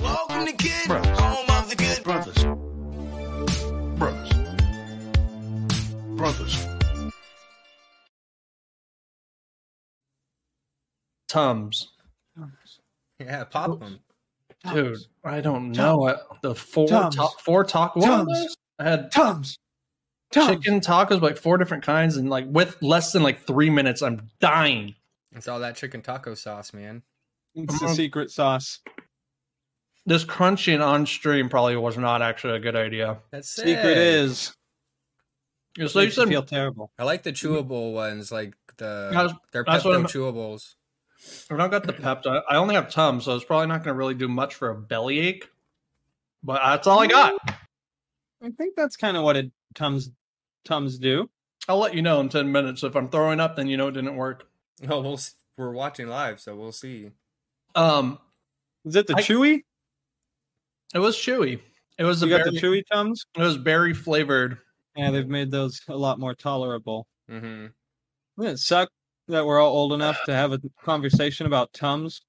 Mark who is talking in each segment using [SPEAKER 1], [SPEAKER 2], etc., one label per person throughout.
[SPEAKER 1] from the good, home of the good brothers. Brothers. Brothers.
[SPEAKER 2] Tums.
[SPEAKER 3] Yeah, pop them.
[SPEAKER 2] Dude,
[SPEAKER 4] Tums.
[SPEAKER 2] I don't
[SPEAKER 4] Tums.
[SPEAKER 2] know. I- The four
[SPEAKER 4] Tums.
[SPEAKER 2] ta- four tacos. What were
[SPEAKER 4] Tums.
[SPEAKER 2] those? I had
[SPEAKER 4] Tums. Tums.
[SPEAKER 2] chicken tacos, like four different kinds, and like with less than like three minutes, I'm dying.
[SPEAKER 3] It's all that chicken taco sauce, man.
[SPEAKER 5] It's the
[SPEAKER 2] Mhm.
[SPEAKER 5] secret sauce.
[SPEAKER 2] This crunching on stream probably was not actually a good idea.
[SPEAKER 3] That's
[SPEAKER 5] Secret
[SPEAKER 3] it.
[SPEAKER 5] is.
[SPEAKER 2] So you
[SPEAKER 5] makes you
[SPEAKER 2] said
[SPEAKER 5] feel terrible.
[SPEAKER 3] I like the chewable ones, like the
[SPEAKER 2] That's-
[SPEAKER 3] they're
[SPEAKER 2] that's what
[SPEAKER 3] Pepto
[SPEAKER 2] I'm-
[SPEAKER 3] chewables.
[SPEAKER 2] When I got the Pepto, I only have Tums, so it's probably not going to really do much for a bellyache. But that's all I got.
[SPEAKER 5] I think that's kind of what it Tums Tums do.
[SPEAKER 2] I'll let you know in 10 minutes. If I'm throwing up, then you know it didn't work.
[SPEAKER 3] Oh, we'll s- we're watching live, so we'll see.
[SPEAKER 2] Um,
[SPEAKER 5] Is it the
[SPEAKER 2] I-
[SPEAKER 5] chewy?
[SPEAKER 2] It was chewy. It was a
[SPEAKER 5] You got the
[SPEAKER 2] berry,
[SPEAKER 5] chewy Tums?
[SPEAKER 2] it was berry flavored.
[SPEAKER 5] Yeah, they've made those a lot more tolerable.
[SPEAKER 3] Mm-hmm.
[SPEAKER 5] Doesn't it suck that we're all old enough to have a conversation about Tums?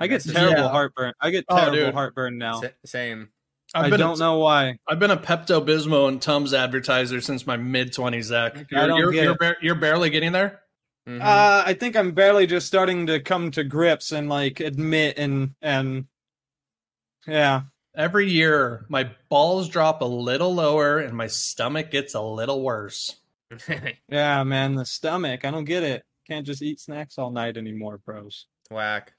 [SPEAKER 5] I get
[SPEAKER 3] Yes,
[SPEAKER 5] terrible
[SPEAKER 2] yeah.
[SPEAKER 5] heartburn. I get
[SPEAKER 2] Oh,
[SPEAKER 5] terrible
[SPEAKER 2] dude.
[SPEAKER 5] heartburn now.
[SPEAKER 3] same.
[SPEAKER 2] I've
[SPEAKER 5] I
[SPEAKER 2] been
[SPEAKER 5] don't
[SPEAKER 2] a,
[SPEAKER 5] know why.
[SPEAKER 2] I've been a Pepto Bismol and Tums advertiser since my mid 20s, Zach.
[SPEAKER 5] I
[SPEAKER 2] You're,
[SPEAKER 5] don't
[SPEAKER 2] you're,
[SPEAKER 5] get
[SPEAKER 2] you're,
[SPEAKER 5] it.
[SPEAKER 2] bar- you're barely getting there. Mm-hmm.
[SPEAKER 3] Mhm.
[SPEAKER 5] Uh, I think I'm barely just starting to come to grips and like admit and and yeah.
[SPEAKER 2] Every year, my balls drop a little lower and my stomach gets a little worse. Uh,
[SPEAKER 5] Yeah, man, the stomach. I don't get it. Can't just eat snacks all night anymore, bros.
[SPEAKER 3] Whack.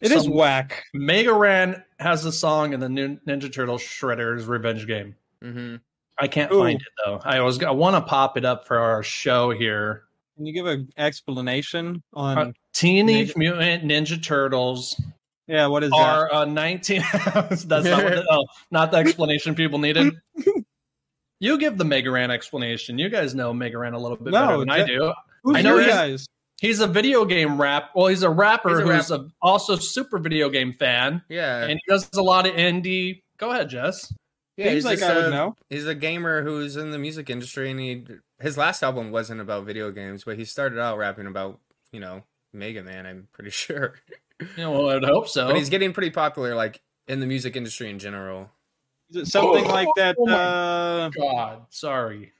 [SPEAKER 5] It is
[SPEAKER 2] Some-
[SPEAKER 5] whack.
[SPEAKER 2] Mega Ran has the song in the new Ninja Turtle Shredder's Revenge Game.
[SPEAKER 3] Mm-hmm.
[SPEAKER 2] I can't
[SPEAKER 5] Ooh.
[SPEAKER 2] find it though. I was I want to pop it up for our show here.
[SPEAKER 5] Can you give an explanation on
[SPEAKER 2] Uh, Teenage Mutant Ninja Turtles
[SPEAKER 5] yeah, what is that?
[SPEAKER 2] are uh, 19. that's not, what the, oh, not the explanation people needed. You give the Mega Ran explanation. You guys know Mega Ran a little bit
[SPEAKER 5] No,
[SPEAKER 2] better than I
[SPEAKER 5] that-
[SPEAKER 2] do.
[SPEAKER 5] Who's
[SPEAKER 2] I know
[SPEAKER 5] you
[SPEAKER 2] he's-
[SPEAKER 5] guys?
[SPEAKER 2] He's a video game rap. Well, he's a rapper
[SPEAKER 3] He's a
[SPEAKER 2] who's a, also super video game fan,
[SPEAKER 3] Yeah.
[SPEAKER 2] and he does a lot of indie. Go ahead, Jess.
[SPEAKER 3] yeah.
[SPEAKER 5] Seems
[SPEAKER 3] He's
[SPEAKER 5] like
[SPEAKER 3] like
[SPEAKER 2] uh,
[SPEAKER 5] I would know.
[SPEAKER 3] He's a gamer who's in the music industry, and he his last album wasn't about video games, but he started out rapping about you know Mega Man. I'm pretty sure,
[SPEAKER 2] You know, well, I would hope so.
[SPEAKER 3] but he's getting pretty popular, like in the music industry in general.
[SPEAKER 5] Is it something
[SPEAKER 2] Oh,
[SPEAKER 5] like that?
[SPEAKER 2] oh my-
[SPEAKER 5] uh,
[SPEAKER 2] God, sorry.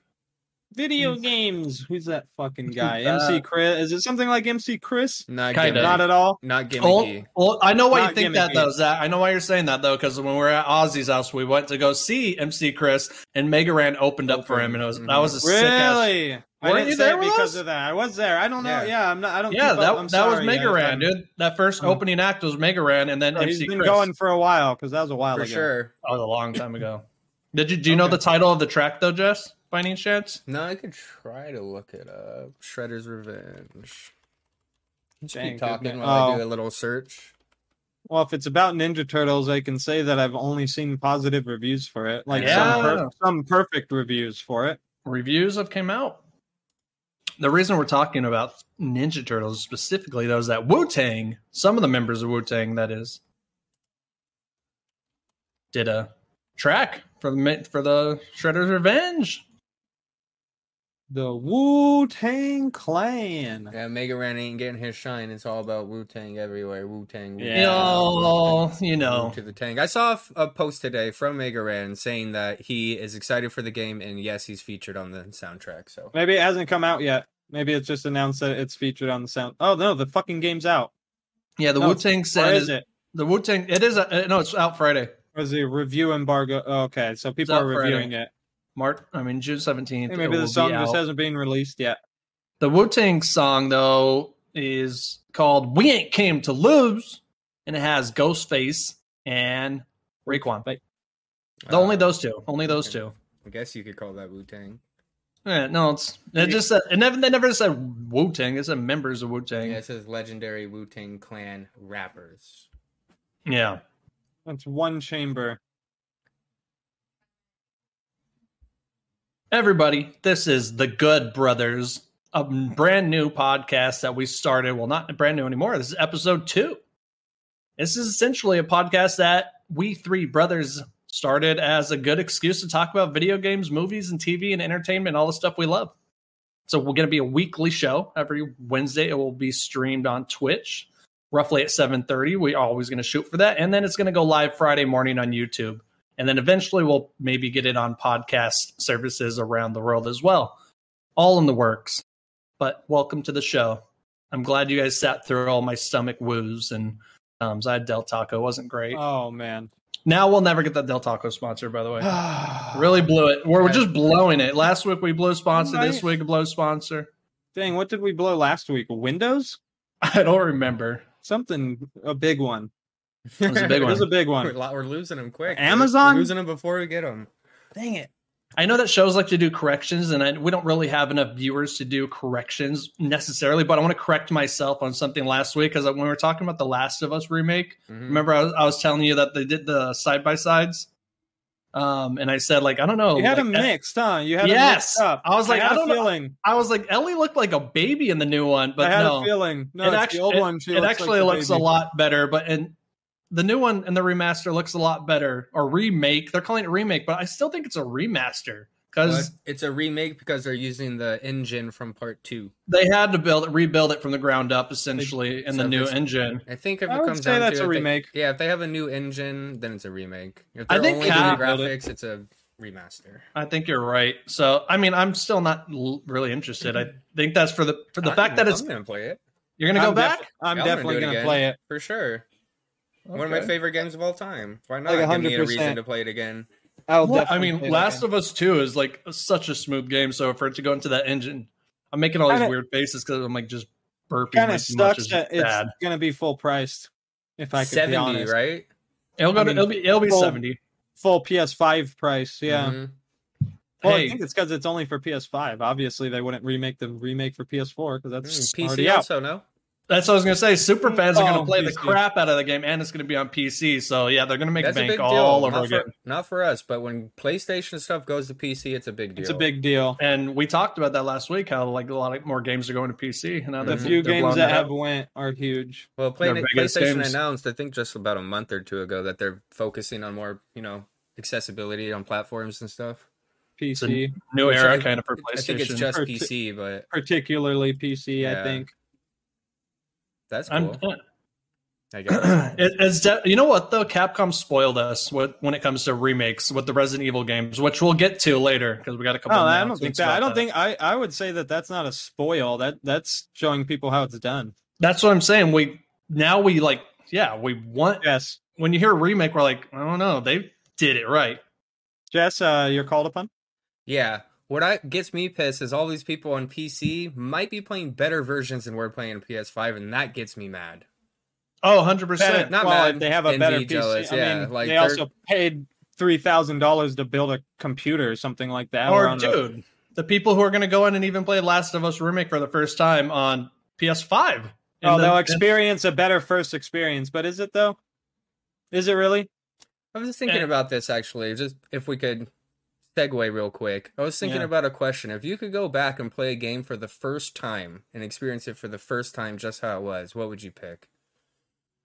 [SPEAKER 5] video games. Who's that fucking guy?
[SPEAKER 2] That-
[SPEAKER 5] MC Chris. Is it something like MC Chris?
[SPEAKER 3] Not
[SPEAKER 2] Kinda.
[SPEAKER 3] gimmicky.
[SPEAKER 5] Not at all.
[SPEAKER 3] Not
[SPEAKER 2] Oh,
[SPEAKER 3] gimmicky.
[SPEAKER 2] well, I know why you
[SPEAKER 5] Not
[SPEAKER 2] think that
[SPEAKER 5] gimmicky.
[SPEAKER 2] though, Zach. I know why you're saying that though, because when we were at Ozzy's house, we went to go see MC Chris, and Megaran opened up for him, and it was that was a sick. ass-
[SPEAKER 5] Mm-hmm. Really? I
[SPEAKER 2] Weren't
[SPEAKER 5] didn't
[SPEAKER 2] you
[SPEAKER 5] say
[SPEAKER 2] there
[SPEAKER 5] it
[SPEAKER 2] with
[SPEAKER 5] because
[SPEAKER 2] us?
[SPEAKER 5] of that. I was there. I don't know.
[SPEAKER 3] Yeah.
[SPEAKER 5] Yeah, I'm not. I don't.
[SPEAKER 2] Yeah,
[SPEAKER 5] keep
[SPEAKER 2] that
[SPEAKER 5] up. I'm
[SPEAKER 2] that was
[SPEAKER 5] sorry. uh, I-
[SPEAKER 2] Megaran,
[SPEAKER 5] I'm-
[SPEAKER 2] dude. That first
[SPEAKER 5] Oh.
[SPEAKER 2] opening act was Megaran, and then
[SPEAKER 5] Oh, He's
[SPEAKER 2] MC
[SPEAKER 5] been
[SPEAKER 2] Chris.
[SPEAKER 5] going for a while because that was a while
[SPEAKER 3] For
[SPEAKER 5] ago.
[SPEAKER 3] sure.
[SPEAKER 2] That was a long time ago. Did you do you know
[SPEAKER 3] Okay.
[SPEAKER 2] the title of the track though, Jess? By any chance?
[SPEAKER 3] No, I could try to look it up. Shredder's Revenge. Just
[SPEAKER 5] Dang,
[SPEAKER 3] keep
[SPEAKER 5] good
[SPEAKER 3] talking
[SPEAKER 5] man.
[SPEAKER 3] while I
[SPEAKER 5] Oh.
[SPEAKER 3] do a little search.
[SPEAKER 5] Well, if it's about Ninja Turtles, I can say that I've only seen positive reviews for it, like
[SPEAKER 2] Yeah.
[SPEAKER 5] some, per- some perfect reviews for it.
[SPEAKER 2] Reviews have came out. The reason we're talking about Ninja Turtles specifically though is that Wu Tang, some of the members of Wu Tang, that is, did a track for the ma- for the Shredder's Revenge.
[SPEAKER 5] The Wu Tang Clan.
[SPEAKER 3] Yeah, Mega Ran ain't getting his shine. It's all about Wu Tang everywhere. Wu Tang.
[SPEAKER 5] Yeah.
[SPEAKER 2] Oh, you know,
[SPEAKER 3] To the tank. I saw a f- a post today from Mega Ran saying that he is excited for the game, and yes, he's featured on the soundtrack. So
[SPEAKER 5] Maybe it hasn't come out yet. Maybe it's just announced that it's featured on the sound. Oh no, the fucking game's out.
[SPEAKER 2] yeah. The
[SPEAKER 5] No,
[SPEAKER 2] Wu Tang
[SPEAKER 5] Or
[SPEAKER 2] said
[SPEAKER 5] is it?
[SPEAKER 2] the Wu Tang. It is a, no, it's out Friday,
[SPEAKER 5] Or is it a review embargo? Oh, okay, so people
[SPEAKER 2] out
[SPEAKER 5] are reviewing it.
[SPEAKER 2] March. I mean June seventeenth.
[SPEAKER 5] Hey, maybe the song just hasn't been released yet.
[SPEAKER 2] The Wu Tang song, though, is called We Ain't Came to Lose, and it has Ghostface and Raekwon. The-
[SPEAKER 3] uh,
[SPEAKER 2] only those two. Only those two.
[SPEAKER 3] I guess you could call that Wu Tang.
[SPEAKER 2] Yeah, no, it's it just said, it never, they never said Wu Tang. They said members of Wu Tang.
[SPEAKER 3] Yeah, it says legendary Wu Tang Clan rappers.
[SPEAKER 2] Yeah.
[SPEAKER 5] That's one chamber.
[SPEAKER 2] Everybody, this is The Good Brothers, a brand new podcast that we started. Well, not brand new anymore. This is episode two. This is essentially a podcast that we three brothers started as a good excuse to talk about video games, movies, and TV and entertainment, all the stuff we love. So we're going to be a weekly show. Every Wednesday, it will be streamed on Twitch. roughly at 7.30 we're always going to shoot for that and then it's going to go live friday morning on youtube and then eventually we'll maybe get it on podcast services around the world as well all in the works but welcome to the show i'm glad you guys sat through all my stomach woos and ums i had del taco it wasn't great
[SPEAKER 5] Oh man.
[SPEAKER 2] now we'll never get that del taco sponsor by the way
[SPEAKER 5] Ah,
[SPEAKER 2] really blew it we're, we're just blowing it last week we blew sponsor this
[SPEAKER 5] Nice.
[SPEAKER 2] week blow sponsor
[SPEAKER 5] Dang, what did we blow last week? Windows?
[SPEAKER 2] i don't remember
[SPEAKER 5] Something a big one.
[SPEAKER 2] it was a big
[SPEAKER 5] It was
[SPEAKER 2] one
[SPEAKER 5] a big
[SPEAKER 3] We're,
[SPEAKER 5] one.
[SPEAKER 3] lo- we're losing them quick.
[SPEAKER 5] Amazon?
[SPEAKER 3] We're losing them before we get them.
[SPEAKER 5] Dang it.
[SPEAKER 2] I know that shows like to do corrections, and I, we don't really have enough viewers to do corrections necessarily. But I want to correct myself on something last week because when we were talking about the Last of Us remake,
[SPEAKER 5] Mm-hmm.
[SPEAKER 3] Mm-hmm.
[SPEAKER 2] remember I was, I was telling you that they did the side by sides, um, and I said like I don't know,
[SPEAKER 5] You had
[SPEAKER 2] like,
[SPEAKER 5] them
[SPEAKER 2] eh,
[SPEAKER 5] mixed, huh? You had them
[SPEAKER 2] Yes.
[SPEAKER 5] mixed up.
[SPEAKER 2] I was like,
[SPEAKER 5] I had
[SPEAKER 2] I
[SPEAKER 5] a
[SPEAKER 2] don't know.
[SPEAKER 5] feeling.
[SPEAKER 2] I was like Ellie looked like a baby in the new one, but
[SPEAKER 5] I had
[SPEAKER 2] no,
[SPEAKER 5] a feeling. No,
[SPEAKER 2] It
[SPEAKER 5] it's
[SPEAKER 2] actu-
[SPEAKER 5] the old one. She
[SPEAKER 2] it
[SPEAKER 5] looks
[SPEAKER 2] actually
[SPEAKER 5] like the
[SPEAKER 2] looks
[SPEAKER 5] baby.
[SPEAKER 2] a lot better. But and the new one and the remaster looks a lot better or remake. They're calling it remake, but I still think it's a remaster because.
[SPEAKER 3] But it's a remake because they're using the engine from part two.
[SPEAKER 2] They had to build it, rebuild it from the ground up, essentially, in
[SPEAKER 3] So
[SPEAKER 2] the
[SPEAKER 3] if
[SPEAKER 2] new
[SPEAKER 3] it's-
[SPEAKER 2] engine.
[SPEAKER 3] I think if
[SPEAKER 5] I
[SPEAKER 3] it
[SPEAKER 5] would
[SPEAKER 3] comes
[SPEAKER 5] say
[SPEAKER 3] down
[SPEAKER 5] that's
[SPEAKER 3] to
[SPEAKER 5] a
[SPEAKER 3] it, they-
[SPEAKER 5] remake.
[SPEAKER 3] yeah, if they have a new engine, then it's a remake. If
[SPEAKER 2] I
[SPEAKER 3] they're
[SPEAKER 2] think
[SPEAKER 3] only
[SPEAKER 2] Cap-
[SPEAKER 3] doing graphics, it's a remaster.
[SPEAKER 2] I think you're right. So, I mean, I'm still not l- really interested.
[SPEAKER 5] Mm-hmm.
[SPEAKER 2] I think that's for the for the
[SPEAKER 3] I'm-
[SPEAKER 2] fact that it's
[SPEAKER 3] I'm gonna play it
[SPEAKER 2] you're gonna go
[SPEAKER 5] I'm
[SPEAKER 2] back.
[SPEAKER 5] def- I'm
[SPEAKER 3] Yeah, I'm gonna
[SPEAKER 5] definitely
[SPEAKER 3] do it
[SPEAKER 5] gonna
[SPEAKER 3] again.
[SPEAKER 5] play it.
[SPEAKER 3] for sure. One of my
[SPEAKER 2] Okay.
[SPEAKER 3] favorite games of all time. Why not?
[SPEAKER 5] Like
[SPEAKER 3] Give me a
[SPEAKER 5] 100%.
[SPEAKER 3] reason to play it again.
[SPEAKER 5] I'll
[SPEAKER 2] Well, I
[SPEAKER 5] definitely
[SPEAKER 2] mean,
[SPEAKER 5] play it
[SPEAKER 2] Last
[SPEAKER 5] again.
[SPEAKER 2] of Us Two is like such a smooth game. So for it to go into that engine, I'm making all
[SPEAKER 5] I
[SPEAKER 2] these
[SPEAKER 5] don't-
[SPEAKER 2] weird faces because I'm like just burping.
[SPEAKER 5] kind
[SPEAKER 2] way
[SPEAKER 5] of
[SPEAKER 2] too much.
[SPEAKER 5] sucks that
[SPEAKER 2] it's
[SPEAKER 5] it's
[SPEAKER 2] bad.
[SPEAKER 5] gonna be full priced. If I could be
[SPEAKER 3] Seventy,
[SPEAKER 5] honest,
[SPEAKER 3] right?
[SPEAKER 2] It'll go.
[SPEAKER 5] I
[SPEAKER 2] to,
[SPEAKER 5] mean,
[SPEAKER 2] it'll be. It'll be
[SPEAKER 5] full-
[SPEAKER 2] seventy.
[SPEAKER 5] full PS5 price. Yeah.
[SPEAKER 3] Mhm.
[SPEAKER 5] Well, I
[SPEAKER 2] Mm-hmm. hey,
[SPEAKER 5] think it's because it's only for PS5. Obviously, they wouldn't remake the remake for PS4 because
[SPEAKER 3] Mm,
[SPEAKER 5] that's already
[SPEAKER 3] PC
[SPEAKER 5] out.
[SPEAKER 3] also no.
[SPEAKER 2] that's what I was gonna say. Super fans are
[SPEAKER 5] Oh,
[SPEAKER 2] gonna play the
[SPEAKER 5] PC.
[SPEAKER 2] crap out of the game, and it's gonna be on PC. So yeah, they're gonna make
[SPEAKER 3] That's a
[SPEAKER 2] bank
[SPEAKER 3] big
[SPEAKER 2] all
[SPEAKER 3] deal.
[SPEAKER 2] over
[SPEAKER 3] not,
[SPEAKER 2] again.
[SPEAKER 3] for, not for us, but when PlayStation stuff goes to PC, it's a big deal.
[SPEAKER 5] It's a big deal.
[SPEAKER 2] And we talked about that last week. How like a lot of more games are going to PC. And now they're,
[SPEAKER 5] The few
[SPEAKER 2] Mm-hmm. they're
[SPEAKER 5] games
[SPEAKER 2] blowing
[SPEAKER 5] that
[SPEAKER 2] it
[SPEAKER 5] have
[SPEAKER 2] up.
[SPEAKER 5] went are huge.
[SPEAKER 3] Well, play,
[SPEAKER 2] Their biggest
[SPEAKER 3] PlayStation
[SPEAKER 2] games.
[SPEAKER 3] announced, I think, just about a month or two ago, that they're focusing on more, you know, accessibility on platforms and stuff.
[SPEAKER 5] PC,
[SPEAKER 2] new
[SPEAKER 3] Which
[SPEAKER 2] era
[SPEAKER 3] I-
[SPEAKER 2] kind of for
[SPEAKER 3] I
[SPEAKER 2] PlayStation.
[SPEAKER 3] think it's just
[SPEAKER 5] Or t-
[SPEAKER 3] PC, but
[SPEAKER 5] particularly PC, I
[SPEAKER 3] Yeah.
[SPEAKER 5] think.
[SPEAKER 3] that's
[SPEAKER 2] I'm,
[SPEAKER 3] cool. I guess.
[SPEAKER 2] uh, it, it's de- you know what though? Capcom spoiled us with, when it comes to remakes with the Resident Evil games, which we'll get to later because we got a
[SPEAKER 5] Oh,
[SPEAKER 2] couple.
[SPEAKER 5] I don't think
[SPEAKER 2] announcements
[SPEAKER 5] that. I
[SPEAKER 2] about
[SPEAKER 5] don't think I. I would say that that's not a spoil. That that's showing people how it's done.
[SPEAKER 2] that's what I'm saying. We now we like yeah we want
[SPEAKER 5] Yes,
[SPEAKER 2] when you hear remake we're like I don't know they did it right.
[SPEAKER 5] Jess, uh, you're called upon.
[SPEAKER 3] yeah. What I gets me pissed is all these people on PC might be playing better versions than we're playing on PS5, and that gets me mad.
[SPEAKER 2] Oh, 100 percent.
[SPEAKER 3] Not
[SPEAKER 5] well,
[SPEAKER 3] mad,
[SPEAKER 5] if they have a
[SPEAKER 3] envy,
[SPEAKER 5] better PC.
[SPEAKER 3] jealous,
[SPEAKER 5] I
[SPEAKER 3] yeah,
[SPEAKER 5] mean,
[SPEAKER 3] like
[SPEAKER 5] they
[SPEAKER 3] they're-
[SPEAKER 5] also paid three thousand dollars to build a computer or something like that.
[SPEAKER 2] Or
[SPEAKER 5] on a-
[SPEAKER 2] dude, the people who are going to go in and even play Last of Us remake for the first time on PS5. And
[SPEAKER 5] Oh,
[SPEAKER 2] the-
[SPEAKER 5] they'll experience a better first experience, but is it though? Is it really?
[SPEAKER 3] I was just thinking
[SPEAKER 2] Yeah.
[SPEAKER 3] about this actually, just if we could segue real quick. I was thinking
[SPEAKER 5] Yeah.
[SPEAKER 3] about a question. If you could go back and play a game for the first time and experience it for the first time just how it was, what would you pick?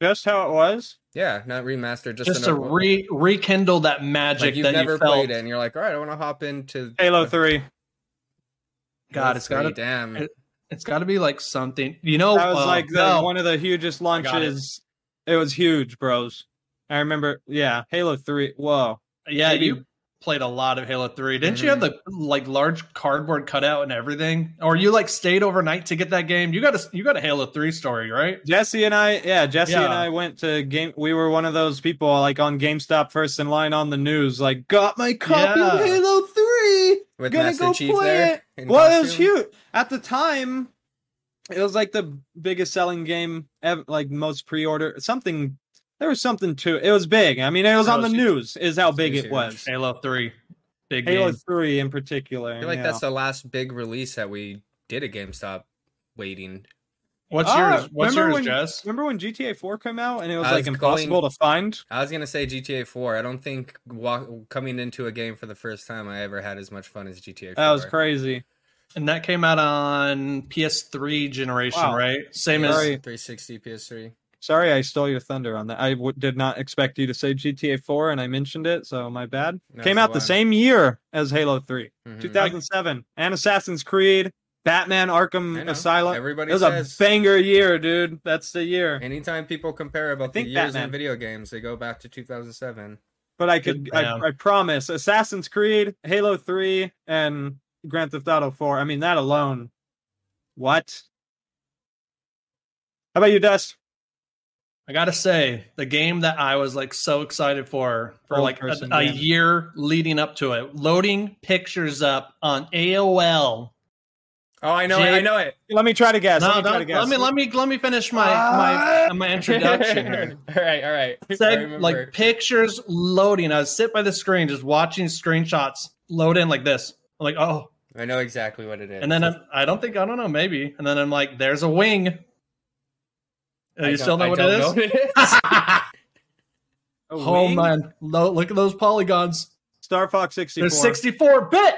[SPEAKER 5] Just how it was?
[SPEAKER 3] Yeah, not remastered, just,
[SPEAKER 2] just to
[SPEAKER 3] another one.
[SPEAKER 2] re- rekindle that magic
[SPEAKER 3] like you've
[SPEAKER 2] that
[SPEAKER 3] never
[SPEAKER 2] you felt.
[SPEAKER 3] played it and you're like, all right, I want to hop into
[SPEAKER 5] Halo Three.
[SPEAKER 2] God, it's got
[SPEAKER 3] to
[SPEAKER 2] to
[SPEAKER 3] damn.
[SPEAKER 2] it- it's got to be like something. You
[SPEAKER 3] Oh,
[SPEAKER 2] know,
[SPEAKER 5] That was
[SPEAKER 2] uh,
[SPEAKER 5] like the,
[SPEAKER 2] no,
[SPEAKER 5] one of the hugest
[SPEAKER 2] it.
[SPEAKER 5] launches. It. was huge, bros. I remember. Yeah, Halo Three. Whoa.
[SPEAKER 2] yeah,
[SPEAKER 5] maybe- Mm-hmm.
[SPEAKER 2] you played a lot of Halo Three. Didn't you have the like large cardboard cutout and everything? Or you like stayed overnight to get that game? You got a you got a Halo Three story, right?
[SPEAKER 5] Jesse and I, yeah, Jesse and
[SPEAKER 2] Yeah.
[SPEAKER 5] I went to game. We were one of those people like on GameStop first in line on the news, like got my copy of
[SPEAKER 2] Yeah.
[SPEAKER 5] Halo Three.
[SPEAKER 3] With
[SPEAKER 5] gonna
[SPEAKER 3] Master
[SPEAKER 5] go
[SPEAKER 3] Chief
[SPEAKER 5] play
[SPEAKER 3] there.
[SPEAKER 5] it.
[SPEAKER 3] in
[SPEAKER 5] Well, it was
[SPEAKER 3] costume?
[SPEAKER 5] huge at the time. It was like the biggest selling game, ever, like most pre-order something. There was something to it. It was big. I mean, it was
[SPEAKER 2] That
[SPEAKER 5] on the
[SPEAKER 2] was
[SPEAKER 5] news. Is how
[SPEAKER 3] That
[SPEAKER 5] big
[SPEAKER 3] was
[SPEAKER 5] it
[SPEAKER 3] huge.
[SPEAKER 5] was.
[SPEAKER 2] Halo Three, big
[SPEAKER 5] Halo
[SPEAKER 2] game.
[SPEAKER 5] Three in
[SPEAKER 3] I
[SPEAKER 5] particular.
[SPEAKER 3] feel like
[SPEAKER 5] yeah.
[SPEAKER 3] that's the last big release that we did at GameStop waiting.
[SPEAKER 2] What's
[SPEAKER 5] Ah,
[SPEAKER 2] yours? What's
[SPEAKER 5] remember
[SPEAKER 2] yours,
[SPEAKER 5] when-
[SPEAKER 2] Jess?
[SPEAKER 5] Remember when GTA Four came out and it was
[SPEAKER 3] I
[SPEAKER 5] like
[SPEAKER 3] was
[SPEAKER 5] impossible
[SPEAKER 3] going-
[SPEAKER 5] to find?
[SPEAKER 3] I was gonna say GTA 4. I don't think wa- coming into a game for the first time I ever had as much fun as GTA 4.
[SPEAKER 5] That was crazy.
[SPEAKER 2] And that came out on PS3 generation,
[SPEAKER 5] Wow.
[SPEAKER 2] right? Same as
[SPEAKER 5] Sorry.
[SPEAKER 3] 360 PS3.
[SPEAKER 5] Sorry, I stole your thunder on that. I w- did not expect you to say GTA Four, and I mentioned it, so my bad.
[SPEAKER 3] No,
[SPEAKER 5] came
[SPEAKER 3] it's
[SPEAKER 5] out the
[SPEAKER 3] one.
[SPEAKER 5] same year as Halo Three.
[SPEAKER 3] Mhm.
[SPEAKER 5] 2007 and Assassin's Creed Batman Arkham
[SPEAKER 3] know.
[SPEAKER 5] Asylum.
[SPEAKER 3] Everybody
[SPEAKER 5] it was
[SPEAKER 3] says.
[SPEAKER 5] a banger year, dude. That's the year.
[SPEAKER 3] Anytime people compare about the
[SPEAKER 5] think
[SPEAKER 3] years in
[SPEAKER 5] Batman.
[SPEAKER 3] video games, they go back to 2007.
[SPEAKER 5] But I could, I,
[SPEAKER 2] Good
[SPEAKER 5] I promise, Assassin's Creed, Halo Three, and Grand Theft Auto Four. I mean, that alone. What? How about you, Dust?
[SPEAKER 2] I gotta say, the game that I was like so excited for for
[SPEAKER 5] Old
[SPEAKER 2] like a,
[SPEAKER 5] person
[SPEAKER 2] a
[SPEAKER 5] game.
[SPEAKER 2] year leading up to it, loading pictures up on AOL.
[SPEAKER 3] Oh, I know it. I
[SPEAKER 2] Jake-
[SPEAKER 3] know it.
[SPEAKER 5] Let me try to guess.
[SPEAKER 2] No,
[SPEAKER 5] let me try
[SPEAKER 2] no,
[SPEAKER 5] to guess.
[SPEAKER 2] let me let me let me finish my my uh, my introduction here.
[SPEAKER 3] all right, all right. I
[SPEAKER 2] Seg-
[SPEAKER 3] remember.
[SPEAKER 2] like pictures loading. I was sit by the screen just watching screenshots load in like this. I'm like, oh,
[SPEAKER 3] I know exactly what it is.
[SPEAKER 2] and then I'm, I don't think I don't know maybe, and then I'm like, there's a wing. Uh,
[SPEAKER 3] I
[SPEAKER 2] You
[SPEAKER 3] don't-
[SPEAKER 2] still know
[SPEAKER 3] I
[SPEAKER 2] what
[SPEAKER 3] don't
[SPEAKER 2] it is?
[SPEAKER 3] know what it is.
[SPEAKER 5] A
[SPEAKER 2] oh
[SPEAKER 5] wing?
[SPEAKER 2] man, Lo- look at those polygons.
[SPEAKER 5] Star Fox 64.
[SPEAKER 2] They're 64 bit.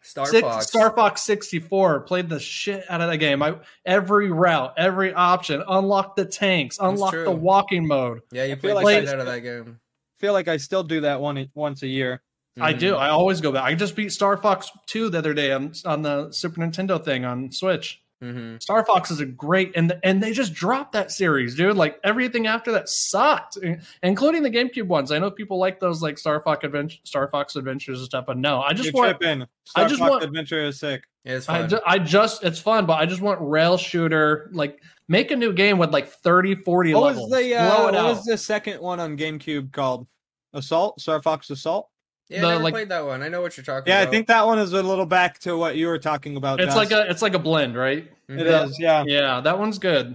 [SPEAKER 3] Star
[SPEAKER 2] Six-
[SPEAKER 3] Fox.
[SPEAKER 2] Star Fox 64 played the shit out of that game. I, every route, every option, unlock the tanks, unlock
[SPEAKER 3] true.
[SPEAKER 2] the walking mode.
[SPEAKER 3] yeah,
[SPEAKER 5] I
[SPEAKER 3] you
[SPEAKER 5] feel
[SPEAKER 3] played
[SPEAKER 5] like
[SPEAKER 3] the
[SPEAKER 2] I-
[SPEAKER 3] shit out of that game.
[SPEAKER 5] feel like I still do that one once a year.
[SPEAKER 2] I do.
[SPEAKER 3] Mhm.
[SPEAKER 2] I always go back. I just beat Star Fox 2 the other day on, on the Super Nintendo thing on Switch.
[SPEAKER 3] Mhm.
[SPEAKER 2] Star Fox is a great and and they just dropped that series, dude. Like everything after that sucked, in- including the GameCube ones. I know people like those like Star Fox Advent- Star Fox Adventures and stuff, but no, I just
[SPEAKER 5] You're
[SPEAKER 2] want
[SPEAKER 5] tripping. Star
[SPEAKER 2] just
[SPEAKER 5] Fox
[SPEAKER 2] want-
[SPEAKER 5] Adventure is sick.
[SPEAKER 3] Yeah, it's
[SPEAKER 2] I,
[SPEAKER 3] fun.
[SPEAKER 2] ju- I just it's fun, but I just want rail shooter. Like make a new game with like 30, 40
[SPEAKER 5] What was
[SPEAKER 2] levels.
[SPEAKER 5] the uh,
[SPEAKER 2] Blow
[SPEAKER 5] what
[SPEAKER 2] it out.
[SPEAKER 5] was the second one on GameCube called? Assault Star Fox Assault.
[SPEAKER 3] yeah,
[SPEAKER 2] the,
[SPEAKER 3] I never
[SPEAKER 2] like-
[SPEAKER 3] played that one. I know what you're talking
[SPEAKER 5] Yeah,
[SPEAKER 3] about.
[SPEAKER 5] I think that one is a little back to what you were talking about.
[SPEAKER 2] it's like a it's like a blend, right?
[SPEAKER 5] it
[SPEAKER 3] Mhm.
[SPEAKER 5] is. Oh, Yeah,
[SPEAKER 2] Yeah, that one's good.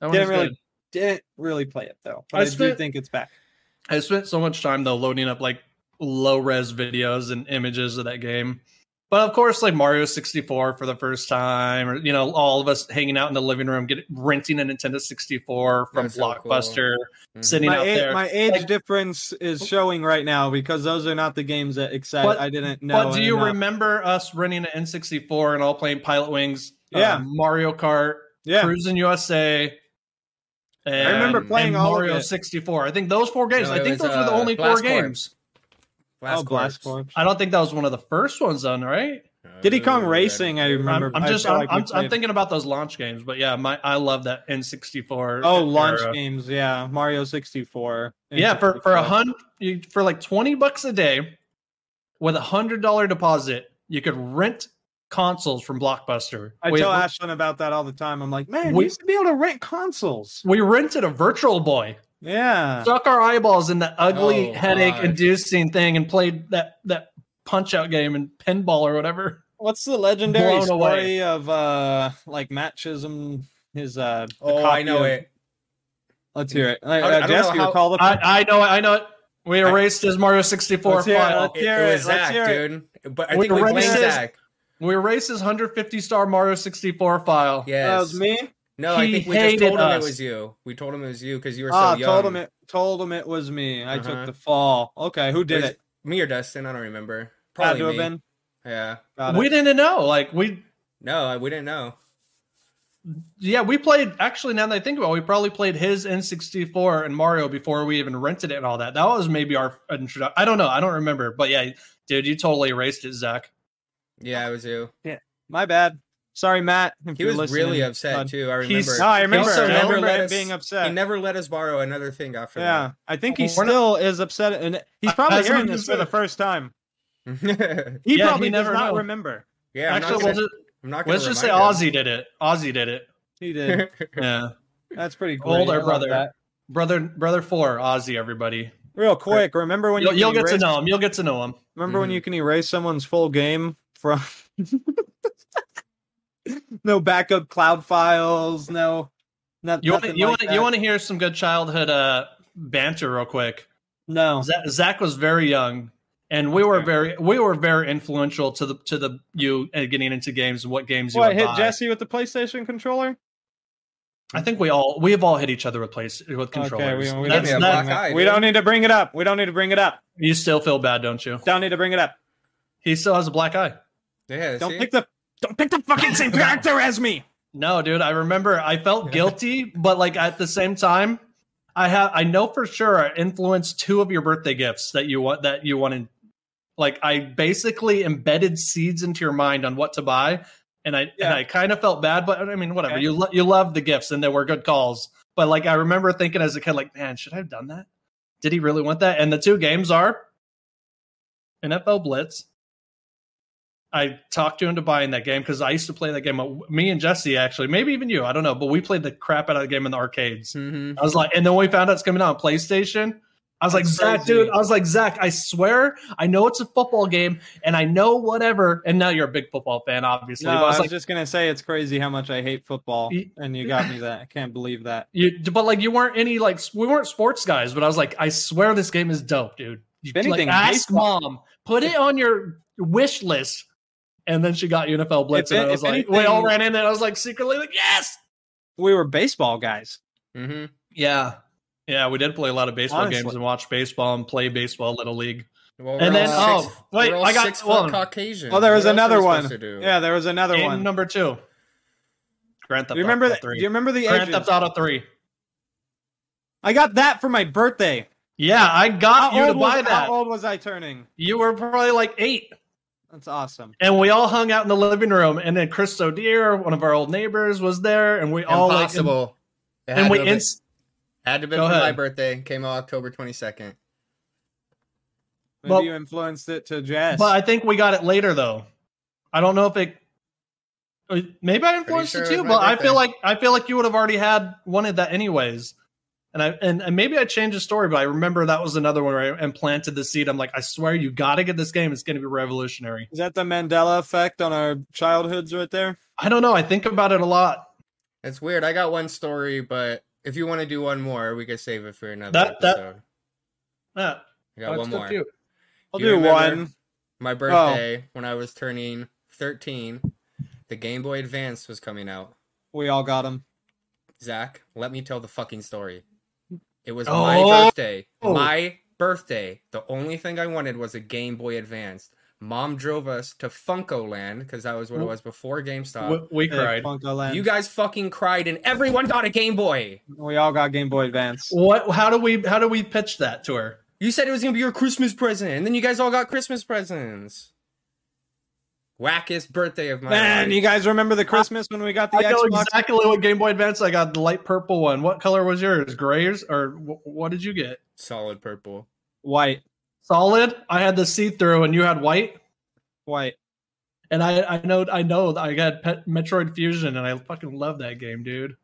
[SPEAKER 2] That one's
[SPEAKER 5] Didn't really-
[SPEAKER 2] good.
[SPEAKER 5] didn't really play it though, but
[SPEAKER 2] I
[SPEAKER 5] I, do
[SPEAKER 2] spent-
[SPEAKER 5] think it's back.
[SPEAKER 2] I spent so much time though loading up like low res videos and images of that game. But of course, like Mario 64 for the first time, or you know, all of us hanging out in the living room, get, renting a Nintendo 64 from
[SPEAKER 3] That's so cool.
[SPEAKER 2] Blockbuster,
[SPEAKER 3] Mhm.
[SPEAKER 2] sitting
[SPEAKER 5] Mm-hmm. My,
[SPEAKER 2] out
[SPEAKER 5] a-
[SPEAKER 2] there.
[SPEAKER 5] my age
[SPEAKER 2] Like-
[SPEAKER 5] difference is showing right now because those are not the games that excite.
[SPEAKER 2] But-
[SPEAKER 5] I didn't know.
[SPEAKER 2] but do you
[SPEAKER 5] enough.
[SPEAKER 2] remember us renting an N64 and all playing Pilot Wings, uh,
[SPEAKER 5] Yeah.
[SPEAKER 2] Mario Kart,
[SPEAKER 5] Yeah,
[SPEAKER 2] Cruising USA? And,
[SPEAKER 5] remember playing
[SPEAKER 2] and
[SPEAKER 5] all of
[SPEAKER 2] Mario
[SPEAKER 5] it.
[SPEAKER 2] 64. I think those four games.
[SPEAKER 3] No,
[SPEAKER 2] I
[SPEAKER 3] it
[SPEAKER 2] think
[SPEAKER 3] was,
[SPEAKER 2] those were the
[SPEAKER 3] uh,
[SPEAKER 2] only
[SPEAKER 3] Blast
[SPEAKER 2] four games.
[SPEAKER 5] oh,
[SPEAKER 3] Blast
[SPEAKER 5] Blast
[SPEAKER 3] Corps.
[SPEAKER 5] Corps.
[SPEAKER 2] I don't think that was one of the first ones done, right?
[SPEAKER 5] Diddy Kong
[SPEAKER 3] Oh,
[SPEAKER 5] Racing, I
[SPEAKER 3] don't-
[SPEAKER 5] remember.
[SPEAKER 2] I'm, I'm just
[SPEAKER 5] feel
[SPEAKER 2] I'm,
[SPEAKER 5] like we
[SPEAKER 2] I'm, I'm
[SPEAKER 5] played-
[SPEAKER 2] thinking about those launch games, but yeah, my I love that N64.
[SPEAKER 5] Oh, launch
[SPEAKER 2] era.
[SPEAKER 5] games, yeah, Mario sixty four.
[SPEAKER 2] Yeah, for for a hundred for like twenty bucks a day, with a hundred dollar deposit, you could rent consoles from Blockbuster.
[SPEAKER 5] I
[SPEAKER 2] we,
[SPEAKER 5] tell Ashlyn about that all the time. I'm like, man,
[SPEAKER 2] We-
[SPEAKER 5] we used to be able to rent consoles.
[SPEAKER 2] we rented a Virtual Boy,
[SPEAKER 5] Yeah,
[SPEAKER 2] stuck our eyeballs in that ugly
[SPEAKER 3] Oh,
[SPEAKER 2] headache-inducing thing, and played that that punch out game and pinball or whatever.
[SPEAKER 5] what's the legendary
[SPEAKER 2] Blown
[SPEAKER 5] story
[SPEAKER 2] away.
[SPEAKER 5] of uh like Matt Chisholm? His uh, the
[SPEAKER 3] Oh, I
[SPEAKER 5] copy
[SPEAKER 3] know
[SPEAKER 5] of-
[SPEAKER 3] it.
[SPEAKER 5] Let's hear it. I,
[SPEAKER 3] I
[SPEAKER 5] I,
[SPEAKER 3] don't
[SPEAKER 5] Jess,
[SPEAKER 3] know
[SPEAKER 5] you
[SPEAKER 3] how-
[SPEAKER 5] recall the
[SPEAKER 2] I, I know it. I know it. We
[SPEAKER 3] I-
[SPEAKER 2] erased his Mario 64
[SPEAKER 5] Let's hear it,
[SPEAKER 2] file.
[SPEAKER 5] let's
[SPEAKER 3] It,
[SPEAKER 5] hear
[SPEAKER 3] it
[SPEAKER 5] it,
[SPEAKER 3] was
[SPEAKER 5] let's
[SPEAKER 3] Zach,
[SPEAKER 5] hear it.
[SPEAKER 3] dude. But I
[SPEAKER 2] With
[SPEAKER 3] think we
[SPEAKER 2] the
[SPEAKER 3] played
[SPEAKER 2] racist-
[SPEAKER 3] Zach.
[SPEAKER 2] We erased his 150 star Mario 64 file.
[SPEAKER 3] Yes.
[SPEAKER 5] That was me.
[SPEAKER 3] No, I
[SPEAKER 2] He
[SPEAKER 3] think we just
[SPEAKER 2] hated
[SPEAKER 3] told him
[SPEAKER 2] us.
[SPEAKER 3] it was you. We told him it was you because you were so
[SPEAKER 5] Ah,
[SPEAKER 3] young.
[SPEAKER 5] told him it. Told him it was me. I
[SPEAKER 3] Uh-huh.
[SPEAKER 5] took the fall. Okay, who did
[SPEAKER 3] Was
[SPEAKER 5] it?
[SPEAKER 3] Me or Dustin? I don't remember.
[SPEAKER 5] Had
[SPEAKER 3] Probably
[SPEAKER 5] to have
[SPEAKER 3] me.
[SPEAKER 5] been.
[SPEAKER 3] Yeah.
[SPEAKER 5] Got it.
[SPEAKER 2] we didn't know. Like we,
[SPEAKER 3] No, I- we didn't know.
[SPEAKER 2] yeah, we played. Actually, now that I think about, it, we probably played his N64 and Mario before we even rented it and all that. That was maybe our introduction. I don't know. I don't remember. But yeah, dude, you totally erased it, Zach.
[SPEAKER 3] Yeah, it was you.
[SPEAKER 5] My bad. Sorry, Matt. if
[SPEAKER 3] He
[SPEAKER 5] you're
[SPEAKER 3] was really
[SPEAKER 5] listening.
[SPEAKER 3] upset
[SPEAKER 5] God.
[SPEAKER 3] too. I
[SPEAKER 2] He's-
[SPEAKER 3] remember.
[SPEAKER 5] No, I remember.
[SPEAKER 2] also
[SPEAKER 5] I
[SPEAKER 2] never
[SPEAKER 5] remember
[SPEAKER 3] let
[SPEAKER 5] him
[SPEAKER 3] us-
[SPEAKER 5] being upset.
[SPEAKER 3] He never let us borrow another thing after
[SPEAKER 5] yeah, I think he
[SPEAKER 2] Well, we're not-
[SPEAKER 5] still is upset, and he's
[SPEAKER 2] I-
[SPEAKER 5] probably
[SPEAKER 2] that's what
[SPEAKER 5] hearing
[SPEAKER 2] I'm
[SPEAKER 5] this
[SPEAKER 2] gonna
[SPEAKER 5] for the
[SPEAKER 2] say.
[SPEAKER 5] first time.
[SPEAKER 3] that.
[SPEAKER 5] He
[SPEAKER 2] Yeah,
[SPEAKER 5] probably
[SPEAKER 2] he
[SPEAKER 5] does
[SPEAKER 2] never
[SPEAKER 5] not
[SPEAKER 2] know.
[SPEAKER 5] remember.
[SPEAKER 3] yeah, I'm
[SPEAKER 2] actually,
[SPEAKER 3] not gonna,
[SPEAKER 2] we'll just,
[SPEAKER 3] I'm not gonna
[SPEAKER 2] let's just say
[SPEAKER 3] remind
[SPEAKER 2] Ozzy did it. Ozzy did it.
[SPEAKER 5] He
[SPEAKER 3] him.
[SPEAKER 5] did.
[SPEAKER 2] Yeah,
[SPEAKER 5] That's pretty cool.
[SPEAKER 2] Older brother. brother, brother four, Ozzy. Everybody,
[SPEAKER 5] Real quick, remember when
[SPEAKER 2] you'll,
[SPEAKER 5] you
[SPEAKER 2] you'll
[SPEAKER 5] can
[SPEAKER 2] get to
[SPEAKER 5] erase-
[SPEAKER 2] know Mm-hmm. him. You'll get to know him.
[SPEAKER 5] Remember when
[SPEAKER 3] Mhm.
[SPEAKER 5] you can erase someone's full game from no backup cloud files, no not,
[SPEAKER 2] You want to
[SPEAKER 5] nothing
[SPEAKER 2] you
[SPEAKER 5] like
[SPEAKER 2] want to you
[SPEAKER 5] that.
[SPEAKER 2] want to hear some good childhood uh banter real quick.
[SPEAKER 5] no.
[SPEAKER 2] Zach, Zach was very young, and we were very we were very influential to the to the you uh, getting into games. What games you
[SPEAKER 5] What
[SPEAKER 2] would
[SPEAKER 5] hit
[SPEAKER 2] buy.
[SPEAKER 5] Jesse with the PlayStation controller?
[SPEAKER 2] I think we all we have all hit each other with place with controllers.
[SPEAKER 5] Okay, we, we,
[SPEAKER 2] That's-
[SPEAKER 5] don't, need to
[SPEAKER 3] Yeah,
[SPEAKER 2] that-
[SPEAKER 5] bring
[SPEAKER 3] black
[SPEAKER 5] it up.
[SPEAKER 3] eye,
[SPEAKER 5] we
[SPEAKER 3] dude.
[SPEAKER 5] don't need to bring it up. We don't need to bring it up.
[SPEAKER 2] you still feel bad, don't you?
[SPEAKER 5] Don't need to bring it up.
[SPEAKER 2] He still has a black eye.
[SPEAKER 3] Yeah,
[SPEAKER 5] Don't
[SPEAKER 3] see?
[SPEAKER 5] pick the don't pick the fucking same character as me.
[SPEAKER 2] No, dude. I remember I felt guilty, but like at the same time, I have I know for sure I influenced two of your birthday gifts that you want that you wanted. Like I basically embedded seeds into your mind on what to buy, and I and
[SPEAKER 5] Yeah.
[SPEAKER 2] I kind of felt bad, but I mean, whatever.
[SPEAKER 5] Okay.
[SPEAKER 2] You lo- you love the gifts, and they were good calls. But like, I remember thinking as a kid, like, man, should I have done that? Did he really want that? And the two games are NFL Blitz. I talked to him to buying that game because I used to play that game. Me and Jesse actually, maybe even you, I don't know, but we played the crap out of the game in the
[SPEAKER 5] Hmm.
[SPEAKER 2] arcades.
[SPEAKER 3] Mm-hmm.
[SPEAKER 2] I was like, and then when we found out it's coming out on PlayStation, I was like,
[SPEAKER 5] That's
[SPEAKER 2] Zach,
[SPEAKER 5] crazy.
[SPEAKER 2] dude, I was like, Zach, I swear, I know it's a football game, and I know whatever. And now you're a big football fan, obviously.
[SPEAKER 5] No,
[SPEAKER 2] but
[SPEAKER 5] I was
[SPEAKER 2] like,
[SPEAKER 5] just gonna say it's crazy how much I hate football,
[SPEAKER 2] Y-
[SPEAKER 5] and you got me that. I can't believe that.
[SPEAKER 2] you, but like, you weren't any like, s- we weren't sports guys, but I was like, I swear this game is dope, dude. You,
[SPEAKER 5] If anything,
[SPEAKER 2] like, ask
[SPEAKER 5] baseball-
[SPEAKER 2] mom, put it on your wish list. And then she got NFL Blitz,
[SPEAKER 5] If it-
[SPEAKER 2] and I was
[SPEAKER 5] if
[SPEAKER 2] like, we
[SPEAKER 5] anything-
[SPEAKER 2] all ran in, and I was like, secretly, like, yes,
[SPEAKER 5] We were baseball guys.
[SPEAKER 3] Mm-hmm.
[SPEAKER 2] yeah, yeah. We did play a lot of baseball games
[SPEAKER 5] Honestly.
[SPEAKER 2] and watch baseball and play baseball, little league.
[SPEAKER 3] Well,
[SPEAKER 2] And
[SPEAKER 3] we're
[SPEAKER 5] then-
[SPEAKER 3] all six,
[SPEAKER 2] oh, wait,
[SPEAKER 3] we're all
[SPEAKER 2] I got
[SPEAKER 3] six foot
[SPEAKER 2] one.
[SPEAKER 3] Caucasian.
[SPEAKER 5] Oh, there was
[SPEAKER 3] What else
[SPEAKER 5] another
[SPEAKER 3] are we
[SPEAKER 5] one.
[SPEAKER 3] supposed to do?
[SPEAKER 5] Yeah, there was another
[SPEAKER 2] Game
[SPEAKER 5] one.
[SPEAKER 2] number two. Grand
[SPEAKER 5] Do
[SPEAKER 2] Theft
[SPEAKER 5] you remember
[SPEAKER 2] Auto
[SPEAKER 5] that? Do
[SPEAKER 2] three.
[SPEAKER 5] you remember the
[SPEAKER 2] Grand
[SPEAKER 5] agents?
[SPEAKER 2] Theft Auto three.
[SPEAKER 5] I got that for my birthday.
[SPEAKER 2] Yeah, I got
[SPEAKER 5] How
[SPEAKER 2] you to
[SPEAKER 5] old was-
[SPEAKER 2] buy that.
[SPEAKER 5] How old was I turning?
[SPEAKER 2] You were probably like eight,
[SPEAKER 5] That's awesome.
[SPEAKER 2] and we all hung out in the living room. And then Chris O'Dear, one of our old neighbors, was there, and we all like, and,
[SPEAKER 3] Impossible. It
[SPEAKER 2] and
[SPEAKER 3] had
[SPEAKER 2] we
[SPEAKER 3] to have been-
[SPEAKER 2] inst-
[SPEAKER 3] had to be
[SPEAKER 2] Go
[SPEAKER 3] for my
[SPEAKER 2] ahead.
[SPEAKER 3] birthday. Came out October twenty second.
[SPEAKER 5] Maybe
[SPEAKER 2] Well-
[SPEAKER 5] you influenced it to jazz.
[SPEAKER 2] But I think we got it later though. I don't know if it. uh, Maybe I influenced
[SPEAKER 3] sure
[SPEAKER 2] it
[SPEAKER 3] it
[SPEAKER 2] too,
[SPEAKER 3] was my
[SPEAKER 2] but I
[SPEAKER 3] birthday.
[SPEAKER 2] feel like I feel like you would have already had wanted that anyways. And I and, and maybe I changed the story, but I remember that was another one where I implanted the seed. I'm like, I swear you got to get this game. It's going to be revolutionary.
[SPEAKER 5] Is that the Mandela effect on our childhoods right there?
[SPEAKER 2] I don't know. I think about it a lot.
[SPEAKER 3] It's weird. I got one story, but if you want to do one more, we could save it for another
[SPEAKER 2] That- that-
[SPEAKER 3] episode.
[SPEAKER 2] Yeah,
[SPEAKER 3] I got
[SPEAKER 2] that's
[SPEAKER 3] one
[SPEAKER 2] good
[SPEAKER 3] more.
[SPEAKER 2] too.
[SPEAKER 5] I'll
[SPEAKER 3] You
[SPEAKER 5] do
[SPEAKER 3] remember-
[SPEAKER 5] one.
[SPEAKER 3] My birthday when I was turning thirteen, the Game Boy Advance was coming out.
[SPEAKER 5] We all got them.
[SPEAKER 3] Zach, let me tell the fucking story. It was
[SPEAKER 2] Oh.
[SPEAKER 3] my birthday.
[SPEAKER 2] Oh.
[SPEAKER 3] My birthday. The only thing I wanted was a Game Boy Advance. Mom drove us to Funko Land because that was what it was before GameStop.
[SPEAKER 2] We, we cried.
[SPEAKER 3] You guys fucking cried and everyone got a Game Boy.
[SPEAKER 5] we all got Game Boy Advance.
[SPEAKER 2] What? How do we? How do we pitch that to her?
[SPEAKER 3] You said it was gonna be your Christmas present, and then you guys all got Christmas presents. Wackest birthday of my
[SPEAKER 5] Man,
[SPEAKER 3] life.
[SPEAKER 5] you guys remember the Christmas when we got the
[SPEAKER 2] I know
[SPEAKER 5] Xbox?
[SPEAKER 2] exactly what Game Boy Advance. I got the light purple one. What color was yours? Grays or wh- what did you get?
[SPEAKER 3] Solid purple.
[SPEAKER 5] White,
[SPEAKER 2] solid. I had the see through, and you had white.
[SPEAKER 5] white.
[SPEAKER 2] And I, I know, I know, that I got Pet Metroid Fusion, and I fucking love that game, dude.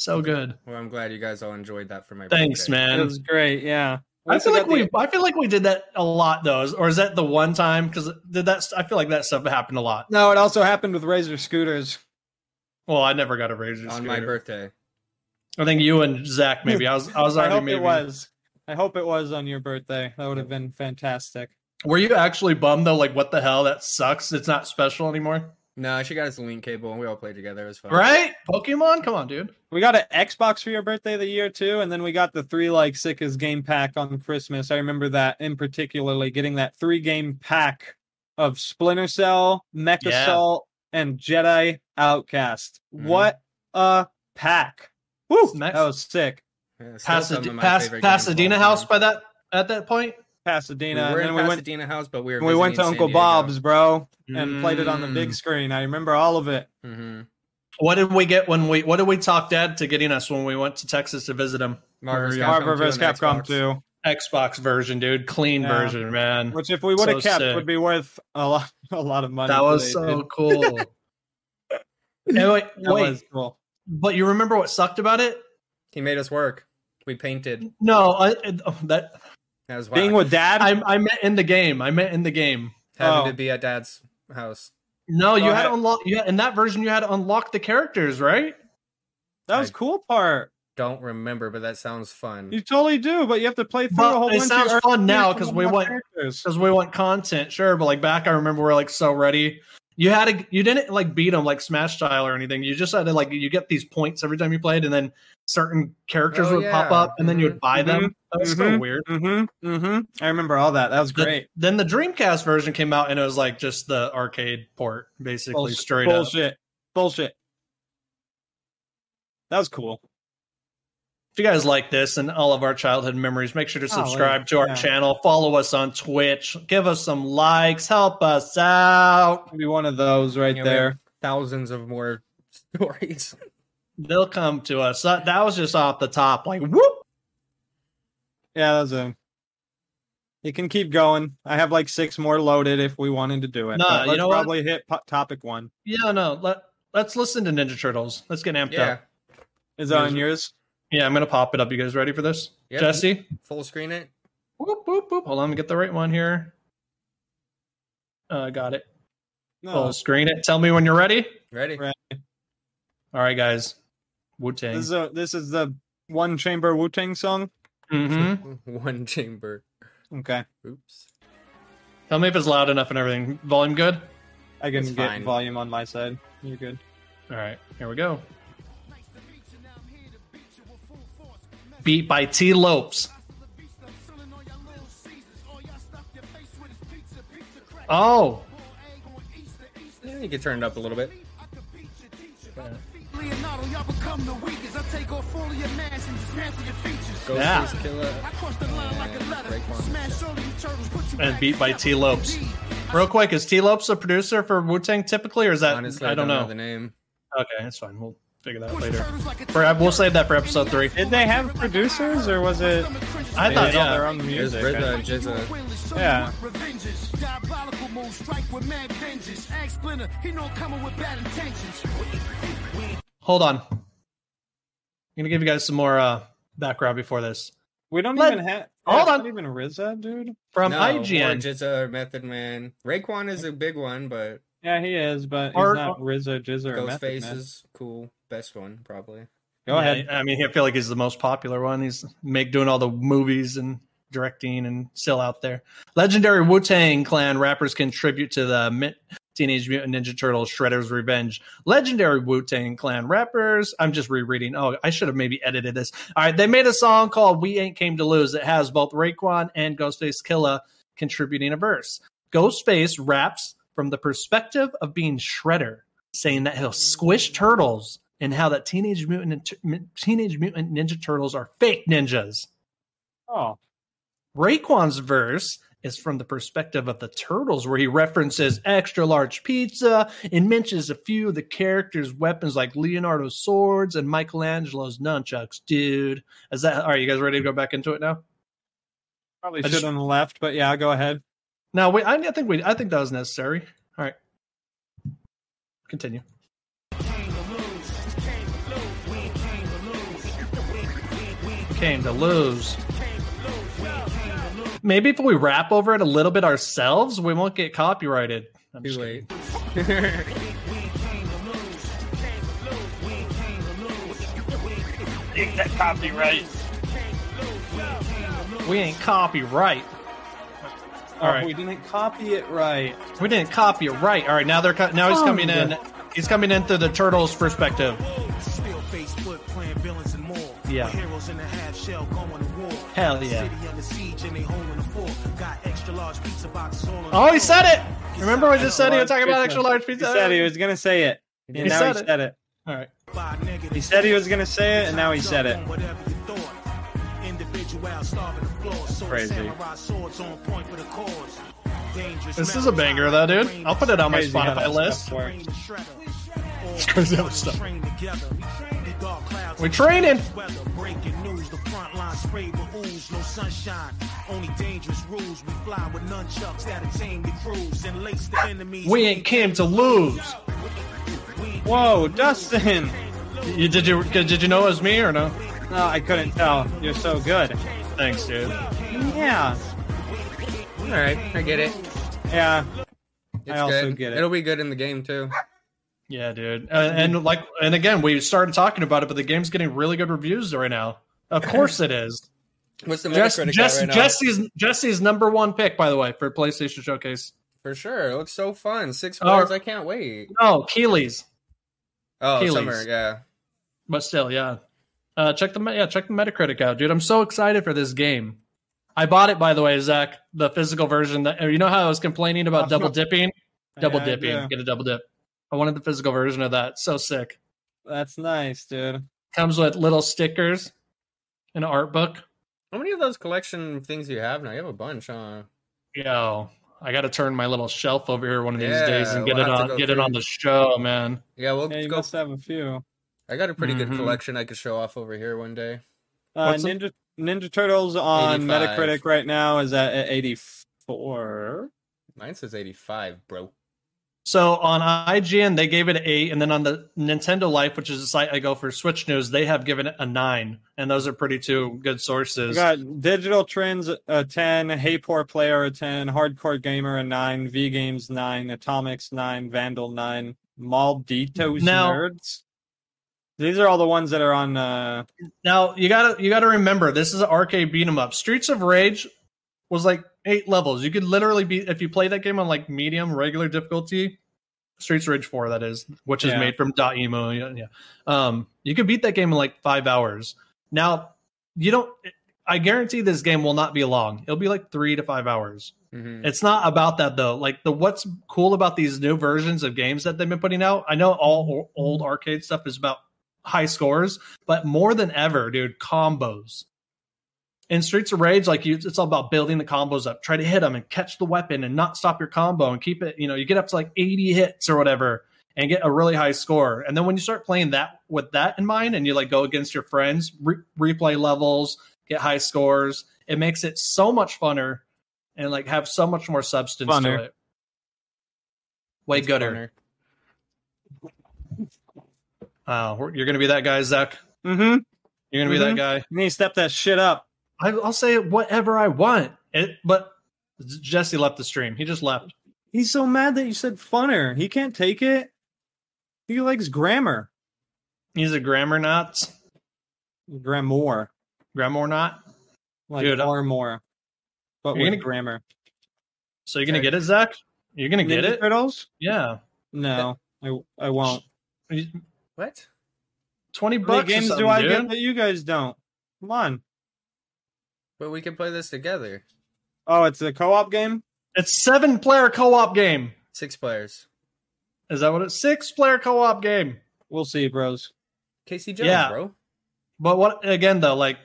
[SPEAKER 2] So good.
[SPEAKER 3] Well, I'm glad you guys all enjoyed that for my
[SPEAKER 2] Thanks,
[SPEAKER 3] birthday.
[SPEAKER 5] It
[SPEAKER 2] man.
[SPEAKER 5] was great. Yeah.
[SPEAKER 2] I feel like
[SPEAKER 5] Also got
[SPEAKER 2] we,
[SPEAKER 5] the-
[SPEAKER 2] I feel like we did that a lot, though. Is- Or is that the one time? Because did that? I feel like that stuff happened a lot.
[SPEAKER 5] No, it also happened with Razor scooters.
[SPEAKER 2] Well, I never got a razor
[SPEAKER 3] On
[SPEAKER 2] scooter.
[SPEAKER 3] my birthday.
[SPEAKER 2] I think you and Zach maybe. I was, I was
[SPEAKER 5] I
[SPEAKER 2] already
[SPEAKER 5] hope
[SPEAKER 2] maybe.
[SPEAKER 5] it was. I hope it was on your birthday. That would have been fantastic.
[SPEAKER 2] Were you actually bummed though? Like, what the hell? That sucks. It's not special anymore,
[SPEAKER 3] No, she got us a link cable and we all played together. It was fun.
[SPEAKER 2] right? Pokemon, come on, dude.
[SPEAKER 5] We got an Xbox for your birthday of the year too, and then we got the three like sickest game pack on Christmas. I remember that in particularly getting that three game pack of Splinter Cell, Mecha
[SPEAKER 2] Yeah.
[SPEAKER 5] Assault, and Jedi Outcast.
[SPEAKER 3] Mhm.
[SPEAKER 5] What a pack! Woo,
[SPEAKER 2] It's nice.
[SPEAKER 5] that was sick.
[SPEAKER 3] Yeah, still some of
[SPEAKER 2] Pasad-
[SPEAKER 3] my
[SPEAKER 2] Pas-
[SPEAKER 3] favorite games of all
[SPEAKER 2] Pasadena
[SPEAKER 3] time.
[SPEAKER 2] House by that at that point.
[SPEAKER 3] We
[SPEAKER 5] Pasadena,
[SPEAKER 3] were
[SPEAKER 5] and
[SPEAKER 3] in
[SPEAKER 5] then we went.
[SPEAKER 3] Pasadena House, but we were
[SPEAKER 5] We went to
[SPEAKER 3] visiting San
[SPEAKER 5] Uncle
[SPEAKER 3] Diego.
[SPEAKER 5] Bob's, bro, and played it on the
[SPEAKER 3] Mm.
[SPEAKER 5] big screen. I remember all of it.
[SPEAKER 3] Mhm.
[SPEAKER 2] What did we get when we? What did we talk Dad to getting us when we went to Texas to visit him?
[SPEAKER 3] Marvel
[SPEAKER 2] Yeah,
[SPEAKER 5] Marvel
[SPEAKER 3] Capcom 2
[SPEAKER 5] vs.
[SPEAKER 3] on
[SPEAKER 5] Capcom
[SPEAKER 3] Xbox.
[SPEAKER 5] 2,
[SPEAKER 2] Xbox version, dude, clean
[SPEAKER 5] Yeah.
[SPEAKER 2] version, man.
[SPEAKER 5] which if we would have
[SPEAKER 2] So
[SPEAKER 5] kept,
[SPEAKER 2] sick.
[SPEAKER 5] would be worth a lot, a lot of money.
[SPEAKER 2] that was
[SPEAKER 5] today,
[SPEAKER 2] so
[SPEAKER 5] dude.
[SPEAKER 2] cool. And wait,
[SPEAKER 5] That
[SPEAKER 2] wait,
[SPEAKER 5] was cool.
[SPEAKER 2] but you remember what sucked about it?
[SPEAKER 3] He made us work. We painted.
[SPEAKER 2] No, I, I- oh, that
[SPEAKER 3] That was
[SPEAKER 5] Being
[SPEAKER 3] whack.
[SPEAKER 5] with dad,
[SPEAKER 2] I, I meant in the game. I meant in the game.
[SPEAKER 3] having
[SPEAKER 5] oh.
[SPEAKER 3] to be at dad's house.
[SPEAKER 2] No, you
[SPEAKER 5] Oh,
[SPEAKER 2] had to
[SPEAKER 5] I-
[SPEAKER 2] unlock. You had, in that version, you had to unlock the characters, right?
[SPEAKER 5] that was
[SPEAKER 3] I-
[SPEAKER 5] cool part.
[SPEAKER 3] Don't remember, but that sounds fun.
[SPEAKER 5] You totally do, but you have to play through
[SPEAKER 2] But
[SPEAKER 5] a whole
[SPEAKER 2] it
[SPEAKER 5] bunch.
[SPEAKER 2] sounds
[SPEAKER 5] of
[SPEAKER 2] fun now 'cause we went-
[SPEAKER 5] Characters.
[SPEAKER 2] because we want content, sure. But like back, I remember we are like so ready. You had to, you didn't like beat them like Smash style or anything. You just had to like you get these points every time you played, and then certain characters
[SPEAKER 3] Oh,
[SPEAKER 2] would pop
[SPEAKER 3] yeah.
[SPEAKER 2] up, and then you'd buy them. That was so
[SPEAKER 5] Mhm.
[SPEAKER 2] weird.
[SPEAKER 5] Mm-hmm. Mm-hmm. I remember all that. That was
[SPEAKER 2] The-
[SPEAKER 5] great.
[SPEAKER 2] then the Dreamcast version came out, and it was like just the arcade port, basically
[SPEAKER 5] Bullsh-
[SPEAKER 2] straight up.
[SPEAKER 5] Bullshit. Bullshit. That was cool.
[SPEAKER 2] If you guys like this and all of our childhood memories, make sure to
[SPEAKER 5] Oh, yeah,
[SPEAKER 2] subscribe to our
[SPEAKER 5] yeah.
[SPEAKER 2] channel, follow us on Twitch, give us some likes, help us out.
[SPEAKER 5] Maybe one of those right
[SPEAKER 3] Yeah, we have
[SPEAKER 5] there.
[SPEAKER 3] Thousands of more stories.
[SPEAKER 2] They'll come to us. That, that was just off the top, like whoop.
[SPEAKER 5] Yeah, that's a. It can keep going. I have like six more loaded if we wanted to do it.
[SPEAKER 2] No,
[SPEAKER 5] but
[SPEAKER 2] you
[SPEAKER 5] let's
[SPEAKER 2] know what?
[SPEAKER 5] probably hit po- topic one.
[SPEAKER 2] Yeah, no. Let let's listen to Ninja Turtles. Let's get amped
[SPEAKER 3] yeah.
[SPEAKER 2] up.
[SPEAKER 5] Is that on
[SPEAKER 3] There's-
[SPEAKER 5] yours?
[SPEAKER 2] Yeah, I'm gonna pop it up. You guys ready for this?
[SPEAKER 3] Yep.
[SPEAKER 2] Jesse?
[SPEAKER 3] Full screen it.
[SPEAKER 2] Whoop whoop whoop. Hold on, let me get the right one here. Uh, got it.
[SPEAKER 5] No,
[SPEAKER 2] Full screen it. Tell me when you're ready.
[SPEAKER 3] Ready?
[SPEAKER 5] Right.
[SPEAKER 2] All right, guys. Wu
[SPEAKER 5] this
[SPEAKER 2] Tang.
[SPEAKER 5] is a, this is the one chamber Wu Tang song.
[SPEAKER 2] hmm
[SPEAKER 3] One chamber.
[SPEAKER 5] Okay,
[SPEAKER 3] Oops.
[SPEAKER 2] Tell me if it's loud enough and everything. Volume good?
[SPEAKER 5] I can
[SPEAKER 3] It's
[SPEAKER 5] get
[SPEAKER 3] fine.
[SPEAKER 5] volume on my side. You're good.
[SPEAKER 2] All right, here we go. Beat by T Lopes. Oh,
[SPEAKER 3] Yeah, you can turn it up a little bit.
[SPEAKER 4] Leonardo, y'all become the weakest. I take off all of your masks and dismantle your features.
[SPEAKER 3] Go
[SPEAKER 2] Yeah.
[SPEAKER 3] yeah. killer.
[SPEAKER 4] I cross the line like a letter.
[SPEAKER 3] Break one.
[SPEAKER 4] Smash all of you turtles, put you
[SPEAKER 2] and
[SPEAKER 4] back
[SPEAKER 2] beat by T
[SPEAKER 4] together.
[SPEAKER 2] Lopes.
[SPEAKER 4] Indeed.
[SPEAKER 2] Real quick, is T Lopes a producer for Wu Tang typically, or is that
[SPEAKER 3] Honestly,
[SPEAKER 2] I don't know?
[SPEAKER 3] the name.
[SPEAKER 2] Okay, that's fine. We'll figure that out
[SPEAKER 4] Push
[SPEAKER 2] later.
[SPEAKER 4] turtles like a
[SPEAKER 2] For, we'll save that for episode three.
[SPEAKER 5] Did they have producers or was it?
[SPEAKER 2] I
[SPEAKER 5] they
[SPEAKER 2] thought,
[SPEAKER 5] did all
[SPEAKER 2] yeah.
[SPEAKER 5] their own
[SPEAKER 3] There's
[SPEAKER 5] music.
[SPEAKER 3] RZA
[SPEAKER 5] I-
[SPEAKER 3] and Jizza.
[SPEAKER 5] Yeah.
[SPEAKER 4] Revenges, diabolical moves, strike with mad vengeance. Axe splinter, he know I'm coming with bad intentions.
[SPEAKER 2] Hold on. I'm gonna give you guys some more uh, background before this
[SPEAKER 5] We don't
[SPEAKER 2] Let-
[SPEAKER 5] even have.
[SPEAKER 2] Hold
[SPEAKER 5] it's
[SPEAKER 2] on.
[SPEAKER 5] not even RZA, dude.
[SPEAKER 2] from
[SPEAKER 3] No, Or
[SPEAKER 2] IGN.
[SPEAKER 3] Jizza or Method Man. Raekwon is a big one, but
[SPEAKER 5] Yeah, he is, but he's
[SPEAKER 2] Or-
[SPEAKER 5] not RZA, Jizza, or Method
[SPEAKER 3] Ghostface
[SPEAKER 5] Man.
[SPEAKER 3] is cool. Best one, probably.
[SPEAKER 5] Go ahead.
[SPEAKER 2] Yeah, I mean, I feel like he's the most popular one. He's make doing all the movies and directing and still out there. Legendary Wu Tang Clan rappers contribute to the Mi- Teenage Mutant Ninja Turtles Shredder's Revenge. Legendary Wu Tang Clan rappers. I'm just rereading. Oh, I should have maybe edited this. All right, they made a song called "We Ain't Came to Lose." It has both Raekwon and Ghostface Killah contributing a verse. Ghostface raps from the perspective of being Shredder, saying that he'll squish turtles and how that teenage mutant teenage mutant ninja turtles are fake ninjas.
[SPEAKER 5] Oh,
[SPEAKER 2] Raekwon's verse is from the perspective of the turtles, where he references extra large pizza and mentions a few of the characters' weapons like Leonardo's swords and Michelangelo's nunchucks. Dude, is that are you guys ready to go back into it now?
[SPEAKER 5] probably
[SPEAKER 2] I just-
[SPEAKER 5] should have left, but yeah, go ahead.
[SPEAKER 2] No, wait. I, I think we. I think that was necessary. All right, continue. Came to lose. Maybe if we rap over it a little bit ourselves, we won't get copyrighted. I'm
[SPEAKER 3] Too
[SPEAKER 2] just
[SPEAKER 3] late.
[SPEAKER 2] kidding. We ain't copyright. All right.
[SPEAKER 5] Oh, we didn't copy it right.
[SPEAKER 2] We didn't copy it right. All right, now they're co- now he's
[SPEAKER 5] Oh,
[SPEAKER 2] coming in.
[SPEAKER 5] yeah.
[SPEAKER 2] He's coming in through the turtles' perspective.
[SPEAKER 4] Still Facebook playing villains and more.
[SPEAKER 2] Yeah.
[SPEAKER 4] With Heroes in a half shell going to war.
[SPEAKER 2] Hell yeah.
[SPEAKER 4] City under siege and they holding the fort. Got extra large pizza boxes all on
[SPEAKER 2] Oh, he said it. Remember, we just said he was talking about extra large
[SPEAKER 5] He
[SPEAKER 2] pizza.
[SPEAKER 5] said he was gonna say it, and
[SPEAKER 2] He
[SPEAKER 5] now
[SPEAKER 2] said
[SPEAKER 5] he
[SPEAKER 2] it.
[SPEAKER 5] said it.
[SPEAKER 2] All right.
[SPEAKER 5] He said he was gonna say it, and now he said it. Crazy.
[SPEAKER 4] This is a banger though, dude. I'll put it on my
[SPEAKER 5] Crazy how
[SPEAKER 2] Spotify
[SPEAKER 5] that
[SPEAKER 2] list.
[SPEAKER 5] stuff works.
[SPEAKER 4] Cause that was
[SPEAKER 2] stuff.
[SPEAKER 4] stuff.
[SPEAKER 2] We training.
[SPEAKER 4] Breaking news, the front line sprayed with ooze, no sunshine. Only dangerous rules, we fly with nunchucks that'll tame the crews and lace the enemies.
[SPEAKER 2] We ain't came to lose.
[SPEAKER 5] Whoa, Dustin!
[SPEAKER 2] You, did you did you know it was me or no?
[SPEAKER 5] No, I couldn't tell. You're so good.
[SPEAKER 2] Thanks, dude.
[SPEAKER 5] Yeah,
[SPEAKER 3] All right, I get it.
[SPEAKER 5] yeah.
[SPEAKER 3] It's
[SPEAKER 5] I also
[SPEAKER 3] good.
[SPEAKER 5] get it.
[SPEAKER 3] It'll be good in the game too.
[SPEAKER 2] Yeah, dude. Uh, and like, and again, we started talking about it, but the game's getting really good reviews right now. Of course, it is.
[SPEAKER 3] What's the
[SPEAKER 2] Jess,
[SPEAKER 3] Metacritic
[SPEAKER 2] Jess,
[SPEAKER 3] at right
[SPEAKER 2] Jesse's Jesse's number one pick, by the way, for PlayStation Showcase.
[SPEAKER 3] now? For sure, it looks so fun. Six
[SPEAKER 2] Oh.
[SPEAKER 3] players, I can't wait.
[SPEAKER 2] No, Keeley's,
[SPEAKER 3] Oh,
[SPEAKER 2] Keeley's.
[SPEAKER 3] summer, yeah.
[SPEAKER 2] but still, yeah. Uh, check the yeah, check the Metacritic out, dude. I'm so excited for this game. I bought it, by the way, Zach, the physical version. That you know how I was complaining about double dipping, double
[SPEAKER 5] Yeah,
[SPEAKER 2] dipping,
[SPEAKER 5] yeah.
[SPEAKER 2] get a double dip. I wanted the physical version of that. So sick.
[SPEAKER 5] That's nice, dude.
[SPEAKER 2] comes with little stickers an art book.
[SPEAKER 3] How many of those collection things you have now? You have a bunch, huh?
[SPEAKER 2] Yo, I got to turn my little shelf over here one of these
[SPEAKER 3] Yeah,
[SPEAKER 2] days and get
[SPEAKER 3] we'll
[SPEAKER 2] it
[SPEAKER 3] have to
[SPEAKER 2] on
[SPEAKER 3] go
[SPEAKER 2] get it
[SPEAKER 3] through.
[SPEAKER 2] on the show, man.
[SPEAKER 3] Yeah, we'll
[SPEAKER 5] Yeah, you
[SPEAKER 3] go.
[SPEAKER 5] must have a few.
[SPEAKER 3] I got a pretty
[SPEAKER 2] Mhm.
[SPEAKER 3] good collection I could show off over here one day.
[SPEAKER 5] Uh,
[SPEAKER 2] What's the-
[SPEAKER 5] Ninja Ninja Turtles on
[SPEAKER 3] 85.
[SPEAKER 5] Metacritic right now is at, at 84.
[SPEAKER 3] Mine says 85, bro.
[SPEAKER 2] So on IGN they gave it an eight, and then on the Nintendo Life, which is a site I go for Switch news, they have given it a nine, and those are pretty two good
[SPEAKER 5] We
[SPEAKER 2] sources.
[SPEAKER 5] got Digital Trends a 10, Hey Poor Player a 10, Hardcore Gamer a 9, V Games 9, Atomics 9, Vandal 9, Malditos
[SPEAKER 2] Now-
[SPEAKER 5] Nerds. These are all the ones that are on uh
[SPEAKER 2] Now you gotta you gotta remember this is an arcade beat 'em up. Streets of Rage was like eight levels. You could literally be if you play that game on like medium regular difficulty, Streets of Rage four that is, which is
[SPEAKER 5] Yeah.
[SPEAKER 2] made from Dot Emo. Yeah, yeah. Um, you could beat that game in like five hours. Now you don't. I guarantee this game will not be long. It'll be like three to five hours.
[SPEAKER 3] Mhm.
[SPEAKER 2] It's not about that though. Like the what's cool about these new versions of games that they've been putting out. I know all o- old arcade stuff is about high scores, but more than ever, dude, combos. In Streets of Rage, like you, it's all about building the combos up. Try to hit them and catch the weapon and not stop your combo and keep it. You know, you get up to like eighty hits or whatever and get a really high score. And then when you start playing that with that in mind, and you like go against your friends, re- replay levels, get high scores, it makes it so much funner and like have so much more substance
[SPEAKER 5] Funner.
[SPEAKER 2] to it. Way
[SPEAKER 3] It's
[SPEAKER 2] gooder.
[SPEAKER 3] funner.
[SPEAKER 2] Uh, we're- you're gonna be that guy, Zach.
[SPEAKER 5] Mm-hmm.
[SPEAKER 2] You're gonna be
[SPEAKER 5] Mhm.
[SPEAKER 2] that guy.
[SPEAKER 5] You need to step that shit up.
[SPEAKER 2] I, I'll say whatever I want. It, but Jesse left the stream. He just left.
[SPEAKER 5] He's so mad that you said funner. He can't take it. He likes grammar.
[SPEAKER 2] He's a grammar nuts,
[SPEAKER 5] Grammar.
[SPEAKER 2] grammar knot.
[SPEAKER 5] Like
[SPEAKER 2] Dude, I-
[SPEAKER 5] or more. But
[SPEAKER 2] You're
[SPEAKER 5] with
[SPEAKER 2] gonna-
[SPEAKER 5] grammar.
[SPEAKER 2] So you're gonna
[SPEAKER 3] Okay.
[SPEAKER 2] get it, Zach. You're gonna get
[SPEAKER 5] Ninja
[SPEAKER 2] it.
[SPEAKER 5] Turtles?
[SPEAKER 2] Yeah,
[SPEAKER 5] No. I I won't.
[SPEAKER 3] What?
[SPEAKER 2] twenty
[SPEAKER 5] How many
[SPEAKER 2] bucks. or
[SPEAKER 5] games do
[SPEAKER 2] something,
[SPEAKER 5] I
[SPEAKER 2] dude.
[SPEAKER 5] get that you guys don't? Come on.
[SPEAKER 3] But we can play this together.
[SPEAKER 5] Oh, it's a co-op game.
[SPEAKER 2] It's seven player co op game.
[SPEAKER 3] Six players.
[SPEAKER 2] Is that what it's? Six player co op game.
[SPEAKER 5] We'll see, bros.
[SPEAKER 3] Casey Jones,
[SPEAKER 2] Yeah.
[SPEAKER 3] bro.
[SPEAKER 2] But what again though? Like,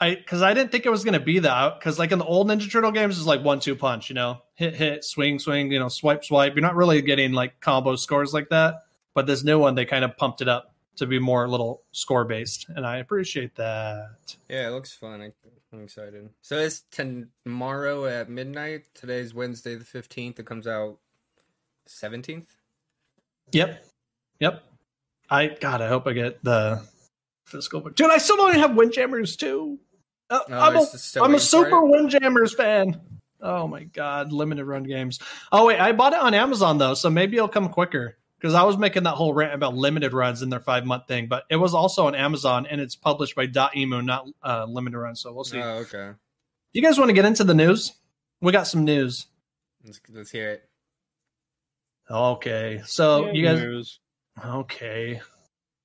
[SPEAKER 2] I because I didn't think it was gonna be that because like in the old Ninja Turtle games it's like one two punch, you know, hit hit swing swing, you know, swipe swipe. You're not really getting like combo scores like that. But this new one they kind of pumped it up to be more little score based, and I appreciate that.
[SPEAKER 3] Yeah, it looks fun. I, I'm excited. So it's tomorrow at midnight. Today's Wednesday the 15th. It comes out 17th.
[SPEAKER 2] Yep, yep. I God, I hope I get the physical book, dude. I still don't even have Windjammers too. Uh,
[SPEAKER 3] Oh,
[SPEAKER 2] I'm a-
[SPEAKER 3] it's still
[SPEAKER 2] I'm a
[SPEAKER 3] waiting for
[SPEAKER 2] super
[SPEAKER 3] it?
[SPEAKER 2] Windjammers fan. Oh my god, limited run games. Oh wait, I bought it on Amazon though, so maybe it'll come quicker. Because I was making that whole rant about limited runs and their five month thing, but it was also on Amazon and it's published by Dot Emu, not uh, Limited Run. So we'll see.
[SPEAKER 3] Oh, okay.
[SPEAKER 2] you guys want to get into the news? We got some news.
[SPEAKER 3] Let's, let's hear it.
[SPEAKER 2] Okay, so you guys.
[SPEAKER 5] News.
[SPEAKER 2] Okay,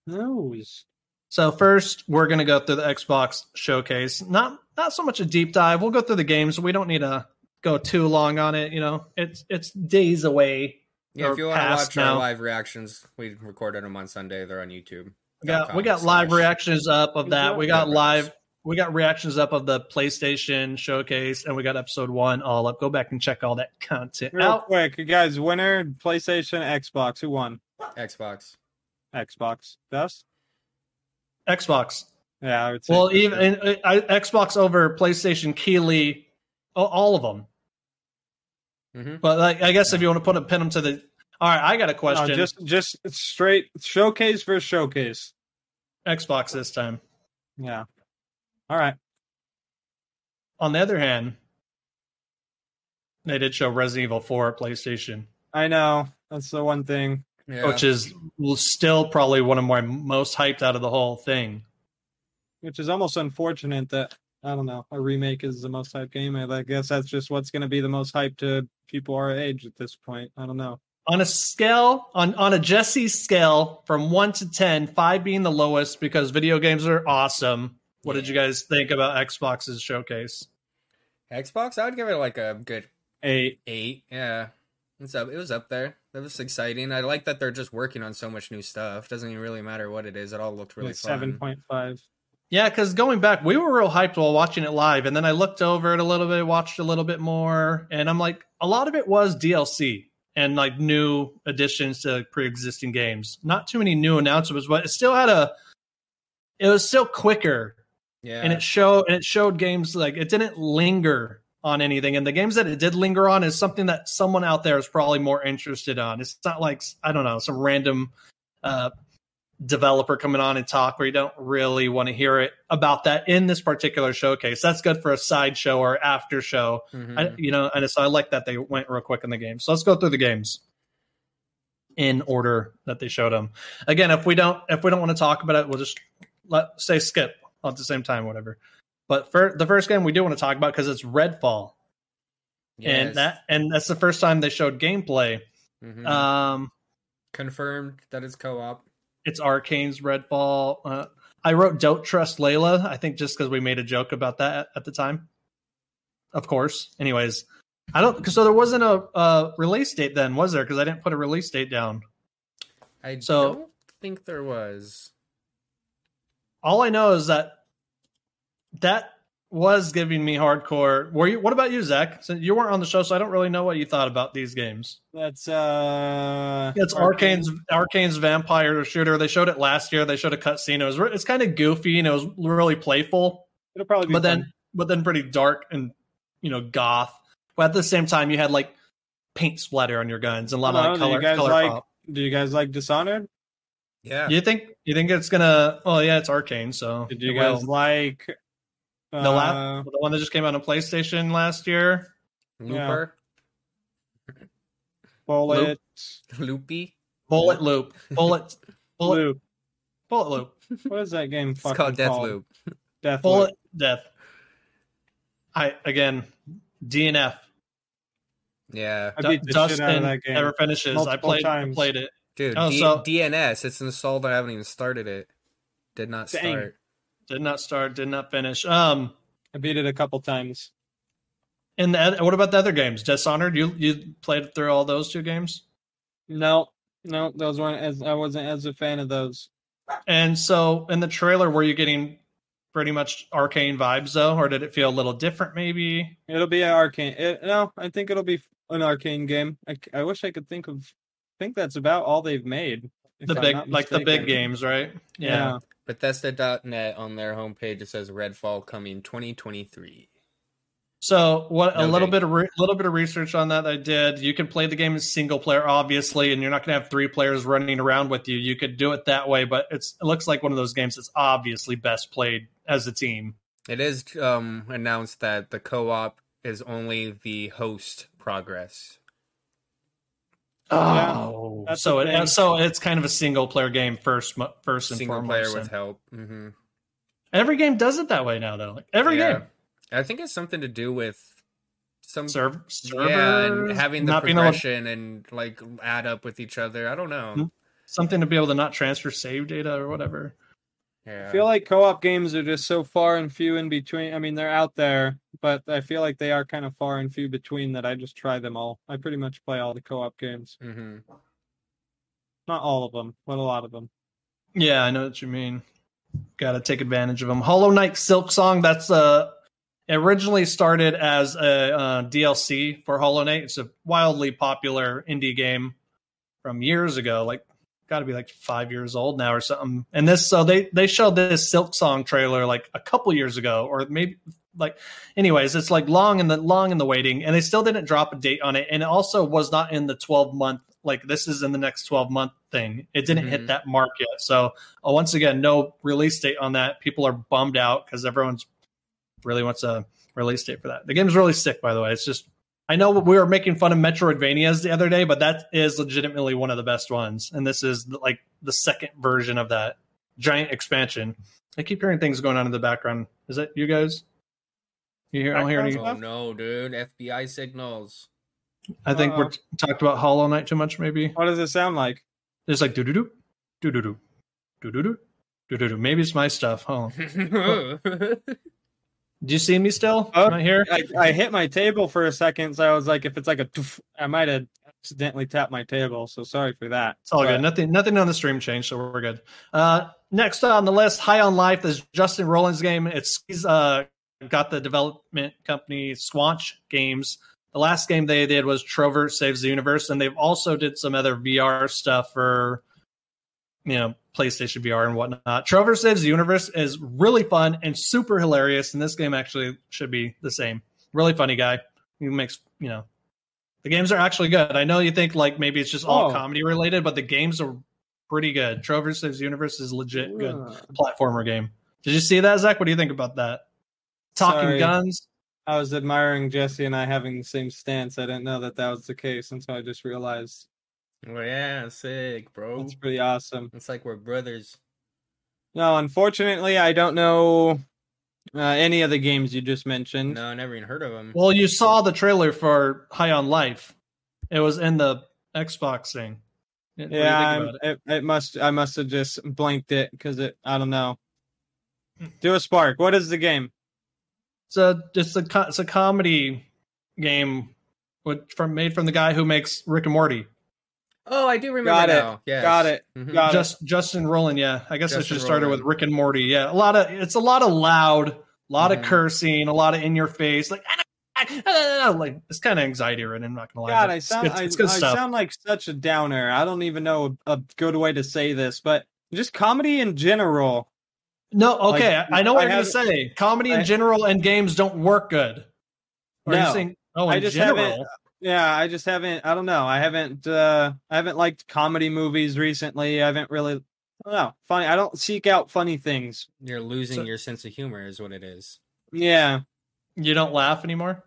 [SPEAKER 5] News.
[SPEAKER 2] So first, we're going to go through the Xbox showcase. Not not so much a deep dive. We'll go through the games. We don't need to go too long on it. You know, it's it's days away.
[SPEAKER 3] Yeah,
[SPEAKER 2] Or
[SPEAKER 3] if you want to
[SPEAKER 2] past
[SPEAKER 3] watch
[SPEAKER 2] now.
[SPEAKER 3] our live reactions, we recorded them on Sunday. They're on YouTube.
[SPEAKER 2] We got we
[SPEAKER 3] dot
[SPEAKER 2] got
[SPEAKER 3] com
[SPEAKER 2] live
[SPEAKER 3] slash-
[SPEAKER 2] reactions up of that. We got
[SPEAKER 3] Yeah,
[SPEAKER 2] live we got reactions up of the PlayStation showcase, and we got episode one all up. Go back and check all that content
[SPEAKER 5] Real
[SPEAKER 2] out.
[SPEAKER 5] quick, you guys. Winner: PlayStation, Xbox. Who won?
[SPEAKER 3] Xbox.
[SPEAKER 5] Xbox. Dust.
[SPEAKER 2] Xbox.
[SPEAKER 5] Yeah. I would say
[SPEAKER 2] Well,
[SPEAKER 5] Dust,
[SPEAKER 2] even
[SPEAKER 5] yeah.
[SPEAKER 2] and, uh, I, Xbox over PlayStation, Keeley, a- all of them.
[SPEAKER 3] Mhm.
[SPEAKER 2] But like, I guess if you want to put a pin them to the, all right, I got a
[SPEAKER 5] Mm-hmm. No,
[SPEAKER 2] question.
[SPEAKER 5] just just straight showcase versus showcase.
[SPEAKER 2] Xbox this time.
[SPEAKER 5] Yeah. All right.
[SPEAKER 2] On the other hand, they did show Resident Evil Four at PlayStation,
[SPEAKER 5] I know that's the one thing.
[SPEAKER 3] Yeah.
[SPEAKER 2] which is still probably one of my most hyped out of the whole thing.
[SPEAKER 5] which is almost unfortunate that I don't know a remake is the most hyped game. I guess that's just what's going to be the most hype to people our age at this point. I don't know.
[SPEAKER 2] on a scale on on a Jesse scale from one to ten, five being the lowest because video games are awesome. What did you guys think about Xbox's showcase?
[SPEAKER 3] Xbox, I would give it like a good
[SPEAKER 5] Eight.
[SPEAKER 3] eight. Yeah, it's up. It was up there. That was exciting. I like that they're just working on so much new stuff. Doesn't even really matter what it is. It all looked really fun.
[SPEAKER 5] seven point five.
[SPEAKER 2] Yeah, because going back, we were real hyped while watching it live, and then I looked over it a little bit, watched a little bit more, and I'm like, a lot of it was DLC and like new additions to pre-existing games. Not too many new announcements, but it still had a. It was still quicker,
[SPEAKER 3] Yeah.
[SPEAKER 2] and it showed and it showed games like it didn't linger on anything. And the games that it did linger on is something that someone out there is probably more interested on. It's not like I don't know some random uh, developer coming on and talk where you don't really want to hear it about that in this particular showcase. That's good for a sideshow or after show.
[SPEAKER 3] Mhm.
[SPEAKER 2] I, you know, and so I like that they went real quick in the game. So let's go through the games in order that they showed them. Again, if we don't if we don't want to talk about it, we'll just let say skip at the same time, whatever. But for the first game we do want to talk about because it's Redfall,
[SPEAKER 3] Yes.
[SPEAKER 2] and that and that's the first time they showed gameplay.
[SPEAKER 3] Mhm.
[SPEAKER 2] Um,
[SPEAKER 3] confirmed that it's co-op.
[SPEAKER 2] it's Arcane's Redfall. Uh, I wrote "Don't Trust Layla." I think just because we made a joke about that at, at the time. Of course. Anyways, I don't. 'cause So there wasn't a, a release date then, was there? Because I didn't put a release date down.
[SPEAKER 3] I
[SPEAKER 2] So-
[SPEAKER 3] don't think there was.
[SPEAKER 2] All I know is that that was giving me hardcore. Were you? What about you, Zach? Since you weren't on the show, so I don't really know what you thought about these games.
[SPEAKER 5] That's uh.
[SPEAKER 2] It's Arcane's Arcane's Vampire Shooter. They showed it last year. They showed a cutscene. It was re- it's kind of goofy and it was really playful.
[SPEAKER 5] It'll probably be.
[SPEAKER 2] but
[SPEAKER 5] fun.
[SPEAKER 2] then but then pretty dark and you know goth but at the same time you had like paint splatter on your guns and a lot
[SPEAKER 5] I
[SPEAKER 2] of like
[SPEAKER 5] don't know,
[SPEAKER 2] color
[SPEAKER 5] do you guys
[SPEAKER 2] color
[SPEAKER 5] like-
[SPEAKER 2] pop.
[SPEAKER 5] do you guys like Dishonored?
[SPEAKER 3] Yeah.
[SPEAKER 2] you think you think it's gonna well yeah it's arcane so
[SPEAKER 5] Did you
[SPEAKER 2] it
[SPEAKER 5] guys
[SPEAKER 2] will.
[SPEAKER 5] like?
[SPEAKER 2] the
[SPEAKER 5] uh,
[SPEAKER 2] la- the one that just came out on playstation last year
[SPEAKER 3] Looper.
[SPEAKER 5] Bullet.
[SPEAKER 3] Loopy.
[SPEAKER 2] bullet loop bullet bullet
[SPEAKER 5] Loop.
[SPEAKER 2] bullet loop
[SPEAKER 5] What is that game?
[SPEAKER 3] It's called Death Loop.
[SPEAKER 5] Death
[SPEAKER 2] bullet death i again dnf
[SPEAKER 3] Yeah.
[SPEAKER 5] I
[SPEAKER 2] Du-
[SPEAKER 5] beat the shit out
[SPEAKER 2] dustin
[SPEAKER 5] of that game.
[SPEAKER 2] never finishes i
[SPEAKER 5] multiple
[SPEAKER 2] played I
[SPEAKER 5] times.
[SPEAKER 2] played it
[SPEAKER 3] Dude,
[SPEAKER 2] Oh,
[SPEAKER 3] D-
[SPEAKER 2] so-
[SPEAKER 3] DNS. It's installed. I haven't even started it. Did not
[SPEAKER 5] Dang.
[SPEAKER 3] start.
[SPEAKER 2] did not start did not finish um
[SPEAKER 5] I beat it a couple times.
[SPEAKER 2] And the, oth- what about the other games? Dishonored. You you played through all those two games,
[SPEAKER 5] No, no, those weren't as I wasn't as a fan of those.
[SPEAKER 2] and so in the trailer, were you getting pretty much arcane vibes though, or did it feel a little different? Maybe
[SPEAKER 5] It'll be an arcane. It, no, I think it'll be an arcane game. I, c- I wish I could think of. I think that's about all they've made. if
[SPEAKER 2] the
[SPEAKER 5] I'm
[SPEAKER 2] big
[SPEAKER 5] not
[SPEAKER 2] like the big
[SPEAKER 5] mistaken.
[SPEAKER 2] games, right?
[SPEAKER 5] Yeah.
[SPEAKER 3] Bethesda.net on their homepage it says Redfall coming 2023.
[SPEAKER 2] So what a
[SPEAKER 3] No
[SPEAKER 2] little
[SPEAKER 3] date.
[SPEAKER 2] bit of re- little bit of research on that I did. You can play the game in single player, obviously, and you're not going to have three players running around with you. You could do it that way, but it's it looks like one of those games that's obviously best played as a team.
[SPEAKER 3] It is um, announced that the co-op is only the host progress.
[SPEAKER 5] Oh. That's
[SPEAKER 2] so
[SPEAKER 5] the thing.
[SPEAKER 2] it, uh, so it's kind of a single player game first mo- first and
[SPEAKER 3] Single
[SPEAKER 2] foremost.
[SPEAKER 3] player with
[SPEAKER 2] and-
[SPEAKER 3] help. hmm
[SPEAKER 2] Every game does it that way now, though. Like every
[SPEAKER 3] Yeah.
[SPEAKER 2] game,
[SPEAKER 3] I think it's something to do with some
[SPEAKER 2] Serv- servers,
[SPEAKER 3] yeah, and having the
[SPEAKER 2] not being able-
[SPEAKER 3] progression and like add up with each other. I don't
[SPEAKER 5] Hmm?
[SPEAKER 3] know.
[SPEAKER 2] something to be able to not transfer save data or whatever.
[SPEAKER 3] Yeah.
[SPEAKER 5] I feel like co-op games are just so far and few in between. I mean, they're out there, but I feel like they are kind of far and few between that I just try them all. I pretty much play all the co-op games.
[SPEAKER 3] hmm
[SPEAKER 5] Not all of them, but a lot of them.
[SPEAKER 2] Yeah, I know what you mean. Got to take advantage of them. Hollow Knight Silk Song. That's uh originally started as a uh, DLC for Hollow Knight. It's a wildly popular indie game from years ago. Like, got to be like five years old now or something. And this, so they they showed this Silk Song trailer like a couple years ago, or maybe like, anyways, it's like long in the long in the waiting, and they still didn't drop a date on it, and it also was not in the twelve month. Like this is in the next twelve month thing. It didn't
[SPEAKER 3] Mhm.
[SPEAKER 2] hit that mark yet. So uh, once again, no release date on that. People are bummed out because everyone's really wants a release date for that. The game's really sick, by the way. It's just I know we were making fun of Metroidvanias the other day, but that is legitimately one of the best ones, and this is like the second version of that giant expansion. I keep hearing things going on in the background. Is that you guys? You hear? I don't hear any.
[SPEAKER 3] Oh no, dude! FBI signals.
[SPEAKER 2] I think we're
[SPEAKER 5] Uh-oh.
[SPEAKER 2] talked about Hollow Knight too much. Maybe
[SPEAKER 5] What does it sound like?
[SPEAKER 2] it's like doo doo doo, doo doo doo, doo doo doo, doo doo doo. Maybe it's my stuff. Hold on. Do you see me still?
[SPEAKER 5] Oh.
[SPEAKER 2] Am I here?
[SPEAKER 5] I, I hit my table for a second, so I was like, if it's like a, toof, I might have accidentally tapped my table. So sorry for that.
[SPEAKER 2] It's all
[SPEAKER 5] But
[SPEAKER 2] good. Nothing, nothing on the stream changed, so we're good. Uh, Next on the list, High on Life is Justin Rollins' game. It's he's uh, got the development company Squanch Games. The last game they did was Trover Saves the Universe, and they've also did some other VR stuff for you know PlayStation VR and whatnot. Trover Saves the Universe is really fun and super hilarious, and this game actually should be the same. Really funny guy. He makes you know the games are actually good. I know you think like maybe it's just all
[SPEAKER 5] Oh.
[SPEAKER 2] comedy related, but the games are pretty good. Trover Saves the Universe is legit good
[SPEAKER 5] Yeah.
[SPEAKER 2] platformer game. Did you see that, Zach? What do you think about that? Talking
[SPEAKER 5] Sorry.
[SPEAKER 2] guns.
[SPEAKER 5] I was admiring Jesse and I having the same stance. I didn't know that that was the case until I just realized.
[SPEAKER 3] Well, yeah, sick, bro.
[SPEAKER 2] Oh.
[SPEAKER 5] That's pretty awesome.
[SPEAKER 3] It's like we're brothers.
[SPEAKER 5] No, unfortunately, I don't know uh, any of the games you just mentioned.
[SPEAKER 3] No, I never even heard of them.
[SPEAKER 2] Well, you saw the trailer for High on Life. It was in the Xbox thing. What do you
[SPEAKER 5] yeah,
[SPEAKER 2] think
[SPEAKER 5] I'm-
[SPEAKER 2] about it?
[SPEAKER 5] it, it must. I must have just blanked it because it. I don't know.
[SPEAKER 2] Hmm.
[SPEAKER 5] Do a spark. What is the game?
[SPEAKER 2] it's a it's a co- it's a comedy game, with, from made from the guy who makes Rick and Morty.
[SPEAKER 3] oh, I do remember
[SPEAKER 5] Got it.
[SPEAKER 3] now. Yes.
[SPEAKER 5] Got it.
[SPEAKER 2] Hmm.
[SPEAKER 3] Mhm.
[SPEAKER 5] Got it.
[SPEAKER 2] Just Justin Roland, yeah. I guess I
[SPEAKER 3] Justin
[SPEAKER 2] should have started with
[SPEAKER 3] Roiland.
[SPEAKER 2] Rick and Morty. Yeah, a lot of it's a lot of loud, a lot
[SPEAKER 5] Mm-hmm.
[SPEAKER 3] Mhm.
[SPEAKER 2] of cursing, a lot of in your face, like "Ah, like it's kind of anxiety ridden. I'm not gonna lie.
[SPEAKER 5] God,
[SPEAKER 2] but
[SPEAKER 5] I
[SPEAKER 2] it's
[SPEAKER 5] sound.
[SPEAKER 2] good-
[SPEAKER 5] I,
[SPEAKER 2] it's good
[SPEAKER 5] I
[SPEAKER 2] stuff.
[SPEAKER 5] sound like such a downer. I don't even know a, a good way to say this, but just comedy in general.
[SPEAKER 2] No,
[SPEAKER 5] Like,
[SPEAKER 2] okay. I I know what
[SPEAKER 5] I
[SPEAKER 2] you're going to
[SPEAKER 5] haven't-
[SPEAKER 2] say. Comedy in
[SPEAKER 5] I-
[SPEAKER 2] general and games don't work good. Or are you
[SPEAKER 5] No.
[SPEAKER 2] saying- oh, in
[SPEAKER 5] I just
[SPEAKER 2] general.
[SPEAKER 5] haven't- Yeah, I just haven't. I don't know. I haven't. uh I haven't liked comedy movies recently. I haven't really. I don't know. Funny. I don't seek out funny things.
[SPEAKER 3] You're losing
[SPEAKER 2] So-
[SPEAKER 3] your sense of humor, is what it is.
[SPEAKER 5] Yeah.
[SPEAKER 2] You don't laugh anymore?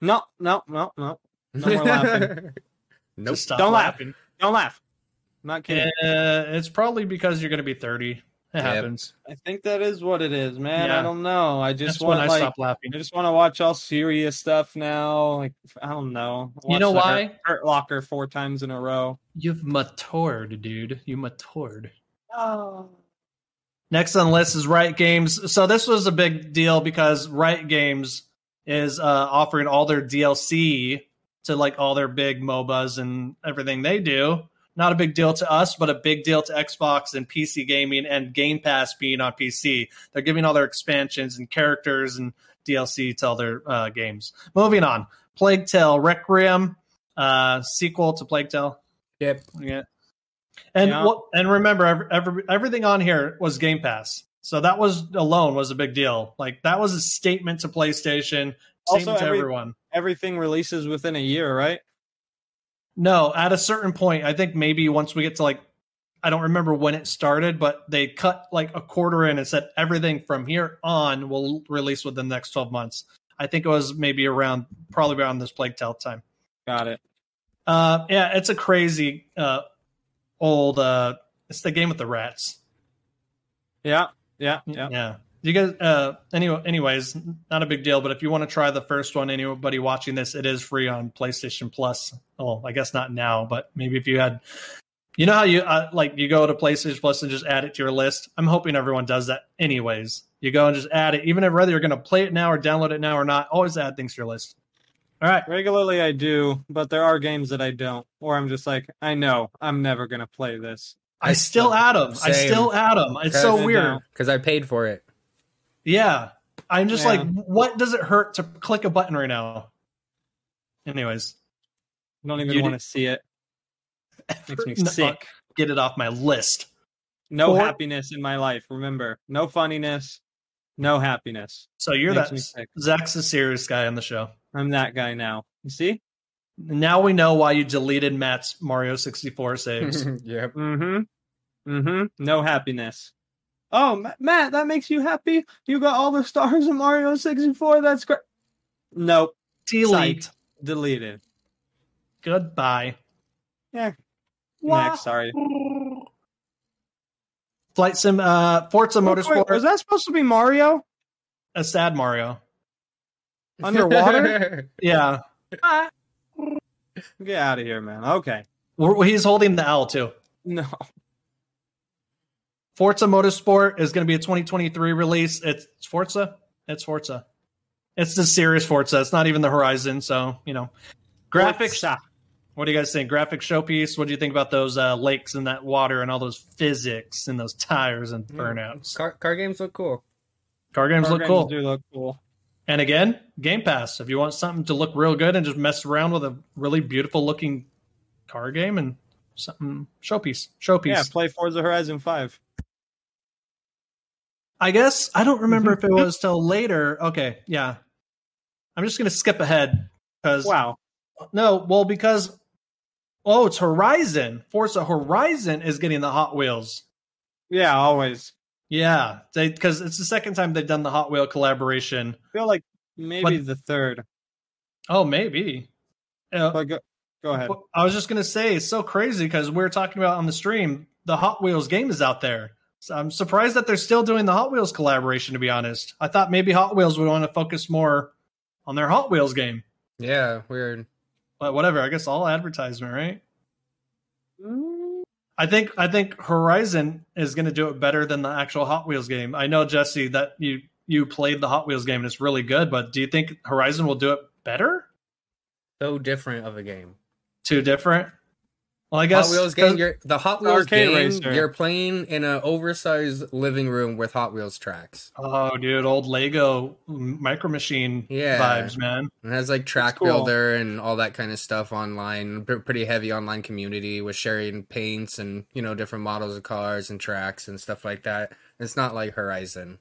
[SPEAKER 5] No. No. No. No. No more laughing.
[SPEAKER 3] Nope.
[SPEAKER 2] Just stop
[SPEAKER 5] Don't laugh.
[SPEAKER 2] laughing.
[SPEAKER 5] Don't laugh. I'm not kidding.
[SPEAKER 2] Uh, it's probably because you're going to be 30. It happens.
[SPEAKER 5] I think that is what it is, man.
[SPEAKER 2] Yeah.
[SPEAKER 5] I don't know. I just
[SPEAKER 2] That's when
[SPEAKER 5] want
[SPEAKER 2] I
[SPEAKER 5] like
[SPEAKER 2] stop laughing.
[SPEAKER 5] I just want to watch all serious stuff now. Like I don't know.
[SPEAKER 2] You know
[SPEAKER 5] Watch the Hurt-
[SPEAKER 2] why?
[SPEAKER 5] Hurt Locker four times in a row.
[SPEAKER 2] You've matured, dude. You matured.
[SPEAKER 5] Oh.
[SPEAKER 2] Next on the list is Riot Games. So this was a big deal because Riot Games is uh, offering all their DLC to like all their big MOBAs and everything they do. Not a big deal to us, but a big deal to Xbox and PC gaming and Game Pass being on PC. They're giving all their expansions and characters and DLC to all their uh, games. Moving on, Plague Tale Requiem, uh, sequel to Plague Tale.
[SPEAKER 3] Yep.
[SPEAKER 2] Yeah. And
[SPEAKER 5] Yeah.
[SPEAKER 2] what? And remember, every, every, everything on here was Game Pass, so that was alone was a big deal. Like that was a statement to PlayStation, statement
[SPEAKER 5] Also,
[SPEAKER 2] to
[SPEAKER 5] every-
[SPEAKER 2] everyone.
[SPEAKER 5] Everything releases within a year, right?
[SPEAKER 2] No, at a certain point, I think maybe once we get to like, I don't remember when it started, but they cut like a quarter in and said everything from here on will release within the next twelve months. I think it was maybe around, probably around this Plague Tale time.
[SPEAKER 5] Got it.
[SPEAKER 2] Uh, yeah, it's a crazy uh, old. Uh, it's the game with the rats.
[SPEAKER 5] Yeah. Yeah.
[SPEAKER 2] Mm-hmm.
[SPEAKER 5] Yeah.
[SPEAKER 2] Yeah. You guys, uh, anyway, anyways, not a big deal, but if you want to try the first one, anybody watching this, it is free on PlayStation Plus. Oh, I guess not now, but maybe if you had, you know how you uh, like you go to PlayStation Plus and just add it to your list. I'm hoping everyone does that, anyways. You go and just add it, even if whether you're going to play it now or download it now or not. Always add things to your list. All right,
[SPEAKER 5] Regularly I do, but there are games that I don't, or I'm just like, I know I'm never gonna play this.
[SPEAKER 2] I still add them. I
[SPEAKER 3] Same.
[SPEAKER 2] still add them. It's so
[SPEAKER 3] Cause-
[SPEAKER 2] weird.
[SPEAKER 3] Because I paid for it.
[SPEAKER 2] Yeah. I'm just
[SPEAKER 5] Yeah.
[SPEAKER 2] like, what does it hurt to click a button right now? Anyways,
[SPEAKER 5] I don't even
[SPEAKER 2] You
[SPEAKER 5] want to see it. Makes me
[SPEAKER 2] No,
[SPEAKER 5] sick.
[SPEAKER 2] get it off my list.
[SPEAKER 5] No
[SPEAKER 2] Or-
[SPEAKER 5] happiness in my life. Remember, no funniness, no happiness.
[SPEAKER 2] So you're
[SPEAKER 5] Makes me
[SPEAKER 2] that
[SPEAKER 5] sick.
[SPEAKER 2] Zach's the serious guy on the show.
[SPEAKER 5] I'm that guy now. You see?
[SPEAKER 2] Now we know why you deleted Matt's Mario 64 saves.
[SPEAKER 3] yep.
[SPEAKER 5] Mm-hmm. Mm-hmm. No happiness. Oh, Ma- Matt, that makes you happy. You got all the stars in Mario 64. That's great. Nope.
[SPEAKER 2] Delete.
[SPEAKER 5] Deleted.
[SPEAKER 2] Goodbye.
[SPEAKER 5] Yeah.
[SPEAKER 2] Wow.
[SPEAKER 5] Next, sorry.
[SPEAKER 2] Flight Sim, uh, Forza Motorsport,
[SPEAKER 5] Wait, was that supposed to be Mario?
[SPEAKER 2] a sad Mario.
[SPEAKER 5] Underwater?
[SPEAKER 2] Yeah.
[SPEAKER 5] Get out of here, man. Okay.
[SPEAKER 2] We're- He's holding the L too.
[SPEAKER 5] No.
[SPEAKER 2] Forza Motorsport is going to be a 2023 release. It's, it's Forza. It's Forza. It's the serious Forza. It's not even the Horizon. So, you know, graphics. ah,
[SPEAKER 5] Forza.
[SPEAKER 2] What do you guys think? Graphic showpiece. What do you think about those uh, lakes and that water and all those physics and those tires and burnouts?
[SPEAKER 3] Car, car games look cool.
[SPEAKER 2] Car games
[SPEAKER 5] Car
[SPEAKER 2] look
[SPEAKER 5] games
[SPEAKER 2] cool.
[SPEAKER 5] Do look cool.
[SPEAKER 2] And again, Game Pass. If you want something to look real good and just mess around with a really beautiful looking car game and something showpiece, showpiece.
[SPEAKER 5] Yeah, play Forza Horizon Five.
[SPEAKER 2] I guess I don't remember if it
[SPEAKER 5] Mm-hmm.
[SPEAKER 2] was till later. Okay, yeah. I'm just gonna skip ahead because
[SPEAKER 5] Wow.
[SPEAKER 2] no, well because oh, it's Horizon. Forza Horizon is getting the Hot Wheels.
[SPEAKER 5] Yeah, always
[SPEAKER 2] Yeah, they because it's the second time they've done the Hot Wheel collaboration.
[SPEAKER 5] feel like maybe the third.
[SPEAKER 2] Oh, maybe. Uh,
[SPEAKER 5] But go, go ahead.
[SPEAKER 2] Well, I was just gonna say it's so crazy because we are talking about on the stream the Hot Wheels game is out there. So I'm surprised that they're still doing the Hot Wheels collaboration. To be honest, I thought maybe Hot Wheels would want to focus more on their Hot Wheels game.
[SPEAKER 3] Yeah, weird.
[SPEAKER 2] But whatever, I guess all advertisement, right? I think I think Horizon is going to do it better than the actual Hot Wheels game. I know Jesse that you you played the Hot Wheels game and it's really good, but do you think Horizon will do it better?
[SPEAKER 3] So different of a game.
[SPEAKER 2] Too different. Well, I guess
[SPEAKER 3] Hot Wheels
[SPEAKER 2] 'cause-
[SPEAKER 3] game. You're, the Hot Wheels
[SPEAKER 5] Arcade
[SPEAKER 3] game.
[SPEAKER 5] racer.
[SPEAKER 3] You're playing in an oversized living room with Hot Wheels tracks.
[SPEAKER 2] Oh, dude, old Lego micro machine
[SPEAKER 3] Yeah.
[SPEAKER 2] vibes, man.
[SPEAKER 3] It has like track
[SPEAKER 5] cool.
[SPEAKER 3] builder and all that kind of stuff online. P- pretty heavy online community with sharing paints and you know different models of cars and tracks and stuff like that. It's not like Horizon.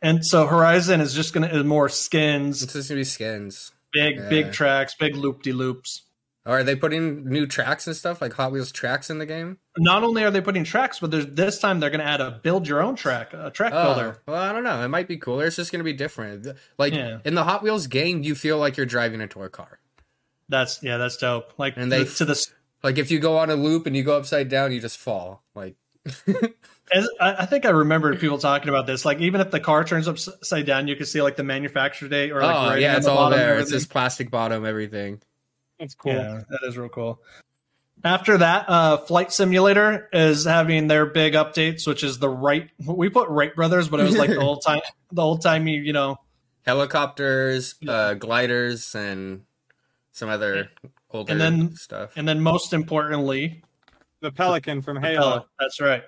[SPEAKER 2] And so Horizon is just gonna is more skins,
[SPEAKER 3] It's just gonna be skins.
[SPEAKER 2] big
[SPEAKER 3] yeah.
[SPEAKER 2] big tracks, big loop de loops.
[SPEAKER 3] Are they putting new tracks and stuff like Hot Wheels tracks in the game?
[SPEAKER 2] Not only are they putting tracks, but there's, this time they're gonna add a build your own track, a track
[SPEAKER 3] Oh,
[SPEAKER 2] builder.
[SPEAKER 3] well, I don't know. It might be cooler. It's just gonna be different. Like
[SPEAKER 2] Yeah.
[SPEAKER 3] in the Hot Wheels game, you feel like you're driving a toy car.
[SPEAKER 2] That's yeah, that's dope. Like
[SPEAKER 3] And they-
[SPEAKER 2] to this,
[SPEAKER 3] Like if you go on a loop and you go upside down, you just fall. Like
[SPEAKER 2] as, I I think I remember people talking about this. Like even if the car turns upside down, you can see like the manufacturer date or like
[SPEAKER 3] oh
[SPEAKER 2] writing
[SPEAKER 3] yeah,
[SPEAKER 2] on
[SPEAKER 3] it's
[SPEAKER 2] the
[SPEAKER 3] all
[SPEAKER 2] bottom and
[SPEAKER 3] there. It's
[SPEAKER 2] everything.
[SPEAKER 3] this plastic bottom, everything.
[SPEAKER 5] That's cool.
[SPEAKER 2] Yeah, that is real cool. After that, uh, Flight Simulator is having their big updates, which is the right. We put Wright Brothers, but it was like the old time, the old timey, you know,
[SPEAKER 3] Helicopters, uh, gliders, and some other older
[SPEAKER 2] And then-
[SPEAKER 3] stuff.
[SPEAKER 2] and then most importantly,
[SPEAKER 5] The Pelican from Halo.
[SPEAKER 3] uh,
[SPEAKER 2] Halo. That's right.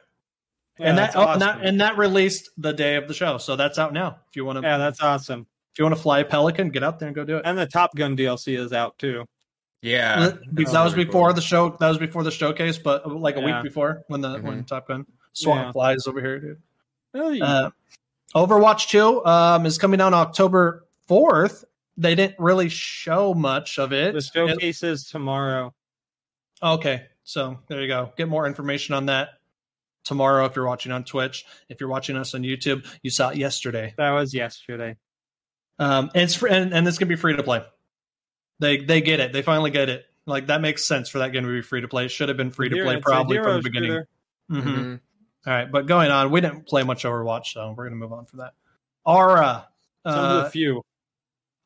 [SPEAKER 5] Yeah,
[SPEAKER 2] and that,
[SPEAKER 5] that's
[SPEAKER 2] oh, and that
[SPEAKER 5] awesome.
[SPEAKER 2] and that released the day of the show, so that's out now. If you want to,
[SPEAKER 5] yeah, that's awesome.
[SPEAKER 2] if you want to fly a Pelican, get out there and go do it.
[SPEAKER 5] And the Top Gun DLC is out too.
[SPEAKER 3] yeah,
[SPEAKER 2] That was
[SPEAKER 3] really
[SPEAKER 2] before
[SPEAKER 3] cool.
[SPEAKER 2] the show. That was before the showcase, but uh, like a
[SPEAKER 5] Yeah.
[SPEAKER 2] week before when the when Top Gun swat
[SPEAKER 5] Yeah.
[SPEAKER 2] flies over here, dude.
[SPEAKER 5] Really?
[SPEAKER 2] Uh, Overwatch 2 um, is coming out October 4th. They didn't really show much of it.
[SPEAKER 5] the
[SPEAKER 2] It-
[SPEAKER 5] showcase is tomorrow.
[SPEAKER 2] okay, so there you go. Get more information on that tomorrow if you're watching on Twitch. If you're watching us on YouTube, you saw it yesterday.
[SPEAKER 5] That was yesterday.
[SPEAKER 2] Um, and it's free, and, and it's gonna be free to play. They they get it. They finally get it. Like that makes sense for that game to be free to play. It should have been free to
[SPEAKER 5] Here,
[SPEAKER 2] play
[SPEAKER 5] it's a
[SPEAKER 2] probably from
[SPEAKER 5] hero
[SPEAKER 2] the beginning.
[SPEAKER 5] shooter.
[SPEAKER 2] Mhm.
[SPEAKER 3] Mhm.
[SPEAKER 2] All right, but going on, we didn't play much Overwatch, so we're gonna move on from that. Aura.
[SPEAKER 5] Some of
[SPEAKER 2] uh,
[SPEAKER 5] the few.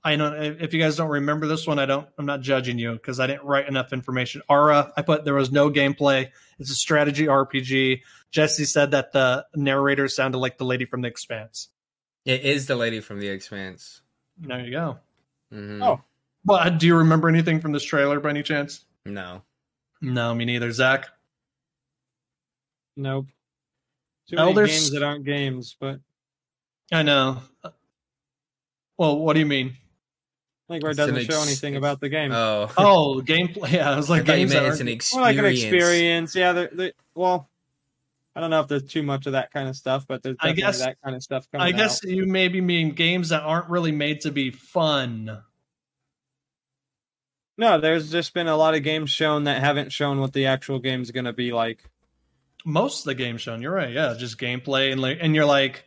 [SPEAKER 2] I don't. if- If you guys don't remember this one, I don't. I'm not judging you because I didn't write enough information. Aura, I put there was no gameplay. It's a strategy RPG. Jesse said that the narrator sounded like the lady from The Expanse.
[SPEAKER 3] It is the lady from The Expanse.
[SPEAKER 2] There you go.
[SPEAKER 3] Mhm.
[SPEAKER 5] Oh.
[SPEAKER 2] Well, do you remember anything from this trailer by any chance?
[SPEAKER 3] no,
[SPEAKER 2] No, me neither. Zach,
[SPEAKER 5] Nope. Too
[SPEAKER 2] Elder
[SPEAKER 5] many games
[SPEAKER 2] S-
[SPEAKER 5] that aren't games, but
[SPEAKER 2] I know. Well, what do you mean?
[SPEAKER 5] like where it
[SPEAKER 3] It's an
[SPEAKER 5] doesn't show
[SPEAKER 3] ex-
[SPEAKER 5] anything about the game.
[SPEAKER 3] oh,
[SPEAKER 2] Oh, gameplay. Yeah, I was
[SPEAKER 3] I
[SPEAKER 2] like,
[SPEAKER 3] thought you
[SPEAKER 2] games that
[SPEAKER 3] meant it's an e-,
[SPEAKER 2] aren't-
[SPEAKER 3] experience.
[SPEAKER 5] Well, like an experience. Yeah. They're, they well, I don't know if there's too much of that kind of stuff, but there's
[SPEAKER 2] I
[SPEAKER 5] definitely
[SPEAKER 2] guess-
[SPEAKER 5] that kind of stuff coming
[SPEAKER 2] I guess
[SPEAKER 5] out.
[SPEAKER 2] you maybe mean games that aren't really made to be fun.
[SPEAKER 5] No, there's just been a lot of games shown that haven't shown what the actual game's going to be like.
[SPEAKER 2] most of the game shown. You're right. Yeah, just gameplay and like, and you're like,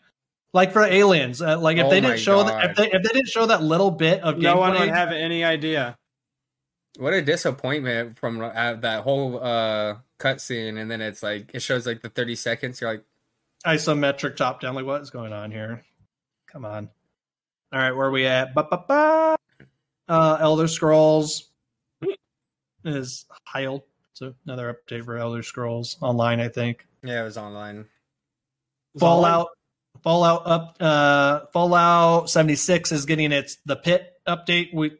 [SPEAKER 2] like for aliens, uh, like if
[SPEAKER 3] Oh
[SPEAKER 2] they
[SPEAKER 3] my
[SPEAKER 2] didn't show
[SPEAKER 3] God.
[SPEAKER 2] that, if they if they didn't show that little bit of
[SPEAKER 5] No one
[SPEAKER 2] gameplay,
[SPEAKER 5] would have any idea.
[SPEAKER 3] What a disappointment from uh, that whole uh, cutscene, and then it's like it shows like the thirty seconds. You're like,
[SPEAKER 2] isometric top down. Like what is going on here? Come on. All right, where are we at? Ba ba ba. Uh, Elder Scrolls is Heil. So another update for Elder Scrolls Online, I think.
[SPEAKER 3] yeah, it was online.
[SPEAKER 2] Fallout Fallout up uh Fallout 76 is getting its the pit update we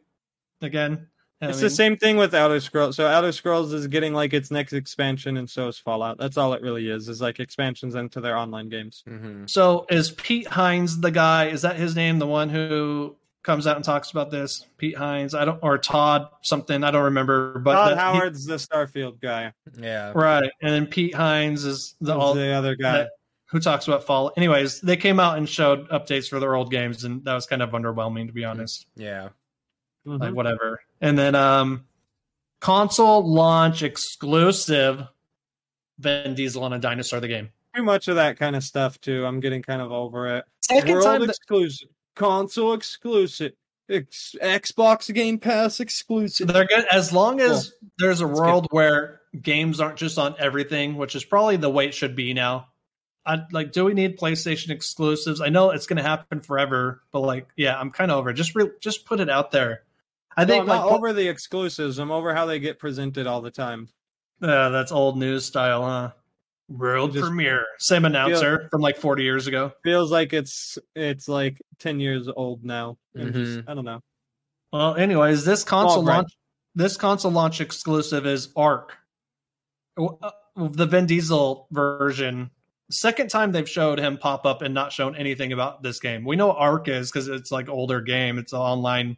[SPEAKER 2] again I
[SPEAKER 5] it's
[SPEAKER 2] mean,
[SPEAKER 5] the same thing with Outer Scrolls. So Outer Scrolls is getting like its next expansion, and so is Fallout. That's all it really is. Is like expansions into their online games.
[SPEAKER 3] hmm
[SPEAKER 2] So is Pete Hines the guy? Is that his name? The one who comes out and talks about this? Pete Hines. I don't or Todd something. I don't remember. But
[SPEAKER 5] Todd
[SPEAKER 2] that- he-
[SPEAKER 5] Howard's the Starfield guy.
[SPEAKER 3] Yeah.
[SPEAKER 2] right? And then Pete Hines is the
[SPEAKER 5] The,
[SPEAKER 2] all
[SPEAKER 5] the other guy.
[SPEAKER 2] that- who talks about fall. Anyways, they came out and showed updates for their old games, and that was kind of underwhelming to be honest.
[SPEAKER 3] Yeah.
[SPEAKER 5] Mhm.
[SPEAKER 2] Like whatever. And then um console launch exclusive Vin Diesel on a dinosaur the game.
[SPEAKER 5] Too much of that kind of stuff too. I'm getting kind of over it.
[SPEAKER 2] Second
[SPEAKER 5] World
[SPEAKER 2] time that-
[SPEAKER 5] exclusive, console exclusive, ex- Xbox Game Pass exclusive.
[SPEAKER 2] they're good as long as there's a world where games aren't just on everything, which is probably the way it should be now. I like do we need PlayStation exclusives? I know it's going to happen forever, but like yeah, I'm kind of over. it. Just re- just put it out there. I
[SPEAKER 5] No,
[SPEAKER 2] think
[SPEAKER 5] I'm
[SPEAKER 2] like
[SPEAKER 5] not over the exclusives. I'm over how they get presented all the time.
[SPEAKER 2] Uh, that's old news style, huh? World
[SPEAKER 5] Just-
[SPEAKER 2] premiere. Same announcer from like 40 years ago.
[SPEAKER 5] Feels like it's it's like ten years old now. And just,
[SPEAKER 3] Mm-hmm.
[SPEAKER 5] I don't know.
[SPEAKER 2] Well, anyways, this console
[SPEAKER 5] All right.
[SPEAKER 2] launch this console launch exclusive is Arc. W- uh, The Vin Diesel version. Second time they've showed him pop up and not shown anything about this game. We know Arc is cuz it's like older game. It's an online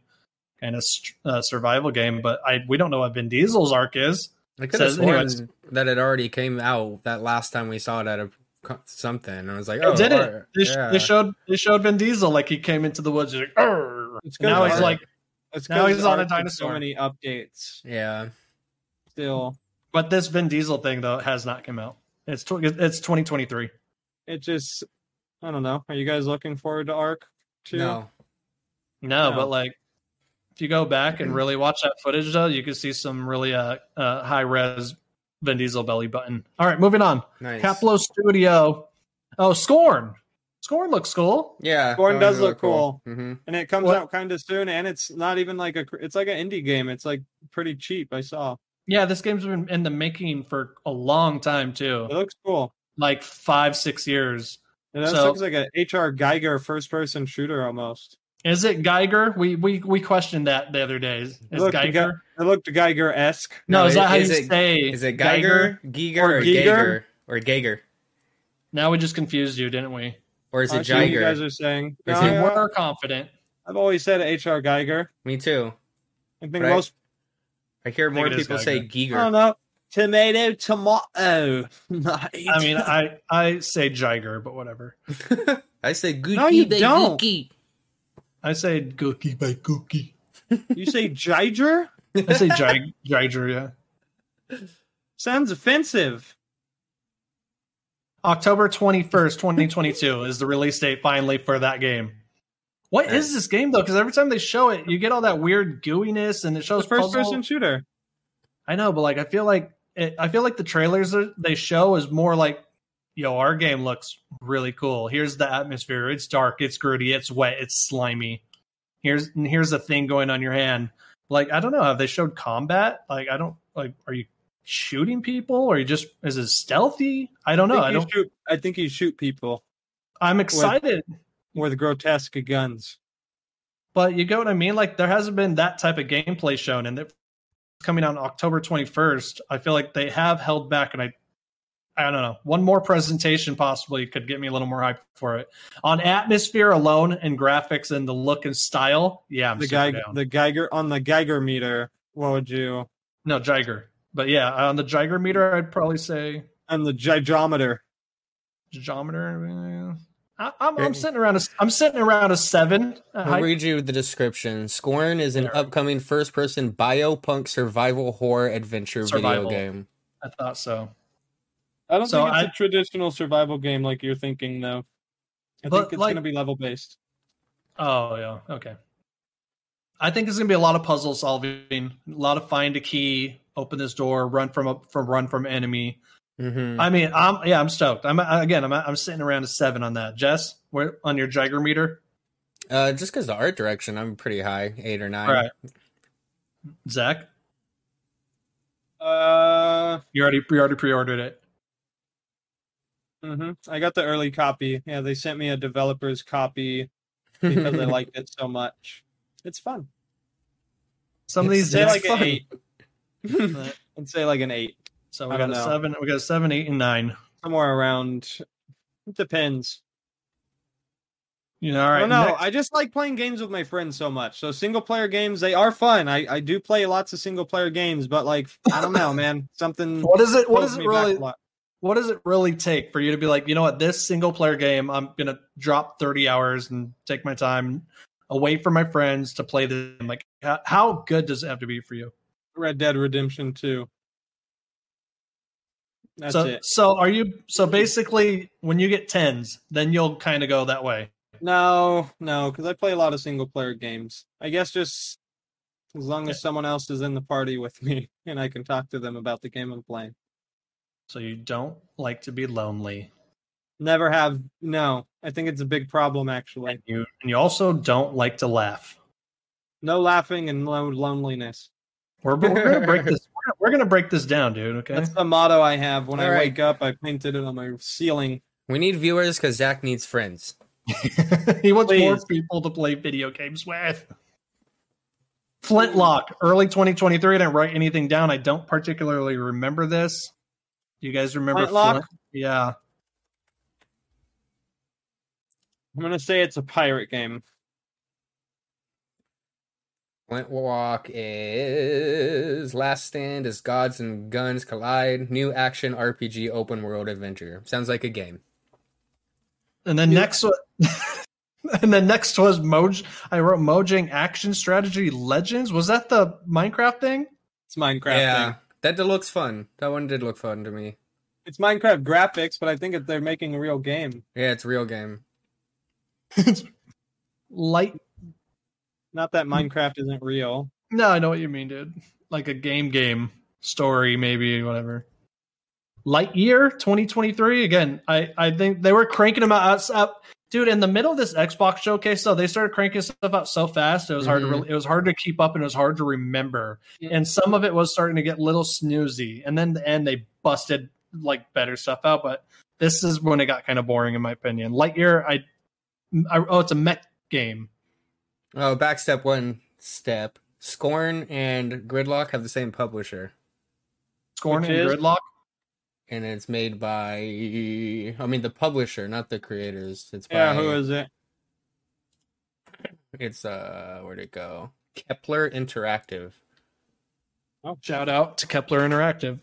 [SPEAKER 2] kind of st- uh, survival game, but I we don't know what Vin Diesel's Arc is.
[SPEAKER 3] I could
[SPEAKER 2] Says-
[SPEAKER 3] have sworn
[SPEAKER 2] anyways.
[SPEAKER 3] that it already came out that last time we saw it at a co- something, and I was like,
[SPEAKER 2] They
[SPEAKER 3] "Oh,
[SPEAKER 2] did it.
[SPEAKER 3] alright,
[SPEAKER 2] They, sh-
[SPEAKER 3] yeah.
[SPEAKER 2] they showed they showed Vin Diesel like he came into the woods he's like, "Arr."
[SPEAKER 5] It's 'cause
[SPEAKER 2] now he's
[SPEAKER 5] Arc-
[SPEAKER 2] like
[SPEAKER 5] it's
[SPEAKER 2] now
[SPEAKER 5] 'cause
[SPEAKER 2] he's on a
[SPEAKER 5] Arc did
[SPEAKER 2] dinosaur.
[SPEAKER 5] So many updates
[SPEAKER 3] yeah,
[SPEAKER 5] still.
[SPEAKER 2] But this Vin Diesel thing though has not come out. It's tw- it's 2023.
[SPEAKER 5] It just I don't know. Are you guys looking forward to Arc? Too?
[SPEAKER 3] no,
[SPEAKER 2] No,
[SPEAKER 5] No.
[SPEAKER 2] but like if you go back and really watch that footage though, you can see some really uh, uh high res Vin Diesel belly button. All right, moving on.
[SPEAKER 3] nice.
[SPEAKER 2] Caplo Studio. Oh, Scorn. Scorn looks cool.
[SPEAKER 3] Yeah,
[SPEAKER 5] Scorn
[SPEAKER 3] that
[SPEAKER 5] does
[SPEAKER 3] one's
[SPEAKER 5] look
[SPEAKER 3] Mhm.
[SPEAKER 5] And it comes
[SPEAKER 2] What-
[SPEAKER 5] out kind of soon, and it's not even like a. cr- It's like an indie game. It's like pretty cheap. I saw.
[SPEAKER 2] Yeah, this game's been in the making for a long time too.
[SPEAKER 5] It looks cool.
[SPEAKER 2] Like 5 6 years.
[SPEAKER 5] It almost
[SPEAKER 2] So-
[SPEAKER 5] looks like a HR Geiger first person shooter almost.
[SPEAKER 2] Is it Geiger? We we we questioned that the other day. Is
[SPEAKER 5] Look,
[SPEAKER 2] Geiger?
[SPEAKER 5] Ge- It looked Geiger esque.
[SPEAKER 2] no,
[SPEAKER 3] No,
[SPEAKER 2] is that how
[SPEAKER 3] is
[SPEAKER 2] you
[SPEAKER 3] it-
[SPEAKER 2] say?
[SPEAKER 3] Is it Geiger, Geiger, or,
[SPEAKER 5] Or
[SPEAKER 3] Geiger?
[SPEAKER 5] Geiger?
[SPEAKER 3] or Geiger,
[SPEAKER 2] Now we just confused you, didn't we?
[SPEAKER 3] or is it
[SPEAKER 5] You
[SPEAKER 3] Geiger?
[SPEAKER 5] guys are saying.
[SPEAKER 3] Is
[SPEAKER 5] No,
[SPEAKER 2] We
[SPEAKER 3] it-
[SPEAKER 5] yeah,
[SPEAKER 2] were confident.
[SPEAKER 5] I've always said HR Geiger.
[SPEAKER 3] Me too.
[SPEAKER 5] I think
[SPEAKER 3] Right.
[SPEAKER 5] most.
[SPEAKER 3] I hear
[SPEAKER 2] think
[SPEAKER 3] more
[SPEAKER 2] it is
[SPEAKER 3] people say Geiger.
[SPEAKER 5] I don't know. Tomato, tomato. Nice.
[SPEAKER 2] I mean, I I say Jiger, but whatever.
[SPEAKER 3] I say Gookie.
[SPEAKER 5] No, you don't.
[SPEAKER 2] I say Gookie by Gookie.
[SPEAKER 5] you say Geiger?
[SPEAKER 2] I say Jig- Jiger, yeah.
[SPEAKER 5] Sounds offensive.
[SPEAKER 2] October 21st, 2022 is the release date finally for that game. What is this game though? Because every time they show it, you get all that weird gooiness and it
[SPEAKER 5] The
[SPEAKER 2] shows
[SPEAKER 5] first
[SPEAKER 2] puzzle-
[SPEAKER 5] person shooter.
[SPEAKER 2] I know, but like I feel like it, I feel like the trailers that they show is more like, yo, our game looks really cool. Here's the atmosphere. It's dark. It's gritty. It's wet. It's slimy. Here's and here's a thing going on your hand. Like I don't know. Have they showed combat? Like I don't like. Are you shooting people? Or are you just is it stealthy? I don't know. I
[SPEAKER 5] think you
[SPEAKER 2] don't.
[SPEAKER 5] Shoot, Oh, I think you shoot people
[SPEAKER 2] I'm excited.
[SPEAKER 5] with grotesque guns.
[SPEAKER 2] But you get what I mean? Like there hasn't been that type of gameplay shown and it's coming out on October 21st. I feel like they have held back and I I don't know. One more presentation possibly could get me a little more hype for it. On atmosphere alone and graphics and the look and style, yeah, I'm
[SPEAKER 5] The
[SPEAKER 2] the
[SPEAKER 5] guy,
[SPEAKER 2] down.
[SPEAKER 5] the Geiger on the Geiger meter. What would you?
[SPEAKER 2] no, Jiger. But yeah, on the Jiger meter, I'd probably say
[SPEAKER 5] And the gigometer.
[SPEAKER 2] Jometer. I, I'm, I'm
[SPEAKER 3] Okay.
[SPEAKER 2] sitting around a I'm sitting around a seven. uh,
[SPEAKER 3] I'll
[SPEAKER 2] hype.
[SPEAKER 3] read you the description. Scorn is an
[SPEAKER 2] There.
[SPEAKER 3] upcoming first-person biopunk survival horror adventure
[SPEAKER 2] Survival.
[SPEAKER 3] video game.
[SPEAKER 2] I thought so.
[SPEAKER 5] I don't
[SPEAKER 2] So
[SPEAKER 5] think it's a traditional survival game like you're thinking, though. I
[SPEAKER 2] But,
[SPEAKER 5] think it's
[SPEAKER 2] like-
[SPEAKER 5] going to be level based.
[SPEAKER 2] Oh yeah, okay. I think it's gonna be a lot of puzzle solving, a lot of find a key, open this door, run from a from run from enemy.
[SPEAKER 3] Mm-hmm.
[SPEAKER 2] I mean, I'm yeah, I'm stoked. I'm again, I'm I'm sitting around a seven on that. Jess, where on your Jagger meter?
[SPEAKER 3] Uh, just because the art direction, I'm pretty high, eight or nine.
[SPEAKER 2] All right, Zach,
[SPEAKER 5] Uh,
[SPEAKER 2] you already you already pre-ordered it.
[SPEAKER 5] mhm. I got the early copy. Yeah, they sent me a developer's copy because I liked it so much. It's fun.
[SPEAKER 2] Some of these
[SPEAKER 5] Say
[SPEAKER 2] days,
[SPEAKER 5] like an
[SPEAKER 2] fun.
[SPEAKER 5] eight.
[SPEAKER 2] But-
[SPEAKER 5] I'd say like an eight,
[SPEAKER 2] So we
[SPEAKER 5] I
[SPEAKER 2] got
[SPEAKER 5] don't
[SPEAKER 2] a
[SPEAKER 5] know.
[SPEAKER 2] seven. We got a seven, eight, and nine.
[SPEAKER 5] somewhere around. It depends.
[SPEAKER 2] You know, all
[SPEAKER 5] I
[SPEAKER 2] right.
[SPEAKER 5] don't know.
[SPEAKER 2] next-
[SPEAKER 5] I just like playing games with my friends so much. So single player games, they are fun. I, I do play lots of single player games, but like I don't know, man. Something
[SPEAKER 2] what is it? What
[SPEAKER 5] holds
[SPEAKER 2] is it
[SPEAKER 5] me back
[SPEAKER 2] really?
[SPEAKER 5] a lot.
[SPEAKER 2] What does it really take for you to be like, you know what? This single player game, I'm gonna drop thirty hours and take my time away from my friends to play this. game." Like, how, how good does it have to be for you?
[SPEAKER 5] Red Dead Redemption 2. That's
[SPEAKER 2] so,
[SPEAKER 5] it.
[SPEAKER 2] so are you? So basically, when you get tens, then you'll kind of go that way.
[SPEAKER 5] No, no, because I play a lot of single player games. I guess just as long as someone else is in the party with me and I can talk to them about the game I'm playing.
[SPEAKER 2] So you don't like to be lonely.
[SPEAKER 5] Never have no. I think it's a big problem actually.
[SPEAKER 2] You and you also don't like to laugh.
[SPEAKER 5] No laughing and no loneliness.
[SPEAKER 2] We're, we're gonna break this. We're gonna, we're gonna break this down, dude. Okay.
[SPEAKER 5] That's the motto I have. When I
[SPEAKER 3] All right.
[SPEAKER 5] wake up, I painted it on my ceiling.
[SPEAKER 3] We need viewers because Zach needs friends.
[SPEAKER 2] he wants more
[SPEAKER 5] Please.
[SPEAKER 2] people to play video games with. Flintlock, early 2023. I didn't write anything down. I don't particularly remember this. Do you guys remember
[SPEAKER 5] Flintlock?
[SPEAKER 2] Flint? Yeah.
[SPEAKER 5] I'm gonna say it's a pirate game.
[SPEAKER 3] Flintwalk is Last Stand is Gods and Guns Collide. New action RPG open world adventure. Sounds like a game.
[SPEAKER 2] And then
[SPEAKER 5] Yeah.
[SPEAKER 2] next one. and then next was Moj. I wrote Mojang Action Strategy Legends. Was that the Minecraft thing?
[SPEAKER 5] It's Minecraft.
[SPEAKER 3] yeah,
[SPEAKER 5] Thing.
[SPEAKER 3] that did- looks fun. That one did look fun to me.
[SPEAKER 5] It's Minecraft graphics, but I think that they're making a real game,
[SPEAKER 3] Yeah, it's a real game.
[SPEAKER 2] Light.
[SPEAKER 5] not that Minecraft isn't real.
[SPEAKER 2] No, I know what you mean, dude. Like a game, game story, maybe whatever. Lightyear 2023 again. I I think they were cranking them out us up, dude. In the middle of this Xbox showcase, though, they started cranking stuff out so fast it was hard to
[SPEAKER 3] Mhm.
[SPEAKER 5] Mm-hmm.
[SPEAKER 2] really, it was hard to keep up and it was hard to remember. And some of it was starting to get a little snoozy. And then the end they busted like better stuff out, but this is when it got kind of boring in my opinion. Lightyear, I, I oh, it's a mech game.
[SPEAKER 3] Oh, Backstep One Step. Scorn and Gridlock have the same publisher,
[SPEAKER 2] Scorn
[SPEAKER 5] Which
[SPEAKER 2] and
[SPEAKER 5] is-
[SPEAKER 2] Gridlock.
[SPEAKER 3] and it's made by. I mean, the publisher, not the creators. It's by,
[SPEAKER 5] Yeah, who is it?
[SPEAKER 3] It's uh, where'd it go? Kepler Interactive.
[SPEAKER 5] Oh,
[SPEAKER 2] Shout out to Kepler Interactive.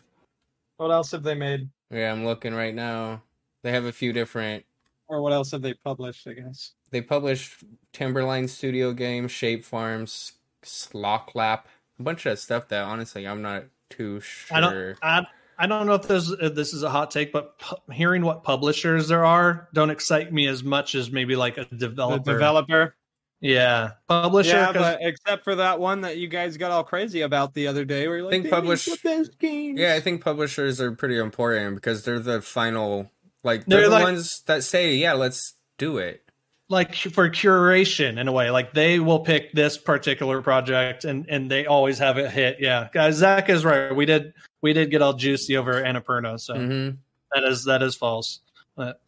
[SPEAKER 5] What else have they made,
[SPEAKER 3] Yeah, I'm looking right now. They have a few different.
[SPEAKER 5] or what else have they published? I guess.
[SPEAKER 3] They publish Timberline Studio Games, Shape Farms, Slocklap, a bunch of stuff that honestly I'm not too sure.
[SPEAKER 2] I don't. I, I don't know if this if this is a hot take, but pu- hearing what publishers there are don't excite me as much as maybe like a
[SPEAKER 5] The
[SPEAKER 2] developer.
[SPEAKER 5] developer.
[SPEAKER 2] yeah, publisher.
[SPEAKER 5] yeah,
[SPEAKER 2] 'cause-
[SPEAKER 5] but except for that one that you guys got all crazy about the other day, where you're like,
[SPEAKER 3] think
[SPEAKER 5] "They
[SPEAKER 3] publish-
[SPEAKER 5] make the best games."
[SPEAKER 3] Yeah, I think publishers are pretty important because they're the final, like
[SPEAKER 2] They're
[SPEAKER 3] they're, the
[SPEAKER 2] like-
[SPEAKER 3] ones that say, "Yeah, let's do it."
[SPEAKER 2] like for curation in a way, like they will pick this particular project and and they always have it hit. Yeah, guys, Zach is right. We did we did get all juicy over Annapurna, so
[SPEAKER 5] Mm.
[SPEAKER 3] Mhm.
[SPEAKER 2] that is that is false. But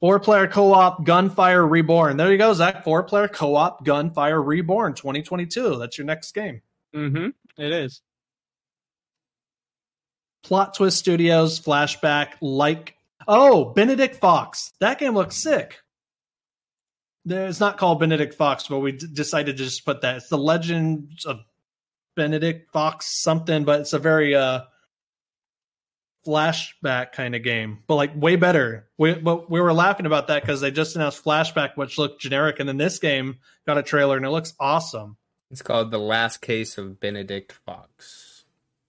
[SPEAKER 2] four player co op Gunfire Reborn. There you go, Zach. Four player co op Gunfire Reborn 2022. That's your next game.
[SPEAKER 5] Mm-hmm. It is.
[SPEAKER 2] Plot Twist Studios, Flashback, like oh Benedict Fox. That game looks sick. There- It's not called Benedict Fox, but we d- decided to just put that. It's the Legends of Benedict Fox something, but it's a very uh flashback kind of game, but like way better. We but we were laughing about that because they just announced Flashback, which looked generic, and then this game got a trailer and it looks awesome.
[SPEAKER 3] It's called "The Last Case of Benedict Fox."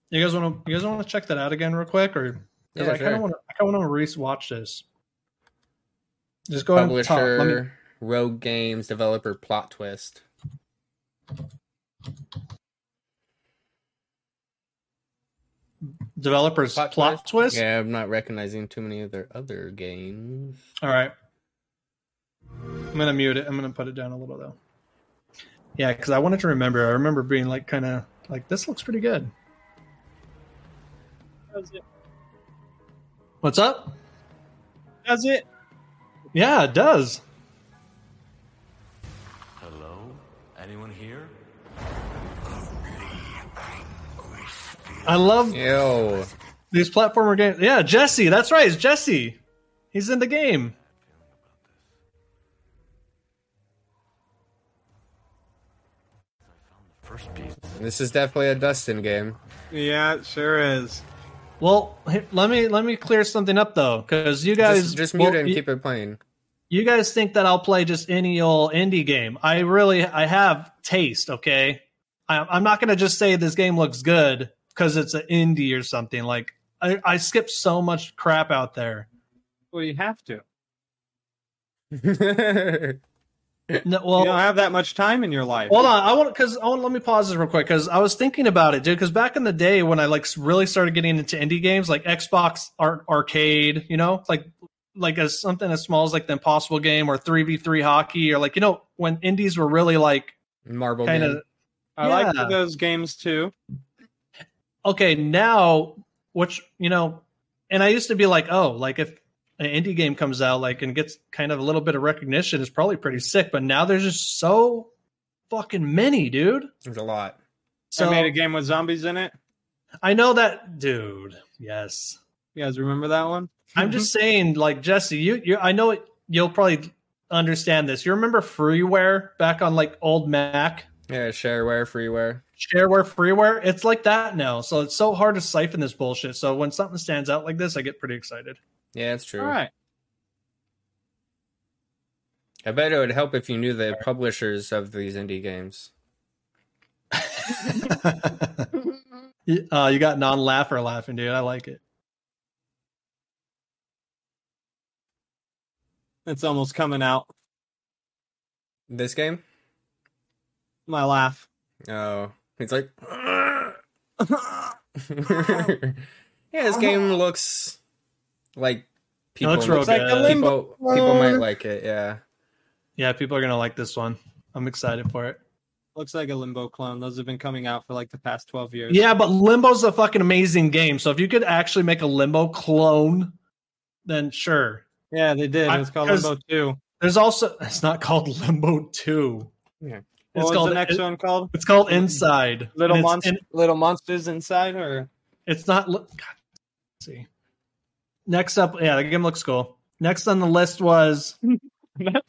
[SPEAKER 2] You guys want to you guys want to check that out again real quick, or Because
[SPEAKER 3] Yeah,
[SPEAKER 2] I kind
[SPEAKER 3] sure.
[SPEAKER 2] of want to, I kind of want to rewatch this. Just go ahead and talk. Let me,
[SPEAKER 3] Publisher, Rogue Games, developer, plot twist.
[SPEAKER 2] developers
[SPEAKER 3] Plot
[SPEAKER 2] plot,
[SPEAKER 3] twist?
[SPEAKER 2] twist.
[SPEAKER 3] Yeah, I'm not recognizing too many of their other games.
[SPEAKER 2] All right. I'm gonna mute it. I'm gonna put it down a little though. Yeah, because I wanted to remember. I remember being like, kind of like, this looks pretty good.
[SPEAKER 5] That's it.
[SPEAKER 2] What's up?
[SPEAKER 5] That's it.
[SPEAKER 2] Yeah, it does.
[SPEAKER 1] Hello? Anyone here?
[SPEAKER 2] I love
[SPEAKER 3] Yo.
[SPEAKER 2] these platformer games. Yeah, Jesse. That's right. It's Jesse. He's in the game.
[SPEAKER 1] First piece.
[SPEAKER 3] This is definitely a Dustin game.
[SPEAKER 5] Yeah, it sure is.
[SPEAKER 2] Well, h- let me let me clear something up though, because you guys
[SPEAKER 3] Just, just mute
[SPEAKER 2] well,
[SPEAKER 3] it and
[SPEAKER 2] y-
[SPEAKER 3] keep it playing.
[SPEAKER 2] you guys think that I'll play just any old indie game. I really I have taste, okay? I, I'm not gonna just say this game looks good because it's an indie or something. Like I, I skip so much crap out there.
[SPEAKER 5] Well, you have to.
[SPEAKER 2] No, well,
[SPEAKER 5] you don't have that much time in your life.
[SPEAKER 2] Hold on, I want because I want let me pause this real quick because I was thinking about it, dude. Because back in the day when I like s- really started getting into indie games, like Xbox Art Arcade, you know, like like as something as small as like the Impossible game or three v three hockey or like you know when indies were really like
[SPEAKER 3] Marble
[SPEAKER 2] kind
[SPEAKER 3] game.
[SPEAKER 2] of
[SPEAKER 5] I like
[SPEAKER 2] yeah.
[SPEAKER 5] those games too.
[SPEAKER 2] okay now which you know and i used to be like oh like if an indie game comes out like and gets kind of a little bit of recognition it's probably pretty sick but now there's just so fucking many dude
[SPEAKER 3] There's a lot.
[SPEAKER 2] so
[SPEAKER 5] I made a game with zombies in it.
[SPEAKER 2] I know that dude yes
[SPEAKER 5] You guys remember that one?
[SPEAKER 2] i'm just saying like jesse you, you i know it, you'll probably understand this you remember freeware back on like old mac
[SPEAKER 3] Yeah, shareware, freeware.
[SPEAKER 2] shareware freeware it's like that now so it's so hard to siphon this bullshit so when something stands out like this i get pretty excited
[SPEAKER 3] Yeah, it's true.
[SPEAKER 5] All right.
[SPEAKER 3] I bet it would help if you knew the publishers of these indie games.
[SPEAKER 2] Y- uh, you got non laugher laughing, dude. I like it.
[SPEAKER 5] It's almost coming out.
[SPEAKER 3] This game?
[SPEAKER 5] My laugh.
[SPEAKER 3] Oh, it's like. yeah, this game looks like people.
[SPEAKER 2] looks real
[SPEAKER 3] looks like
[SPEAKER 2] good.
[SPEAKER 3] the people, people might
[SPEAKER 5] one.
[SPEAKER 3] like it. Yeah,
[SPEAKER 2] Yeah, people are gonna like this one. I'm excited for it.
[SPEAKER 5] Looks like a limbo clone. Those have been coming out for like the past 12 years.
[SPEAKER 2] Yeah, but Limbo's a fucking amazing game. So if you could actually make a Limbo clone, then sure.
[SPEAKER 5] Yeah, they did.
[SPEAKER 2] I-
[SPEAKER 5] It's called
[SPEAKER 2] 'cause-
[SPEAKER 5] Limbo 2.
[SPEAKER 2] There's also it's not called Limbo Two.
[SPEAKER 3] Yeah.
[SPEAKER 5] What
[SPEAKER 2] It's
[SPEAKER 5] was
[SPEAKER 2] called
[SPEAKER 5] the next one called?
[SPEAKER 2] It's called Inside.
[SPEAKER 5] Little
[SPEAKER 2] And it's,
[SPEAKER 5] monster,
[SPEAKER 2] and
[SPEAKER 5] little monsters inside, or
[SPEAKER 2] it's not. li- God, let's see. Next up, yeah, the game looks cool. Next on the list was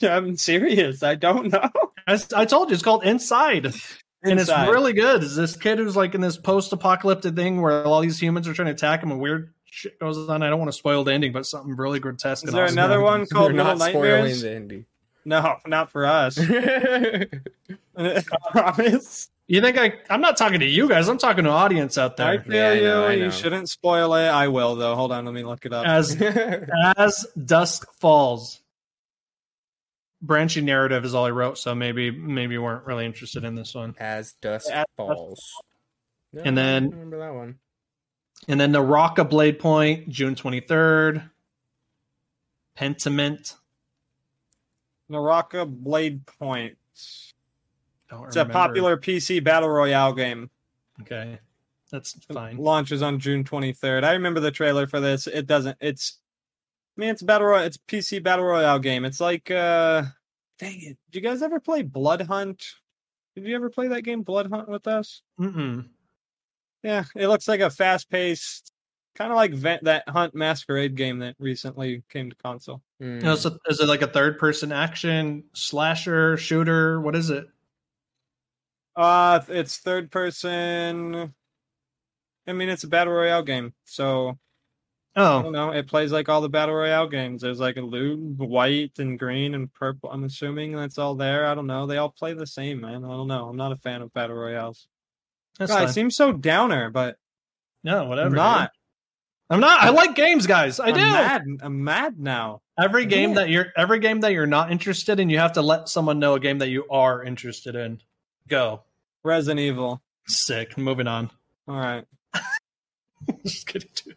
[SPEAKER 5] I'm serious. I don't know.
[SPEAKER 2] I, I told you it's called Inside. And it's really good. Is this kid who's like in this post-apocalyptic thing where all these humans are trying to attack him and weird shit goes on. I don't want to spoil the ending, but something really grotesque.
[SPEAKER 5] Is
[SPEAKER 2] and
[SPEAKER 5] there
[SPEAKER 2] awesome
[SPEAKER 5] another
[SPEAKER 2] happens.
[SPEAKER 5] one called
[SPEAKER 3] They're
[SPEAKER 5] Little
[SPEAKER 3] not spoiling
[SPEAKER 5] Nightmares?
[SPEAKER 3] the
[SPEAKER 5] No, not for us.
[SPEAKER 3] indie.
[SPEAKER 5] I promise.
[SPEAKER 2] You think I? I'm not talking to you guys. I'm talking to audience out
[SPEAKER 5] I
[SPEAKER 2] there.
[SPEAKER 5] feel
[SPEAKER 3] I
[SPEAKER 5] you.
[SPEAKER 3] know, I know.
[SPEAKER 5] You shouldn't spoil it. I will though. Hold on, let me look it up.
[SPEAKER 2] As as dusk falls, branching narrative is all I wrote. So maybe maybe you weren't really interested in this one.
[SPEAKER 3] As dusk
[SPEAKER 5] As Dusk
[SPEAKER 3] falls. No,
[SPEAKER 2] And then-
[SPEAKER 3] I remember that one.
[SPEAKER 2] And then the Rock of Blade Point, June 23rd. Pentiment.
[SPEAKER 5] Naraka Blade Point.
[SPEAKER 2] Don't
[SPEAKER 5] It's a
[SPEAKER 2] remember.
[SPEAKER 5] popular PC battle royale game.
[SPEAKER 2] Okay, that's fine.
[SPEAKER 5] Launches on June 23rd. I remember the trailer for this. It doesn't. It's. I mean, it's battle. Roy- It's PC battle royale game. It's like. uh Dang it! Did you guys ever play Blood Hunt? Did you ever play that game Blood Hunt with us?
[SPEAKER 2] Mm-mm.
[SPEAKER 5] Yeah, it looks like a fast paced, kind of like vent, that Hunt Masquerade game that recently came to console.
[SPEAKER 3] Mm.
[SPEAKER 2] You know, so is it like a third person action slasher shooter? What is it?
[SPEAKER 5] Uh, it's third person. I mean, it's a battle royale game, so I don't
[SPEAKER 2] Oh,
[SPEAKER 5] know. It plays like all the battle royale games. There's like a lube, white and green and purple. I'm assuming that's all there. I don't know. They all play the same, man. I don't know. I'm not a fan of battle royales.
[SPEAKER 2] that's
[SPEAKER 5] God, I
[SPEAKER 2] fine.
[SPEAKER 5] seem so downer, but
[SPEAKER 2] no, whatever.
[SPEAKER 5] I'm
[SPEAKER 2] dude.
[SPEAKER 5] not.
[SPEAKER 2] I'm not. I like games, guys. I
[SPEAKER 5] I'm
[SPEAKER 2] do.
[SPEAKER 5] Mad. I'm mad now.
[SPEAKER 2] Every game
[SPEAKER 5] Yeah.
[SPEAKER 2] that you're every game that you're not interested in, you have to let someone know a game that you are interested in. Go.
[SPEAKER 5] Resident Evil.
[SPEAKER 2] Sick. Moving on.
[SPEAKER 5] All right.
[SPEAKER 2] Just kidding. Dude.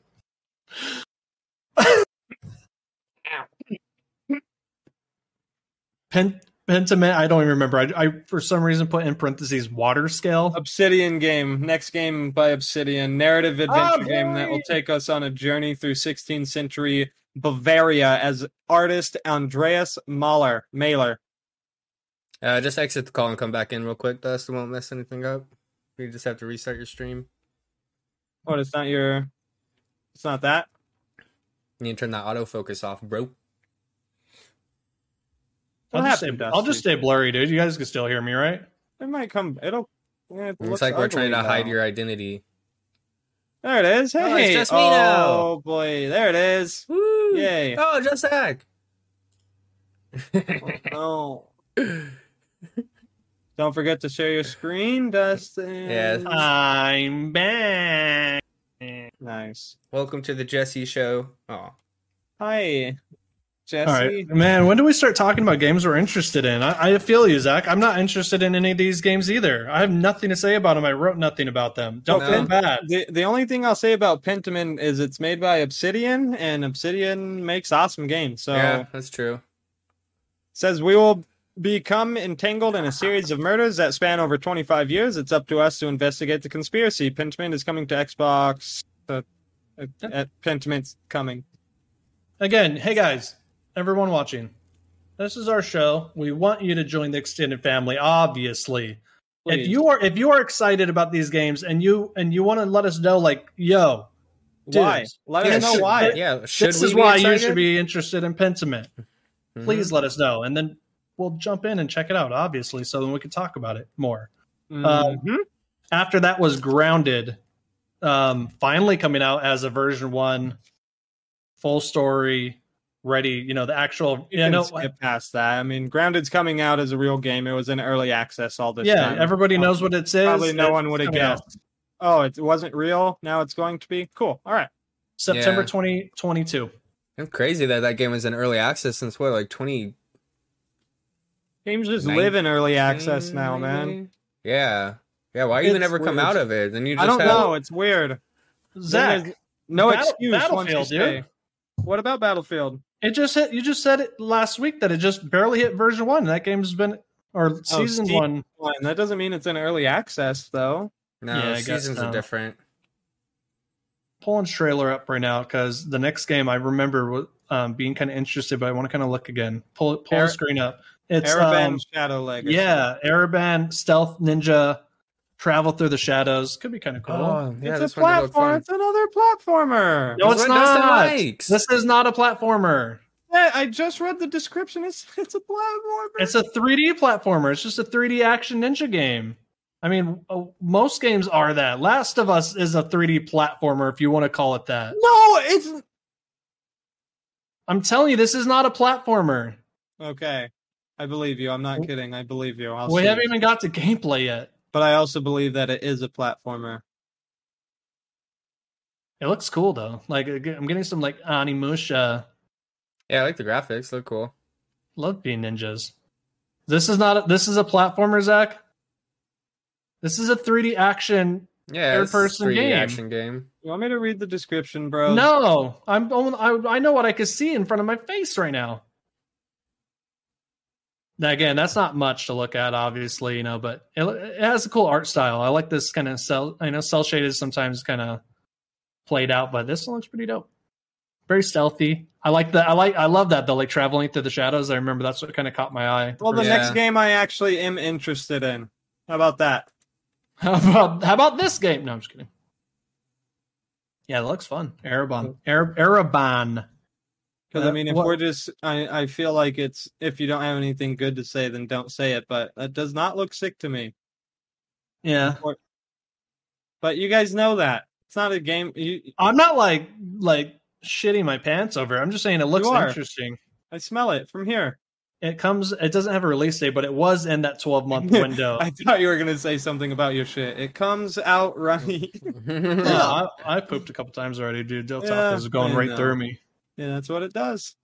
[SPEAKER 2] Pen, Pentiment. I don't even remember. I, I for some reason put in parentheses water scale.
[SPEAKER 5] Obsidian game. Next game by Obsidian. Narrative
[SPEAKER 3] Ah,
[SPEAKER 5] adventure
[SPEAKER 2] Oh,
[SPEAKER 5] game that will
[SPEAKER 2] boy.
[SPEAKER 5] take us on a journey through 16th century Bavaria as artist Andreas Mahler. Mahler.
[SPEAKER 3] Uh, just exit the call and come back in real quick. Dust won't mess anything up. You just have to restart your stream.
[SPEAKER 5] What? It's not your. It's not that.
[SPEAKER 3] You need to turn that autofocus off, bro.
[SPEAKER 2] I'll
[SPEAKER 5] What
[SPEAKER 2] just, stay,
[SPEAKER 5] happened,
[SPEAKER 2] I'll just stay
[SPEAKER 5] Dusty?
[SPEAKER 2] blurry, dude. You guys can still hear me, right?
[SPEAKER 5] It might come. It'll. yeah, It
[SPEAKER 3] It's
[SPEAKER 5] looks
[SPEAKER 3] like we're trying to
[SPEAKER 5] ugly
[SPEAKER 3] hide
[SPEAKER 5] now.
[SPEAKER 3] your identity.
[SPEAKER 5] There it is. Hey,
[SPEAKER 3] Oh,
[SPEAKER 5] oh,
[SPEAKER 3] it's just me now.
[SPEAKER 5] boy, there it is.
[SPEAKER 3] Woo!
[SPEAKER 5] Yay.
[SPEAKER 3] Oh, just Zach.
[SPEAKER 5] Oh, don't forget to share your screen, Dustin.
[SPEAKER 3] Yes.
[SPEAKER 2] I'm back.
[SPEAKER 5] Nice.
[SPEAKER 3] Welcome to the Jesse Show. Oh,
[SPEAKER 5] Hi, Jesse.
[SPEAKER 2] All right, man. When do we start talking about games we're interested in? I, I feel you, Zach. I'm not interested in any of these games either. I have nothing to say about them. I wrote nothing about them. Don't
[SPEAKER 3] No.
[SPEAKER 2] feel bad.
[SPEAKER 5] The the only thing I'll say about Pentiment is it's made by Obsidian, and Obsidian makes awesome games. So
[SPEAKER 3] yeah,
[SPEAKER 5] it
[SPEAKER 3] that's true.
[SPEAKER 5] says we will become entangled in a series of murders that span over 25 years. It's up to us to investigate the conspiracy. Pentiment is coming to Xbox. Uh, uh, uh, Pentiment's coming.
[SPEAKER 2] Again, hey guys, everyone watching, this is our show. We want you to join the extended family. Obviously, if
[SPEAKER 5] Please.
[SPEAKER 2] you are if you are excited about these games and you and you want to let us know, like, yo,
[SPEAKER 5] why?
[SPEAKER 2] dudes,
[SPEAKER 5] Let
[SPEAKER 3] yeah,
[SPEAKER 5] us know
[SPEAKER 3] should-
[SPEAKER 5] why.
[SPEAKER 3] Yeah, should
[SPEAKER 2] this
[SPEAKER 3] we
[SPEAKER 2] is
[SPEAKER 3] be
[SPEAKER 2] why you
[SPEAKER 3] excited?
[SPEAKER 2] should be interested in Pentiment.
[SPEAKER 3] Mhm.
[SPEAKER 2] Please let us know, and then we'll jump in and check it out. Obviously, so then we can talk about it more. Um,
[SPEAKER 5] Mhm.
[SPEAKER 2] after that was grounded um finally coming out as a version one full story ready you know the actual
[SPEAKER 5] I
[SPEAKER 2] you know
[SPEAKER 5] skip past that. I mean, Grounded's coming out as a real game. It was in early access all this
[SPEAKER 2] yeah
[SPEAKER 5] time.
[SPEAKER 2] everybody knows what it is
[SPEAKER 5] Probably no
[SPEAKER 2] It's
[SPEAKER 5] one would have
[SPEAKER 2] coming out
[SPEAKER 5] guessed. Oh, it wasn't real. Now it's going to be cool. All right.
[SPEAKER 2] september
[SPEAKER 3] Yeah.
[SPEAKER 2] 2022
[SPEAKER 3] I'm crazy that that game was in early access since what, like 20.
[SPEAKER 5] Games just
[SPEAKER 3] Nine-
[SPEAKER 5] live in early access now, man.
[SPEAKER 3] Yeah, yeah. Why even
[SPEAKER 5] It's
[SPEAKER 3] ever come
[SPEAKER 5] weird.
[SPEAKER 3] out of it? Then you just
[SPEAKER 5] I don't
[SPEAKER 3] have,
[SPEAKER 5] know. It's weird.
[SPEAKER 2] zach
[SPEAKER 5] There's No
[SPEAKER 2] Battle-
[SPEAKER 5] excuse. once you
[SPEAKER 2] Battlefield,
[SPEAKER 5] stay.
[SPEAKER 2] dude.
[SPEAKER 5] What about Battlefield?
[SPEAKER 2] it just hit you just said it last week that it just barely hit version one that game's been
[SPEAKER 5] Oh,
[SPEAKER 2] or season
[SPEAKER 5] Steam.
[SPEAKER 2] one
[SPEAKER 5] Well, That doesn't mean it's in early access, though.
[SPEAKER 3] No,
[SPEAKER 2] Yeah, I guess
[SPEAKER 3] seasons
[SPEAKER 2] so.
[SPEAKER 3] are different.
[SPEAKER 2] pulling trailer up right now because the next game i remember was um, being kind of interested but i want to kind of look again pull it pull
[SPEAKER 5] Ara-
[SPEAKER 2] the screen up it's
[SPEAKER 5] Araban
[SPEAKER 2] um,
[SPEAKER 5] Shadow Legacy.
[SPEAKER 2] Yeah, Araban, stealth ninja, travel through the shadows. Could be kind of cool.
[SPEAKER 3] yeah,
[SPEAKER 5] it's
[SPEAKER 3] this
[SPEAKER 5] a
[SPEAKER 3] one looked
[SPEAKER 5] platform.
[SPEAKER 3] fun.
[SPEAKER 5] It's another platformer.
[SPEAKER 2] No,
[SPEAKER 3] That's
[SPEAKER 2] it's
[SPEAKER 3] what Dustin
[SPEAKER 2] not.
[SPEAKER 3] likes.
[SPEAKER 2] This is not a platformer.
[SPEAKER 5] Yeah, I just read the description. It's it's a platformer.
[SPEAKER 2] It's a 3D platformer. It's just a 3D action ninja game. I mean, uh, most games are that. Last of Us is a 3D platformer, if you want to call it that.
[SPEAKER 5] no. It's
[SPEAKER 2] I'm telling you, this is not a platformer.
[SPEAKER 5] Okay. I believe you. I'm not kidding. I believe you. I'll
[SPEAKER 2] we
[SPEAKER 5] see.
[SPEAKER 2] haven't even got to gameplay yet.
[SPEAKER 5] But I also believe that it is a platformer.
[SPEAKER 2] It looks cool though. Like I get- I'm getting some like Animusha.
[SPEAKER 3] Yeah, I like the graphics. Look cool.
[SPEAKER 2] Love being ninjas. This is not. A, this is a platformer, Zach. This is a 3D action
[SPEAKER 3] Yeah,
[SPEAKER 2] Third
[SPEAKER 3] it's a
[SPEAKER 2] person
[SPEAKER 3] 3D
[SPEAKER 2] game.
[SPEAKER 3] action game.
[SPEAKER 5] You want me to read the description, bro?
[SPEAKER 2] No, I'm. only- I, I know what I can see in front of my face right now. Now again, that's not much to look at, obviously, you know, but it, it has a cool art style. I like this kind of cell. I know cell shaded sometimes kind of played out, but this one looks pretty dope. Very stealthy. I like that. I like. I love that though. Like traveling through the shadows. I remember that's what kind of caught my eye.
[SPEAKER 5] Well, the
[SPEAKER 3] Yeah.
[SPEAKER 5] next game I actually am interested in. How about that?
[SPEAKER 2] How about how about this game? No, I'm just kidding. Yeah, it looks fun. Erebon. Arab Erebon.
[SPEAKER 5] Because I
[SPEAKER 2] Uh,
[SPEAKER 5] mean, if
[SPEAKER 2] what-
[SPEAKER 5] we're just, I, I feel like it's if you don't have anything good to say, then don't say it. But that does not look sick to me.
[SPEAKER 2] Yeah.
[SPEAKER 5] But you guys know that it's not a game. You,
[SPEAKER 2] I'm not like like shitting my pants over. it. I'm just saying it looks
[SPEAKER 5] You are.
[SPEAKER 2] interesting.
[SPEAKER 5] I smell it from here.
[SPEAKER 2] It comes. It doesn't have a release date, but it was in that 12 month window.
[SPEAKER 5] I thought you were gonna say something about your shit. It comes out right.
[SPEAKER 2] Yeah,
[SPEAKER 3] yeah,
[SPEAKER 2] I, I pooped a couple times already, dude. Del
[SPEAKER 5] Yeah,
[SPEAKER 2] Taco's going
[SPEAKER 5] I
[SPEAKER 2] right
[SPEAKER 5] know.
[SPEAKER 2] through me.
[SPEAKER 5] yeah, that's what it does.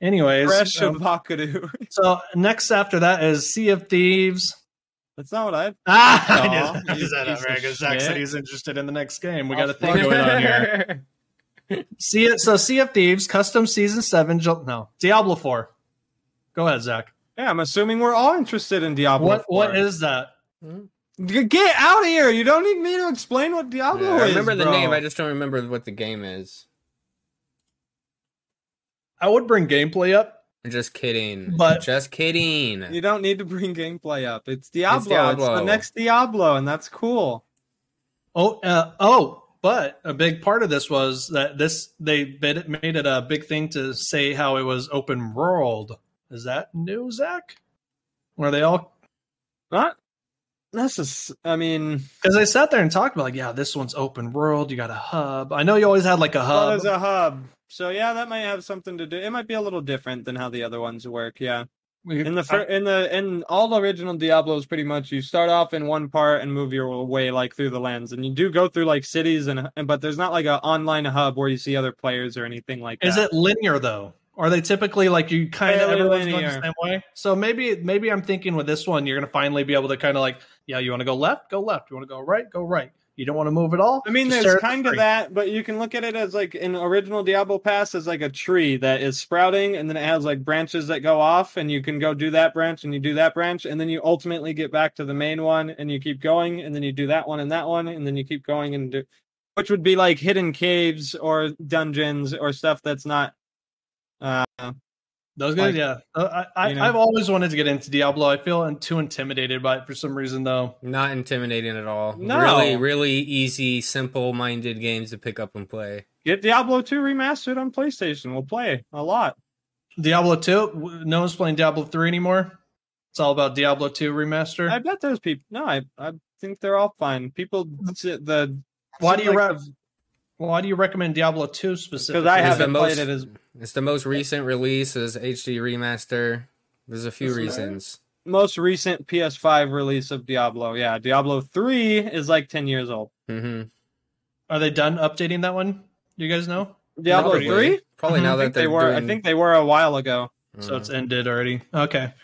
[SPEAKER 2] Anyways,
[SPEAKER 5] Fresh
[SPEAKER 2] so,
[SPEAKER 5] Avocado.
[SPEAKER 2] so next after that is Sea of Thieves.
[SPEAKER 5] that's not what I
[SPEAKER 2] Ah,
[SPEAKER 5] Aw,
[SPEAKER 2] I
[SPEAKER 5] you
[SPEAKER 2] just said that
[SPEAKER 5] piece of
[SPEAKER 2] right because Zach said
[SPEAKER 5] shit.
[SPEAKER 2] he's interested in the next game. We
[SPEAKER 5] Oh,
[SPEAKER 2] got a thing
[SPEAKER 5] fuck.
[SPEAKER 2] going on here. See, so Sea of Thieves, Custom Season Seven. Ju- No, Diablo Four. Go ahead, Zach.
[SPEAKER 5] Yeah, I'm assuming we're all interested in Diablo.
[SPEAKER 2] What
[SPEAKER 5] 4.
[SPEAKER 2] what is that?
[SPEAKER 5] G- Get out of here! You don't need me to explain what Diablo
[SPEAKER 3] I
[SPEAKER 5] is.
[SPEAKER 3] remember the
[SPEAKER 5] bro.
[SPEAKER 3] name. I just don't remember what the game is.
[SPEAKER 2] I would bring gameplay up
[SPEAKER 3] I'm just kidding.
[SPEAKER 2] But-
[SPEAKER 3] just kidding.
[SPEAKER 5] You don't need to bring gameplay up. It's Diablo. It's,
[SPEAKER 3] Diablo.
[SPEAKER 5] the next Diablo, and that's cool.
[SPEAKER 2] Oh, uh, oh, but a big part of this was that this they made it, made it a big thing to say how it was open world. Is that new, Zach? Were they all?
[SPEAKER 5] Not necess- I mean,
[SPEAKER 2] Because they sat there and talked about like, yeah, this one's open world. You got a hub. I know you always had like a
[SPEAKER 5] well,
[SPEAKER 2] hub.
[SPEAKER 5] there's a hub. So yeah, that might have something to do. It might be a little different than how the other ones work. Yeah.
[SPEAKER 2] We-
[SPEAKER 5] In the fir- in the in all the original Diablos, pretty much you start off in one part and move your way like through the lands, and you do go through like cities and, and but there's not like a online hub where you see other players or anything like
[SPEAKER 2] Is
[SPEAKER 5] that.
[SPEAKER 2] it linear though? Are they typically like you kind of
[SPEAKER 5] Fairly
[SPEAKER 2] everyone's going the
[SPEAKER 5] linear.
[SPEAKER 2] same way? So maybe maybe I'm thinking with this one, you're going to finally be able to kind of like, yeah, you want to go left, go left. You want to go right, go right. You don't want to move at all.
[SPEAKER 5] I mean,
[SPEAKER 2] Just
[SPEAKER 5] there's
[SPEAKER 2] stare at the
[SPEAKER 5] kind of
[SPEAKER 2] screen.
[SPEAKER 5] that, but you can look at it as like an original Diablo Pass as like a tree that is sprouting, and then it has like branches that go off, and you can go do that branch, and you do that branch, and then you ultimately get back to the main one, and you keep going, and then you do that one and that one, and then you keep going and do, which would be like hidden caves or dungeons or stuff that's not. Uh,
[SPEAKER 2] Those guys,
[SPEAKER 5] Like,
[SPEAKER 2] yeah. Uh, I, I,
[SPEAKER 5] you know.
[SPEAKER 2] I've always wanted to get into Diablo. I feel I'm too intimidated by it for some reason, though.
[SPEAKER 3] Not intimidating at all.
[SPEAKER 5] No.
[SPEAKER 3] Really, really easy, simple minded games to pick up and play.
[SPEAKER 5] get Diablo 2 remastered on PlayStation. We'll play a lot.
[SPEAKER 2] Diablo 2, no one's playing Diablo 3 anymore. It's all about Diablo 2 remaster.
[SPEAKER 5] I bet those people. No, I I think they're all fine. People, the
[SPEAKER 2] Mm. why do you
[SPEAKER 5] like
[SPEAKER 2] re- why do you recommend Diablo 2 specifically?
[SPEAKER 5] because I
[SPEAKER 3] Is the
[SPEAKER 5] haven't
[SPEAKER 3] most-
[SPEAKER 5] played it as
[SPEAKER 3] It's the most recent release is HD remaster. There's a few
[SPEAKER 5] Isn't it?
[SPEAKER 3] reasons.
[SPEAKER 5] most recent PS5 release of Diablo. Yeah, Diablo 3 is like 10 years old.
[SPEAKER 3] hmm
[SPEAKER 2] Are they done updating that one? Do you guys know?
[SPEAKER 5] Diablo 3?
[SPEAKER 3] Probably, probably
[SPEAKER 2] Mhm.
[SPEAKER 3] now
[SPEAKER 5] I
[SPEAKER 3] that
[SPEAKER 5] think
[SPEAKER 3] they're
[SPEAKER 5] they were
[SPEAKER 3] doing-
[SPEAKER 5] I think they were a while ago.
[SPEAKER 2] So
[SPEAKER 3] Mhm.
[SPEAKER 2] it's ended already. Okay.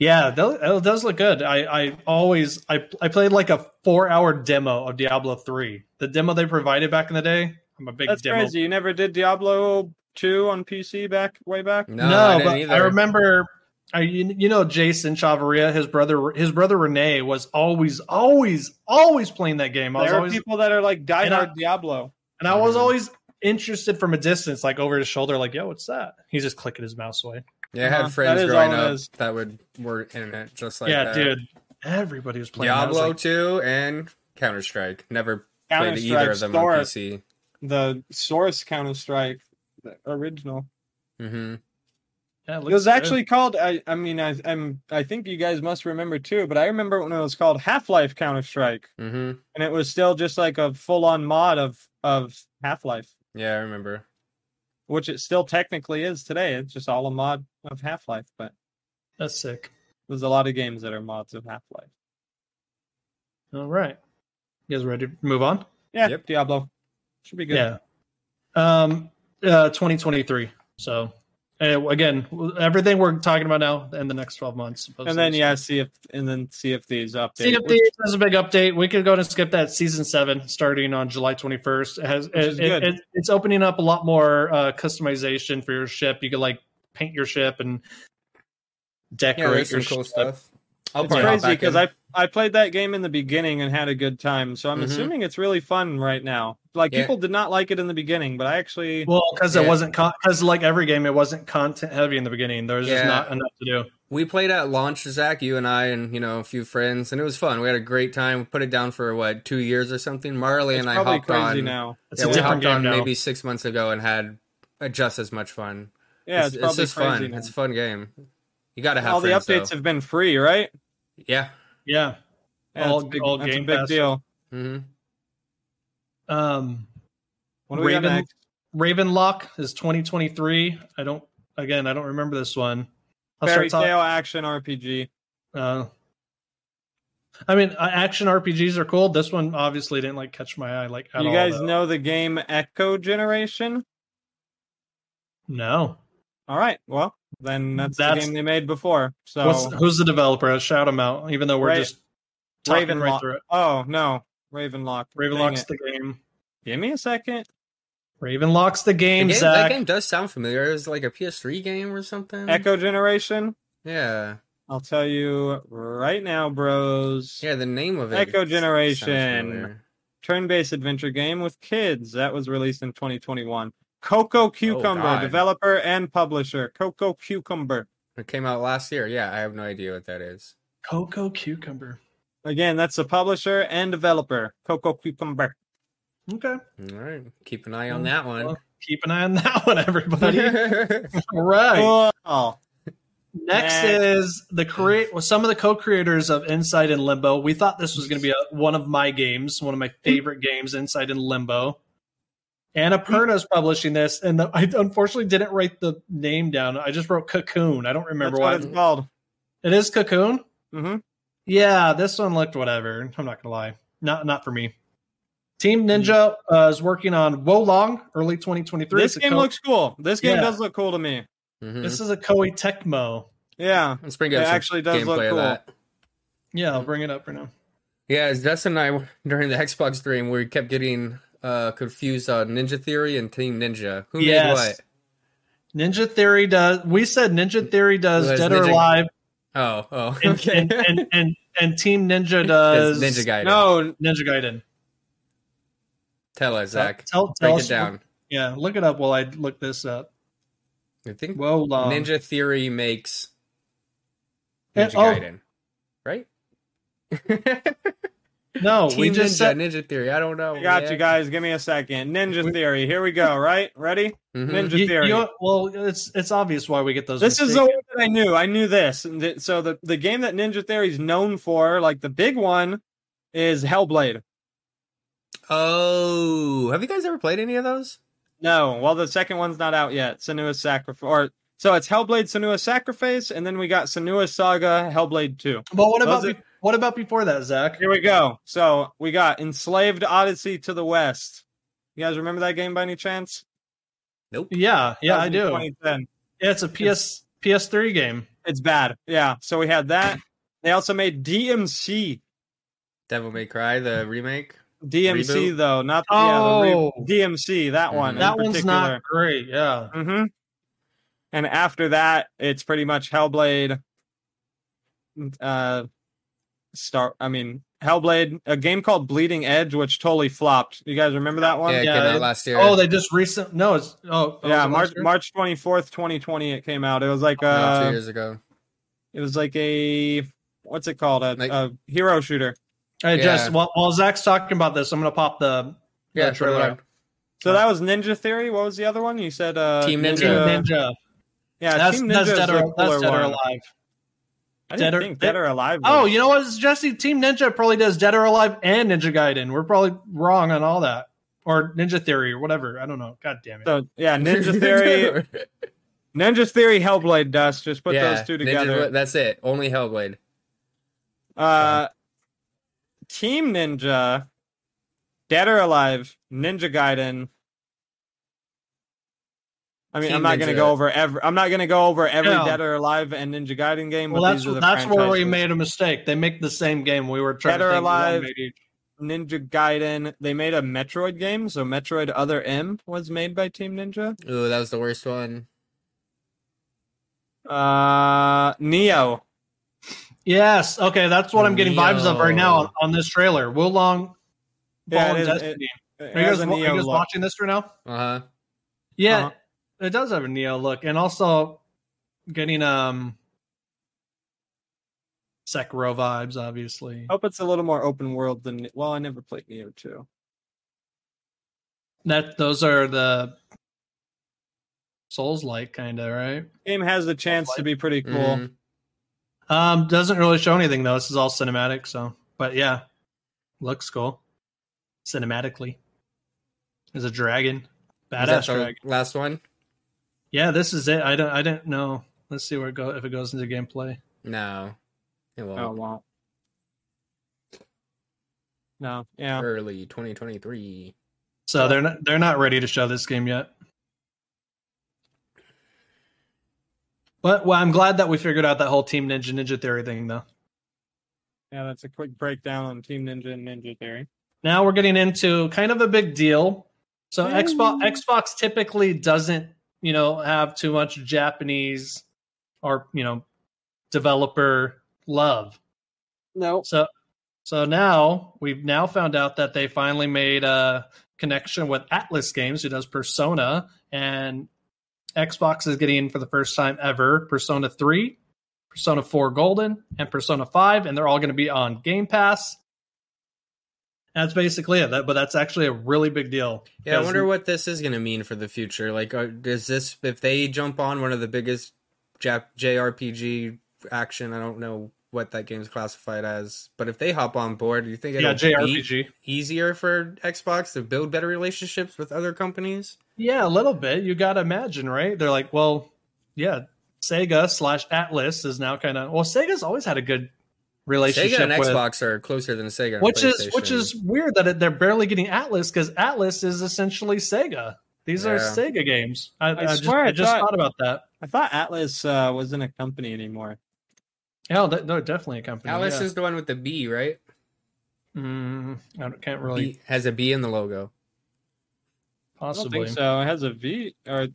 [SPEAKER 2] Yeah, tho- it does look good. I, I always I, I played like a four hour demo of Diablo 3. The demo they provided back in the day. I'm a big
[SPEAKER 5] That's
[SPEAKER 2] demo
[SPEAKER 5] crazy. You never did Diablo 2 on PC back way back?
[SPEAKER 3] Mm-hmm. no,
[SPEAKER 2] no,
[SPEAKER 3] I didn't
[SPEAKER 2] but
[SPEAKER 3] either.
[SPEAKER 2] I remember. I, you, you know Jason Chavarria, his brother, his brother Renee was always, always, always playing that game. I was
[SPEAKER 5] There are
[SPEAKER 2] always,
[SPEAKER 5] people that are like
[SPEAKER 2] And I-
[SPEAKER 5] diehard Diablo.
[SPEAKER 2] and I
[SPEAKER 3] Mm-hmm.
[SPEAKER 2] was always interested from a distance, like over his shoulder, like, "Yo, what's that?" He's just clicking his mouse away.
[SPEAKER 3] yeah, I
[SPEAKER 5] Uh-huh.
[SPEAKER 3] had
[SPEAKER 5] That
[SPEAKER 3] friends
[SPEAKER 5] is
[SPEAKER 3] growing
[SPEAKER 5] all it
[SPEAKER 3] up
[SPEAKER 5] is.
[SPEAKER 3] that would were in it just like
[SPEAKER 2] yeah,
[SPEAKER 3] that.
[SPEAKER 2] dude, everybody was playing. that. I was
[SPEAKER 3] Diablo
[SPEAKER 2] like,
[SPEAKER 3] two and Counter Strike. Never played
[SPEAKER 5] Counter
[SPEAKER 3] either
[SPEAKER 5] Strike
[SPEAKER 3] of them on
[SPEAKER 5] Source,
[SPEAKER 3] PC.
[SPEAKER 5] the Source Counter Strike, the original.
[SPEAKER 3] hmm
[SPEAKER 2] "Yeah,
[SPEAKER 5] It
[SPEAKER 2] looks
[SPEAKER 5] was
[SPEAKER 2] good."
[SPEAKER 5] actually called. I, I mean, I, I'm. I think you guys must remember too, but I remember when it was called Half Life Counter Strike,
[SPEAKER 3] hmm
[SPEAKER 5] and it was still just like a full on mod of of Half Life.
[SPEAKER 3] Yeah, I remember.
[SPEAKER 5] which it still technically is today. It's just all a mod of Half Life, but
[SPEAKER 2] that's sick.
[SPEAKER 5] there's a lot of games that are mods of Half Life.
[SPEAKER 2] All right, you guys ready to move on?
[SPEAKER 5] Yeah,
[SPEAKER 3] Yep.
[SPEAKER 5] Diablo should be good.
[SPEAKER 2] Yeah. Um, uh, 2023. So. uh, again, everything we're talking about now in the next 12 months.
[SPEAKER 5] and then
[SPEAKER 2] supposedly.
[SPEAKER 5] yeah, see if and then see if these update.
[SPEAKER 2] See if
[SPEAKER 5] which-
[SPEAKER 2] the- there's a big update. We could go and skip that season seven starting on July 21st. It has
[SPEAKER 5] is
[SPEAKER 2] it, it-
[SPEAKER 5] good.
[SPEAKER 2] it- it's opening up a lot more uh, customization for your ship. You could like paint your ship and
[SPEAKER 3] Yeah,
[SPEAKER 2] decorate
[SPEAKER 3] there's
[SPEAKER 2] your
[SPEAKER 3] some cool
[SPEAKER 2] ship.
[SPEAKER 3] stuff. I'll
[SPEAKER 5] it's
[SPEAKER 3] probably hop
[SPEAKER 5] crazy
[SPEAKER 3] back
[SPEAKER 5] because
[SPEAKER 3] in.
[SPEAKER 5] I I played that game in the beginning and had a good time, so I'm
[SPEAKER 3] Mhm.
[SPEAKER 5] assuming it's really fun right now. Like
[SPEAKER 3] Yeah.
[SPEAKER 5] people did not like it in the beginning, but I actually
[SPEAKER 2] Well, because it
[SPEAKER 3] Yeah.
[SPEAKER 2] wasn't because like every game, it wasn't content heavy in the beginning. There was just
[SPEAKER 3] Yeah.
[SPEAKER 2] not enough to do.
[SPEAKER 3] we played at launch, Zach, you and I, and you know a few friends, and it was fun. We had a great time. We put it down for what two years or something. Marley
[SPEAKER 5] it's
[SPEAKER 3] and I
[SPEAKER 5] probably
[SPEAKER 3] hopped
[SPEAKER 5] crazy
[SPEAKER 3] on.
[SPEAKER 5] now.
[SPEAKER 2] It's
[SPEAKER 3] yeah,
[SPEAKER 2] a
[SPEAKER 3] we
[SPEAKER 2] different
[SPEAKER 3] hopped
[SPEAKER 2] game
[SPEAKER 3] on
[SPEAKER 2] now.
[SPEAKER 3] maybe six months ago and had uh, just as much fun.
[SPEAKER 5] Yeah, it's,
[SPEAKER 3] it's, it's
[SPEAKER 5] probably
[SPEAKER 3] just
[SPEAKER 5] crazy
[SPEAKER 3] fun.
[SPEAKER 5] now.
[SPEAKER 3] It's a fun game. You gotta have
[SPEAKER 5] all the
[SPEAKER 3] friends,
[SPEAKER 5] updates
[SPEAKER 3] though.
[SPEAKER 5] have been free, right?
[SPEAKER 3] Yeah.
[SPEAKER 2] Yeah.
[SPEAKER 5] Yeah,
[SPEAKER 2] All-
[SPEAKER 5] that's a big,
[SPEAKER 2] all
[SPEAKER 5] that's a
[SPEAKER 2] Game
[SPEAKER 5] big
[SPEAKER 2] Pass.
[SPEAKER 5] deal.
[SPEAKER 3] hmm
[SPEAKER 2] Um,
[SPEAKER 5] What do we got
[SPEAKER 2] Raven-
[SPEAKER 5] next?
[SPEAKER 2] Ravenlock is 2023. I don't. Again, I don't remember this one. I'll
[SPEAKER 5] Fairy
[SPEAKER 2] start talking.
[SPEAKER 5] Tale action RPG.
[SPEAKER 2] Uh, I mean, uh, action RPGs are cool. This one obviously didn't like catch my eye like at
[SPEAKER 5] you
[SPEAKER 2] all,
[SPEAKER 5] guys
[SPEAKER 2] though.
[SPEAKER 5] know the game Echo Generation?
[SPEAKER 2] No,
[SPEAKER 5] All right. Well, then that's, the
[SPEAKER 2] That's-
[SPEAKER 5] game they made before. So
[SPEAKER 2] What's, who's the developer? Shout them out. Even though we're
[SPEAKER 5] Ra-
[SPEAKER 2] just talking right
[SPEAKER 5] Ravenlock.
[SPEAKER 2] through it.
[SPEAKER 5] Oh no, Ravenlock. Dang
[SPEAKER 2] Ravenlock's
[SPEAKER 5] it.
[SPEAKER 2] the game.
[SPEAKER 5] Give me a second.
[SPEAKER 2] Ravenlock's the
[SPEAKER 3] The
[SPEAKER 2] game.
[SPEAKER 3] game- that
[SPEAKER 2] Zach.
[SPEAKER 3] game does sound familiar. It was like a PS3 game or something.
[SPEAKER 5] Echo Generation.
[SPEAKER 3] Yeah.
[SPEAKER 5] I'll tell you right now, bros.
[SPEAKER 3] Yeah, the name of it.
[SPEAKER 5] Echo
[SPEAKER 3] sounds
[SPEAKER 5] Generation.
[SPEAKER 3] familiar.
[SPEAKER 5] Turn-based adventure game with kids that was released in 2021. Coco Cucumber,
[SPEAKER 3] God.
[SPEAKER 5] developer and publisher. Coco Cucumber.
[SPEAKER 3] It came out last year. Yeah, I have no idea what that is.
[SPEAKER 2] Coco Cucumber.
[SPEAKER 5] Again, that's the publisher and developer, Coco Cucumber.
[SPEAKER 2] Okay.
[SPEAKER 3] All right. Keep an eye on that
[SPEAKER 2] Mm,
[SPEAKER 3] one. Mm-hmm.
[SPEAKER 2] Well, keep an eye on that one, everybody. All right.
[SPEAKER 5] Cool.
[SPEAKER 2] Next
[SPEAKER 5] Next.
[SPEAKER 2] is the create well, some of the co-creators of Inside and Limbo. We thought this was going to be a, one of my games, one of my favorite games, Inside and Limbo. Annapurna's publishing this, and the, I unfortunately didn't write the name down. I just wrote Cocoon. I don't remember
[SPEAKER 5] That's what
[SPEAKER 2] why.
[SPEAKER 5] it's called.
[SPEAKER 2] It is Cocoon.
[SPEAKER 5] Mm-hmm.
[SPEAKER 2] Yeah, this one looked whatever. I'm not gonna lie, not not for me. Team Ninja uh, is working on Wolong early 2023. It's
[SPEAKER 5] This
[SPEAKER 2] a
[SPEAKER 5] game
[SPEAKER 2] co-
[SPEAKER 5] looks cool. This game
[SPEAKER 2] Yeah.
[SPEAKER 5] does look cool to me.
[SPEAKER 3] Mhm.
[SPEAKER 2] This is a Koei Tecmo.
[SPEAKER 5] Yeah.
[SPEAKER 3] Let's bring up
[SPEAKER 5] It
[SPEAKER 3] some
[SPEAKER 5] actually does look
[SPEAKER 3] gameplay of
[SPEAKER 5] cool.
[SPEAKER 3] that.
[SPEAKER 2] Yeah, I'll bring it up right now.
[SPEAKER 3] Yeah, as Dustin and I during the Xbox stream, we kept getting uh, confused on Ninja Theory and Team Ninja. Who
[SPEAKER 2] Yes.
[SPEAKER 3] made
[SPEAKER 2] Ninja Theory does. We said Ninja Theory does
[SPEAKER 3] Well, that's
[SPEAKER 2] Dead or
[SPEAKER 3] Ninja-
[SPEAKER 2] Alive,
[SPEAKER 3] what? Oh, oh,
[SPEAKER 2] and, and, and, and and Team Ninja does
[SPEAKER 3] That's Ninja Gaiden.
[SPEAKER 5] No,
[SPEAKER 2] Ninja Gaiden.
[SPEAKER 3] Tell us, Zach.
[SPEAKER 2] Tell, tell
[SPEAKER 3] Break
[SPEAKER 2] us-
[SPEAKER 3] it down.
[SPEAKER 2] Yeah, look it up while I look this up. um,
[SPEAKER 3] I think
[SPEAKER 2] Whoa, long.
[SPEAKER 3] Ninja Theory makes
[SPEAKER 2] Eh,
[SPEAKER 3] Ninja
[SPEAKER 2] oh.
[SPEAKER 3] Gaiden, right?
[SPEAKER 2] No,
[SPEAKER 3] Team
[SPEAKER 2] Oh, we just
[SPEAKER 3] Ninja,
[SPEAKER 2] said
[SPEAKER 3] Ninja Theory. I don't know.
[SPEAKER 5] I got
[SPEAKER 3] man.
[SPEAKER 5] you guys. Give me a second. Ninja Theory. Here we go. Right? Ready? Ninja
[SPEAKER 3] Mhm.
[SPEAKER 2] Mm-hmm. you- you
[SPEAKER 5] Theory.
[SPEAKER 2] know- well, it's it's obvious why we get those.
[SPEAKER 5] this is the
[SPEAKER 2] mistakes.
[SPEAKER 5] one that I knew. I knew this. And th- So the, the game that Ninja Theory is known for, like the big one, is Hellblade.
[SPEAKER 3] Oh, have you guys ever played any of those?
[SPEAKER 5] No, well the second one's not out yet. Senua's Sacrifice. Or so it's Hellblade, Senua's Sacrifice, and then we got Senua's Saga, Hellblade Two.
[SPEAKER 2] But what about
[SPEAKER 5] Those are-
[SPEAKER 2] be- what about before that, Zach?
[SPEAKER 5] Here we go. So we got Enslaved Odyssey to the West. You guys remember that game by any chance?
[SPEAKER 2] Yeah, yeah, I do.
[SPEAKER 5] 2010.
[SPEAKER 2] Yeah, it's a PS PS3 game.
[SPEAKER 5] It's bad. Yeah. So we had that. They also made DMC.
[SPEAKER 3] Devil May Cry, the remake.
[SPEAKER 5] DMC
[SPEAKER 3] Reboot?
[SPEAKER 5] though, not yeah, the re-
[SPEAKER 2] Oh. Mm-hmm.
[SPEAKER 5] DMC. That one.
[SPEAKER 3] Mhm.
[SPEAKER 5] in
[SPEAKER 2] That one's
[SPEAKER 5] particular.
[SPEAKER 2] not great. Yeah,
[SPEAKER 5] Mm-hmm. And after that, it's pretty much Hellblade. Uh, Star. I mean, Hellblade, a game called Bleeding Edge, which totally flopped. You guys remember that one?
[SPEAKER 3] yeah, it
[SPEAKER 2] yeah,
[SPEAKER 3] came out
[SPEAKER 2] it-
[SPEAKER 3] last year.
[SPEAKER 2] Oh, they just recent. No, it's oh oh, was
[SPEAKER 5] Yeah,
[SPEAKER 2] it
[SPEAKER 5] March
[SPEAKER 2] last year?
[SPEAKER 5] March twenty fourth, twenty twenty. It came out. It was like
[SPEAKER 3] No, two
[SPEAKER 5] a.
[SPEAKER 3] years ago.
[SPEAKER 5] It was like a. What's it called? A,
[SPEAKER 3] Like-
[SPEAKER 5] a hero shooter.
[SPEAKER 2] I just
[SPEAKER 3] Yeah.
[SPEAKER 2] while, while Zach's talking about this, I'm gonna pop the
[SPEAKER 3] Yeah,
[SPEAKER 2] the trailer. up.
[SPEAKER 5] So that was Ninja Theory. What was the other one? You said uh,
[SPEAKER 3] Team Ninja.
[SPEAKER 2] Team Ninja.
[SPEAKER 5] Yeah,
[SPEAKER 2] That's
[SPEAKER 5] Team
[SPEAKER 2] that's
[SPEAKER 5] Ninja
[SPEAKER 2] dead
[SPEAKER 5] is the
[SPEAKER 2] or that's
[SPEAKER 5] cooler
[SPEAKER 2] dead or
[SPEAKER 5] one.
[SPEAKER 2] alive.
[SPEAKER 5] I didn't
[SPEAKER 2] Dead or-
[SPEAKER 5] think Dead or Alive.
[SPEAKER 2] Oh,
[SPEAKER 5] was-
[SPEAKER 2] you know what, Jesse? Team Ninja probably does Dead or Alive and Ninja Gaiden. We're probably wrong on all that, or Ninja Theory or whatever. I don't know. God damn it.
[SPEAKER 5] So yeah, Ninja Theory, Ninja Theory, Hellblade Dust. Just put
[SPEAKER 3] Yeah,
[SPEAKER 5] those two
[SPEAKER 3] Ninja-
[SPEAKER 5] together.
[SPEAKER 3] that's it. Only Hellblade.
[SPEAKER 5] uh, Team Ninja, Dead or Alive, Ninja Gaiden. I mean,
[SPEAKER 3] Team
[SPEAKER 5] I'm not going
[SPEAKER 3] Ninja.
[SPEAKER 5] to go over every. I'm not going to go over every
[SPEAKER 2] No.
[SPEAKER 5] Dead or Alive and Ninja Gaiden game.
[SPEAKER 2] well,
[SPEAKER 5] but
[SPEAKER 2] that's
[SPEAKER 5] these are the
[SPEAKER 2] that's where we
[SPEAKER 5] franchises.
[SPEAKER 2] made a mistake. They make the same game. We were trying
[SPEAKER 5] Dead
[SPEAKER 2] to
[SPEAKER 5] or
[SPEAKER 2] think of one
[SPEAKER 5] Alive.
[SPEAKER 2] maybe.
[SPEAKER 5] Ninja Gaiden. They made a Metroid game, so Metroid Other M was made by Team Ninja.
[SPEAKER 3] Ooh, that was the worst one.
[SPEAKER 5] Uh, Neo.
[SPEAKER 2] Yes. Okay, that's what I'm getting vibes of right now on, on this trailer. Will Long,
[SPEAKER 5] Yeah,
[SPEAKER 2] Ball and
[SPEAKER 5] it is-
[SPEAKER 2] Destiny.
[SPEAKER 5] it
[SPEAKER 2] are you
[SPEAKER 5] has
[SPEAKER 2] guys,
[SPEAKER 5] a
[SPEAKER 2] wa- are you
[SPEAKER 5] Neo
[SPEAKER 2] guys
[SPEAKER 5] look.
[SPEAKER 2] watching this right now?
[SPEAKER 3] Uh huh.
[SPEAKER 2] Yeah,
[SPEAKER 5] Uh-huh.
[SPEAKER 2] it does have a Neo look, and also getting um Sekiro vibes, obviously.
[SPEAKER 3] Oh.
[SPEAKER 5] hope it's a little more open world than well i never played neo 2
[SPEAKER 2] That those are the Souls like kind of right.
[SPEAKER 5] game has the chance to be pretty cool
[SPEAKER 3] Mhm.
[SPEAKER 2] Um, doesn't really show anything though. This is all cinematic, so but yeah, looks cool cinematically. There's a dragon,
[SPEAKER 3] Is that
[SPEAKER 2] badass
[SPEAKER 3] the
[SPEAKER 2] dragon.
[SPEAKER 3] last one?
[SPEAKER 2] Yeah, this is it. I don't. I don't know. Let's see where it go if it goes into gameplay.
[SPEAKER 3] No, it won't.
[SPEAKER 5] oh wow no yeah
[SPEAKER 3] Early 2023.
[SPEAKER 2] So they're not. They're not ready to show this game yet. But well, I'm glad that we figured out that whole Team Ninja Ninja Theory thing, though.
[SPEAKER 5] yeah that's a quick breakdown on team ninja and ninja theory
[SPEAKER 2] Now we're getting into kind of a big deal. So Xbox Xbox typically doesn't, you know, have too much Japanese or you know developer love.
[SPEAKER 5] no
[SPEAKER 2] So, so now we've now found out that they finally made a connection with Atlas Games, who does Persona, and Xbox is getting for the first time ever Persona Three, Persona 4 Golden, and Persona 5, and they're all going to be on Game Pass. And that's basically it. That, but that's actually a really big deal.
[SPEAKER 3] Yeah, I wonder what this is going to mean for the future. Like, are, is this if they jump on one of the biggest Jap- JRPG action? I don't know what that game's classified as, but if they hop on board, do you think it'll
[SPEAKER 2] yeah, JRPG
[SPEAKER 3] be easier for Xbox to build better relationships with other companies?
[SPEAKER 2] Yeah, a little bit. You got to imagine, right? They're like, well, yeah, Sega slash Atlas is now kind of well. Sega's always had a good relationship.
[SPEAKER 3] Sega and
[SPEAKER 2] with,
[SPEAKER 3] Xbox are closer than Sega,
[SPEAKER 2] which is which is weird that it, they're barely getting Atlas because Atlas is essentially Sega. These yeah. are Sega games. I, I, I swear, just, I, thought, just thought about that.
[SPEAKER 5] I thought Atlas uh, wasn't a company anymore.
[SPEAKER 2] Yeah, they're no, definitely a company.
[SPEAKER 3] Atlas
[SPEAKER 2] yeah.
[SPEAKER 3] is the one with the B, right?
[SPEAKER 2] Mm, I can't really
[SPEAKER 3] B, has a B in the logo.
[SPEAKER 2] Possibly
[SPEAKER 5] so. It has a V, or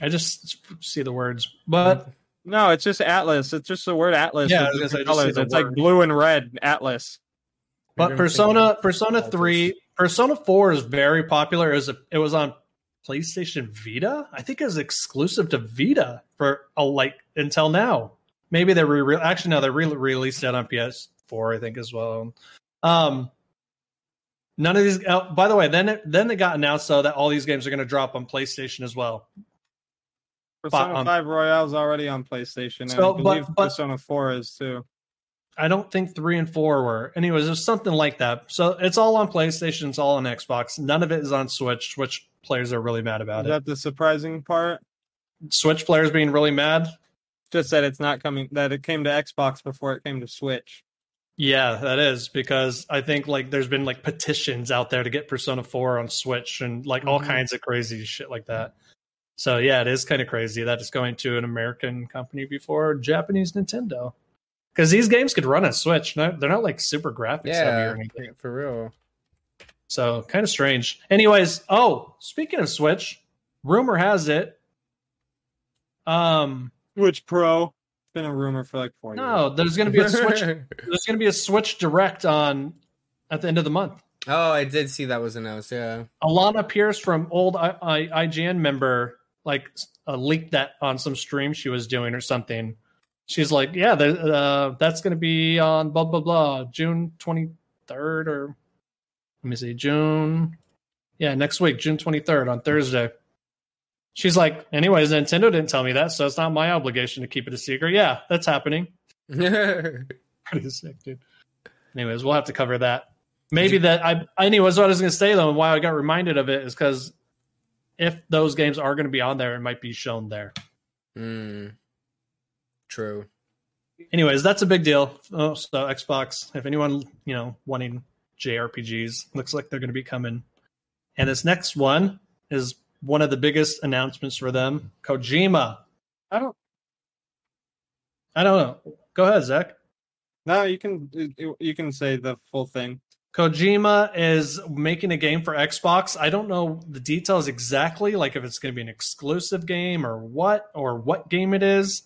[SPEAKER 2] I just see the words, but. Mm-hmm.
[SPEAKER 5] No, it's just Atlas. It's just the word Atlas.
[SPEAKER 2] Yeah,
[SPEAKER 5] it's,
[SPEAKER 2] I
[SPEAKER 5] colors. it's like blue and red Atlas.
[SPEAKER 2] But Persona Persona Atlas. three Persona four is very popular. It was, a, it was on PlayStation Vita. I think it was exclusive to Vita for a like until now. Maybe they re actually no, they re released it on PS4, I think as well. Um, none of these. Uh, by the way, then it, then it got announced though that all these games are going to drop on PlayStation as well.
[SPEAKER 5] Persona but, um, Five Royale is already on PlayStation, so, and I believe but, but, Persona Four is too.
[SPEAKER 2] I don't think three and four were. Anyways, there's something like that. So it's all on PlayStation. It's all on Xbox. None of it is on Switch, which players are really mad about. it.
[SPEAKER 5] Is that the surprising part?
[SPEAKER 2] Switch players being really mad.
[SPEAKER 5] Just that it's not coming. That it came to Xbox before it came to Switch.
[SPEAKER 2] Yeah, that is because I think like there's been like petitions out there to get Persona Four on Switch and like all mm-hmm. kinds of crazy shit like that. So yeah, it is kind of crazy that it's going to an American company before Japanese Nintendo. Because these games could run on Switch. No, they're not like super graphics
[SPEAKER 3] yeah, yeah, For real.
[SPEAKER 2] So kind of strange. Anyways, oh, speaking of Switch, rumor has it. Um
[SPEAKER 5] Switch Pro. It's been a rumor for like four
[SPEAKER 2] no,
[SPEAKER 5] years.
[SPEAKER 2] there's gonna be a Switch there's gonna be a Switch direct on at the end of the month.
[SPEAKER 3] Oh, I did see that was announced, yeah.
[SPEAKER 2] Alana Pierce from old I- I- IGN member like uh, leaked that on some stream she was doing or something. She's like, yeah, the, uh, that's going to be on blah blah blah June twenty third or let me see June, yeah, next week June twenty third on Thursday. She's like, anyways, Nintendo didn't tell me that, so it's not my obligation to keep it a secret. Yeah, that's happening. Pretty sick, dude. Anyways, we'll have to cover that. Maybe you- that I. Anyways, what I was going to say though, and why I got reminded of it is because if those games are going to be on there, it might be shown there.
[SPEAKER 3] Mm, true.
[SPEAKER 2] Anyways, that's a big deal. Oh, so Xbox, if anyone you know wanting JRPGs, looks like they're going to be coming. And this next one is one of the biggest announcements for them. Kojima.
[SPEAKER 5] I don't.
[SPEAKER 2] I don't know. Go ahead, Zach.
[SPEAKER 5] No, you can you can say the full thing.
[SPEAKER 2] Kojima is making a game for Xbox. I don't know the details exactly, like if it's going to be an exclusive game or what, or what game it is.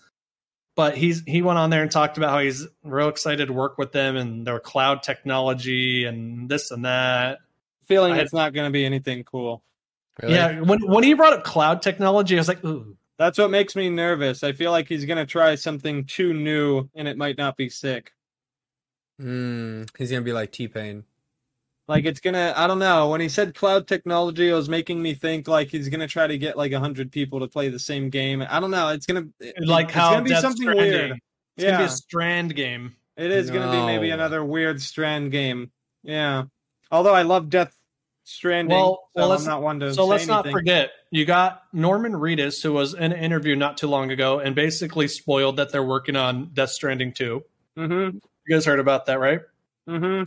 [SPEAKER 2] But he's he went on there and talked about how he's real excited to work with them and their cloud technology and this and that.
[SPEAKER 5] Feeling had, it's not going to be anything cool.
[SPEAKER 2] Really? Yeah, when when he brought up cloud technology, I was like, ooh.
[SPEAKER 5] That's what makes me nervous. I feel like he's going to try something too new and it might not be sick.
[SPEAKER 3] Mm, he's going to be like T Pain.
[SPEAKER 5] Like it's gonna, I don't know. When he said cloud technology, it was making me think like he's gonna try to get like hundred people to play the same game. I don't know. It's gonna
[SPEAKER 2] like
[SPEAKER 5] it's
[SPEAKER 2] how
[SPEAKER 5] gonna be Death something
[SPEAKER 2] Stranding.
[SPEAKER 5] weird.
[SPEAKER 2] It's yeah. gonna be a strand game.
[SPEAKER 5] It is no. gonna be maybe another weird strand game. Yeah. Although I love Death Stranding, well, so well, let's, I'm not one to.
[SPEAKER 2] So let's
[SPEAKER 5] anything.
[SPEAKER 2] not forget, you got Norman Reedus, who was in an interview not too long ago, and basically spoiled that they're working on Death Stranding 2
[SPEAKER 5] mm-hmm.
[SPEAKER 2] You guys heard about that, right?
[SPEAKER 5] Mm-hmm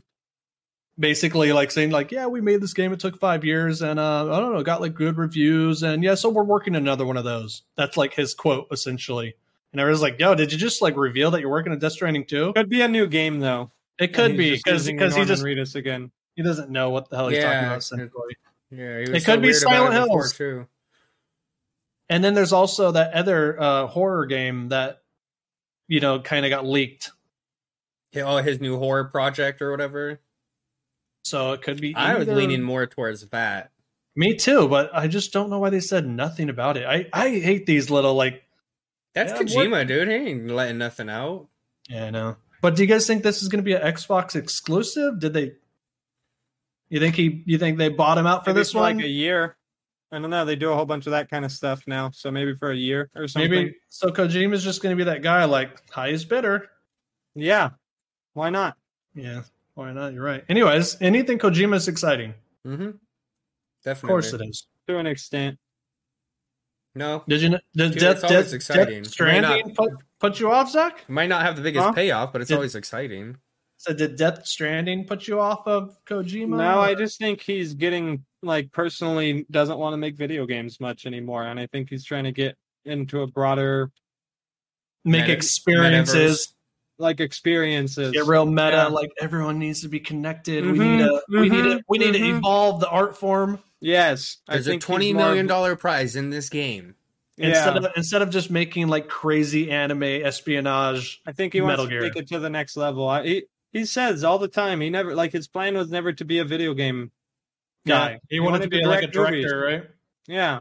[SPEAKER 2] basically like saying like yeah we made this game it took five years and uh i don't know got like good reviews and yeah so we're working another one of those that's like his quote essentially and everyone's like yo did you just like reveal that you're working on death stranding too
[SPEAKER 5] could be a new game though
[SPEAKER 2] it could be because because he just
[SPEAKER 5] read us again
[SPEAKER 2] he doesn't know what the hell he's
[SPEAKER 3] yeah,
[SPEAKER 2] talking about essentially.
[SPEAKER 3] yeah
[SPEAKER 2] it so could be silent hills
[SPEAKER 3] too
[SPEAKER 2] and then there's also that other uh horror game that you know kind of got leaked
[SPEAKER 3] oh his new horror project or whatever
[SPEAKER 2] so it could be.
[SPEAKER 3] I was leaning more towards that.
[SPEAKER 2] Me too, but I just don't know why they said nothing about it. I I hate these little like
[SPEAKER 3] That's
[SPEAKER 2] Yeah,
[SPEAKER 3] Kojima, dude. He ain't letting nothing out.
[SPEAKER 2] Yeah, I know. But do you guys think this is going to be an Xbox exclusive? Did they? You think he? You think they bought him out for
[SPEAKER 5] Maybe
[SPEAKER 2] this
[SPEAKER 5] for
[SPEAKER 2] one?
[SPEAKER 5] like a year. I don't know. They do a whole bunch of that kind of stuff now, so maybe for a year or something.
[SPEAKER 2] Maybe so. Kojima's just going to be that guy, like highest bidder.
[SPEAKER 5] Yeah. Why not?
[SPEAKER 2] Yeah, why not? You're right. Anyways, anything Kojima is exciting.
[SPEAKER 3] Mm-hmm.
[SPEAKER 2] Of
[SPEAKER 3] Definitely.
[SPEAKER 2] course it is.
[SPEAKER 5] To an extent.
[SPEAKER 3] No.
[SPEAKER 2] Did you? kn- Did
[SPEAKER 3] Dude,
[SPEAKER 2] Death,
[SPEAKER 3] it's always
[SPEAKER 2] Death,
[SPEAKER 3] exciting.
[SPEAKER 2] Death
[SPEAKER 3] Why not?
[SPEAKER 2] Stranding put, put you off, Zach?
[SPEAKER 3] It might not have the biggest
[SPEAKER 5] Huh?
[SPEAKER 3] payoff, but it's
[SPEAKER 2] Did-
[SPEAKER 3] always exciting.
[SPEAKER 2] So did Death Stranding put you off of Kojima?
[SPEAKER 5] No, I just think he's getting like personally doesn't want to make video games much anymore, and I think he's trying to get into a broader
[SPEAKER 2] make
[SPEAKER 3] Meta-
[SPEAKER 2] experiences
[SPEAKER 5] like experiences.
[SPEAKER 2] get real meta.
[SPEAKER 5] Yeah.
[SPEAKER 2] Like everyone needs to be connected. we
[SPEAKER 5] Mhm,
[SPEAKER 2] need to. we need
[SPEAKER 5] mhm,
[SPEAKER 2] to. We need to
[SPEAKER 5] mhm.
[SPEAKER 2] evolve the art form
[SPEAKER 5] Yes,
[SPEAKER 3] There's
[SPEAKER 5] I
[SPEAKER 3] a
[SPEAKER 5] think
[SPEAKER 3] twenty
[SPEAKER 5] he's more-
[SPEAKER 3] million dollar prize in this game.
[SPEAKER 5] Yeah,
[SPEAKER 2] instead of instead of just making like crazy anime espionage.
[SPEAKER 5] I think he wants
[SPEAKER 2] Metal
[SPEAKER 5] to
[SPEAKER 2] Gear.
[SPEAKER 5] take it to the next level. I, he he says all the time he never like his plan was never to be a video game
[SPEAKER 2] Guy.
[SPEAKER 5] guy.
[SPEAKER 2] he, wanted, to be like a
[SPEAKER 5] direct
[SPEAKER 2] director,
[SPEAKER 5] movies.
[SPEAKER 2] right?
[SPEAKER 5] Yeah,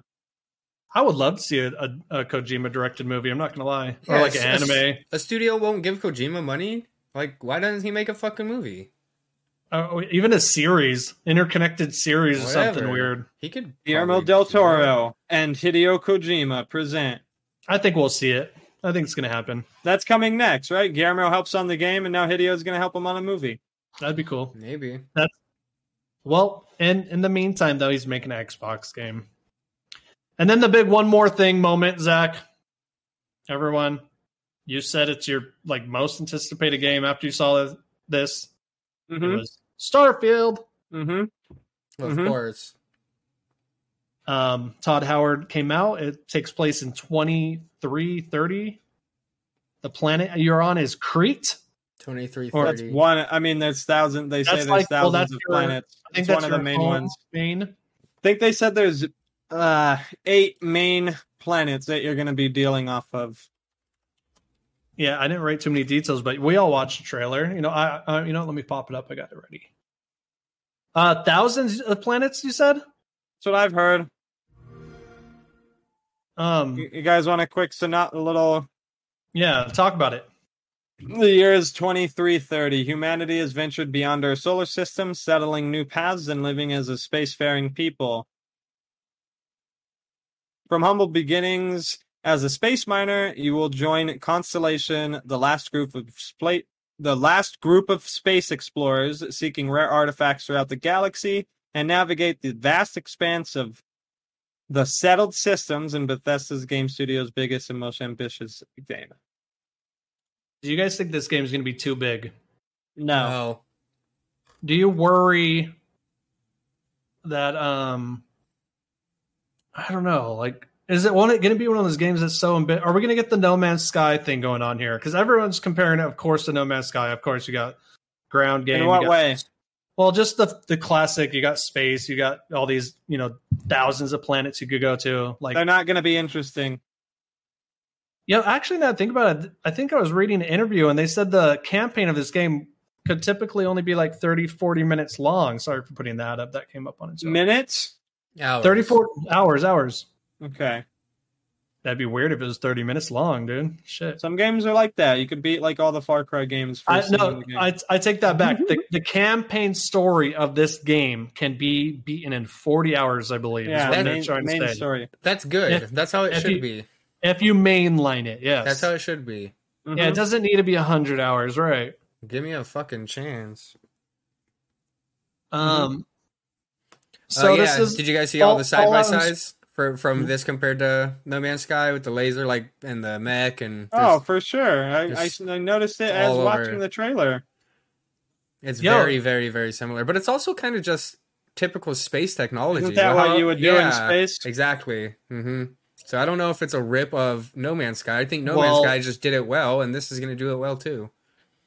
[SPEAKER 2] I would love to see a, a, a Kojima directed movie. I'm not gonna lie, or
[SPEAKER 3] Yeah,
[SPEAKER 2] like an
[SPEAKER 3] it's- it's-
[SPEAKER 2] anime.
[SPEAKER 3] A studio won't give Kojima money. Like, why doesn't he make a fucking movie?
[SPEAKER 2] Uh, even a series, interconnected series or something
[SPEAKER 3] Whatever.
[SPEAKER 2] weird.
[SPEAKER 3] He could.
[SPEAKER 5] Guillermo
[SPEAKER 3] probably
[SPEAKER 5] del
[SPEAKER 3] do that.
[SPEAKER 5] Toro and Hideo Kojima present.
[SPEAKER 2] I think we'll see it. I think it's going to happen.
[SPEAKER 5] That's coming next, right? Guillermo helps on the game, and now Hideo's going to help him on a movie.
[SPEAKER 2] That'd be cool.
[SPEAKER 3] Maybe.
[SPEAKER 2] Well, in in the meantime, though, he's making an Xbox game. And then the big one more thing moment, Zach. Everyone, you said it's your like most anticipated game after you saw th- this. It
[SPEAKER 5] Mm-hmm.
[SPEAKER 2] was Starfield.
[SPEAKER 5] Mm-hmm.
[SPEAKER 3] Of
[SPEAKER 5] Mhm.
[SPEAKER 3] course.
[SPEAKER 2] um, Todd Howard came out. It takes place in 2330. The planet you're on is Crete.
[SPEAKER 3] Twenty three
[SPEAKER 2] Or
[SPEAKER 5] That's
[SPEAKER 3] thirty.
[SPEAKER 5] one. I mean, there's thousand. They say
[SPEAKER 2] That's
[SPEAKER 5] there's
[SPEAKER 2] like- well,
[SPEAKER 5] thousands
[SPEAKER 2] that's
[SPEAKER 5] of
[SPEAKER 2] your-
[SPEAKER 5] planets.
[SPEAKER 2] I think
[SPEAKER 5] it's
[SPEAKER 2] that's
[SPEAKER 5] one of the main ones.
[SPEAKER 2] Main.
[SPEAKER 5] I think they said there's uh eight main planets that you're going to be dealing off of.
[SPEAKER 2] Yeah, I didn't write too many details, but we all watched the trailer. You know, I, I you know, let me pop it up. I got it ready. Uh, thousands of planets. You said.
[SPEAKER 5] That's what I've heard.
[SPEAKER 2] Um,
[SPEAKER 5] You you guys want a quick synop? A little.
[SPEAKER 2] yeah, talk about it.
[SPEAKER 5] The year is 2330. Humanity has ventured beyond our solar system, settling new paths and living as a spacefaring people. From humble beginnings as a space miner, you will join Constellation, the last group of spla- the last group of space explorers seeking rare artifacts throughout the galaxy and navigate the vast expanse of the settled systems in Bethesda's game studio's biggest and most ambitious game.
[SPEAKER 2] Do you guys think this game is going to be too big?
[SPEAKER 5] No.
[SPEAKER 3] Oh,
[SPEAKER 2] Do you worry that um I don't know, like is it one going to be one of those games that's so embi- are we going to get the No Man's Sky thing going on here? Cuz everyone's comparing it of course to No Man's Sky. Of course you got ground game.
[SPEAKER 5] In
[SPEAKER 2] you
[SPEAKER 5] what
[SPEAKER 2] got-
[SPEAKER 5] way?
[SPEAKER 2] Well, just the the classic, you got space, you got all these, you know, thousands of planets you could go to. Like
[SPEAKER 5] They're not going to be interesting.
[SPEAKER 2] Yeah, actually, now that I think about it, I think I was reading an interview and they said the campaign of this game could typically only be like 30, 40 minutes long. Sorry for putting that up. That came up on its own.
[SPEAKER 5] Minutes?
[SPEAKER 3] Oh, hours.
[SPEAKER 2] 34 hours, hours.
[SPEAKER 5] Okay.
[SPEAKER 2] That'd be weird if it was 30 minutes long, dude. Shit.
[SPEAKER 5] Some games are like that. You could beat like all the Far Cry games. for a
[SPEAKER 2] I,
[SPEAKER 5] single
[SPEAKER 2] no,
[SPEAKER 5] game.
[SPEAKER 2] I, I take that back.
[SPEAKER 3] Mm-hmm.
[SPEAKER 2] the, the campaign story of this game can be beaten in 40 hours, I believe. is
[SPEAKER 5] yeah,
[SPEAKER 2] what they're
[SPEAKER 5] main,
[SPEAKER 2] trying to
[SPEAKER 5] main
[SPEAKER 2] say.
[SPEAKER 5] story.
[SPEAKER 3] That's good.
[SPEAKER 2] If-
[SPEAKER 3] That's how it
[SPEAKER 2] if
[SPEAKER 3] should
[SPEAKER 2] you-
[SPEAKER 3] be.
[SPEAKER 2] If you mainline it, yes.
[SPEAKER 3] That's how it should be.
[SPEAKER 2] yeah,
[SPEAKER 5] Mm-hmm.
[SPEAKER 3] Mm-hmm.
[SPEAKER 2] it doesn't need to be 100 hours, right?
[SPEAKER 3] Give me a fucking chance.
[SPEAKER 2] Um,
[SPEAKER 3] So
[SPEAKER 2] so this is.
[SPEAKER 3] Mm-hmm. Uh, Did you guys see all,
[SPEAKER 2] all-
[SPEAKER 3] the side
[SPEAKER 2] all
[SPEAKER 3] by
[SPEAKER 2] items-
[SPEAKER 3] sides for
[SPEAKER 5] Mm-hmm.
[SPEAKER 3] from this compared to No Man's Sky with the laser like and the mech and
[SPEAKER 5] Oh,
[SPEAKER 3] there's-
[SPEAKER 5] for sure. I, I,
[SPEAKER 3] there's
[SPEAKER 5] I noticed it
[SPEAKER 3] all
[SPEAKER 5] as
[SPEAKER 3] over.
[SPEAKER 5] watching the trailer.
[SPEAKER 3] it's
[SPEAKER 2] Yo.
[SPEAKER 3] very very very similar. But it's also kind of just typical space technology.
[SPEAKER 5] Isn't that
[SPEAKER 3] How-
[SPEAKER 5] what you would do
[SPEAKER 3] yeah,
[SPEAKER 5] in space?
[SPEAKER 3] Exactly. hmm So I don't know if it's a rip of No Man's Sky. I think No
[SPEAKER 2] Well-
[SPEAKER 3] Man's Sky just did it well, and this is going to do it well too.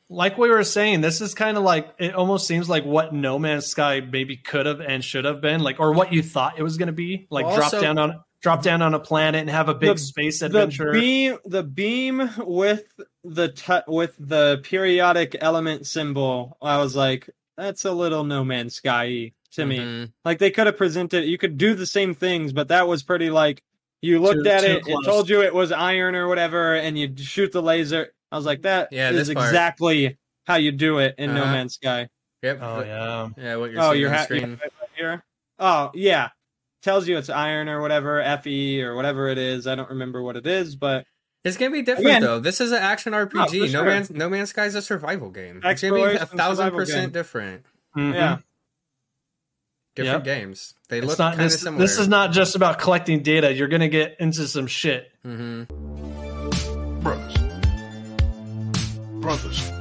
[SPEAKER 2] like we were saying, this is kind of like it almost seems like what No Man's Sky maybe could have and should have been, like or what you thought it was going to be, like
[SPEAKER 3] Also-
[SPEAKER 2] drop down on drop down on a planet and have a big
[SPEAKER 5] The-
[SPEAKER 2] space
[SPEAKER 5] The
[SPEAKER 2] adventure.
[SPEAKER 5] beam, the beam with the tu with the periodic element symbol. I was like, that's a little No Man's Sky to me.
[SPEAKER 3] Mhm.
[SPEAKER 5] Like they could have presented, you could do the same things, but that was pretty like You looked
[SPEAKER 2] Too-
[SPEAKER 5] at
[SPEAKER 2] too
[SPEAKER 5] it,
[SPEAKER 2] close.
[SPEAKER 5] it told you it was iron or whatever, and you shoot the laser. I was like, that
[SPEAKER 3] Yeah,
[SPEAKER 5] is
[SPEAKER 3] this part.
[SPEAKER 5] exactly how you do it in No
[SPEAKER 3] Uh-huh.
[SPEAKER 5] Man's Sky.
[SPEAKER 3] Yep.
[SPEAKER 2] Oh yeah.
[SPEAKER 3] Yeah, what you're
[SPEAKER 5] Oh,
[SPEAKER 3] seeing
[SPEAKER 5] you're
[SPEAKER 3] on the
[SPEAKER 5] ha- yeah,
[SPEAKER 3] screen.
[SPEAKER 5] right here. Oh yeah, tells you it's iron or whatever, Fe or whatever it is. I don't remember what it is, but
[SPEAKER 3] It's gonna be different
[SPEAKER 5] Again-
[SPEAKER 3] though. This is an action RPG.
[SPEAKER 5] No,
[SPEAKER 3] No,
[SPEAKER 5] for sure.
[SPEAKER 3] man's No Man's Sky is a survival game. It's gonna be a
[SPEAKER 5] Exploration,
[SPEAKER 3] thousand
[SPEAKER 5] survival
[SPEAKER 3] percent
[SPEAKER 5] game.
[SPEAKER 3] different.
[SPEAKER 2] Mhm.
[SPEAKER 5] yeah,
[SPEAKER 3] Different games. They
[SPEAKER 2] It's
[SPEAKER 3] look
[SPEAKER 2] not
[SPEAKER 3] kind of
[SPEAKER 2] this,
[SPEAKER 3] similar.
[SPEAKER 2] this is not just about collecting data. You're gonna get into
[SPEAKER 3] Mm-hmm.
[SPEAKER 2] some shit.
[SPEAKER 3] Mhm.
[SPEAKER 1] Brothers. Brothers.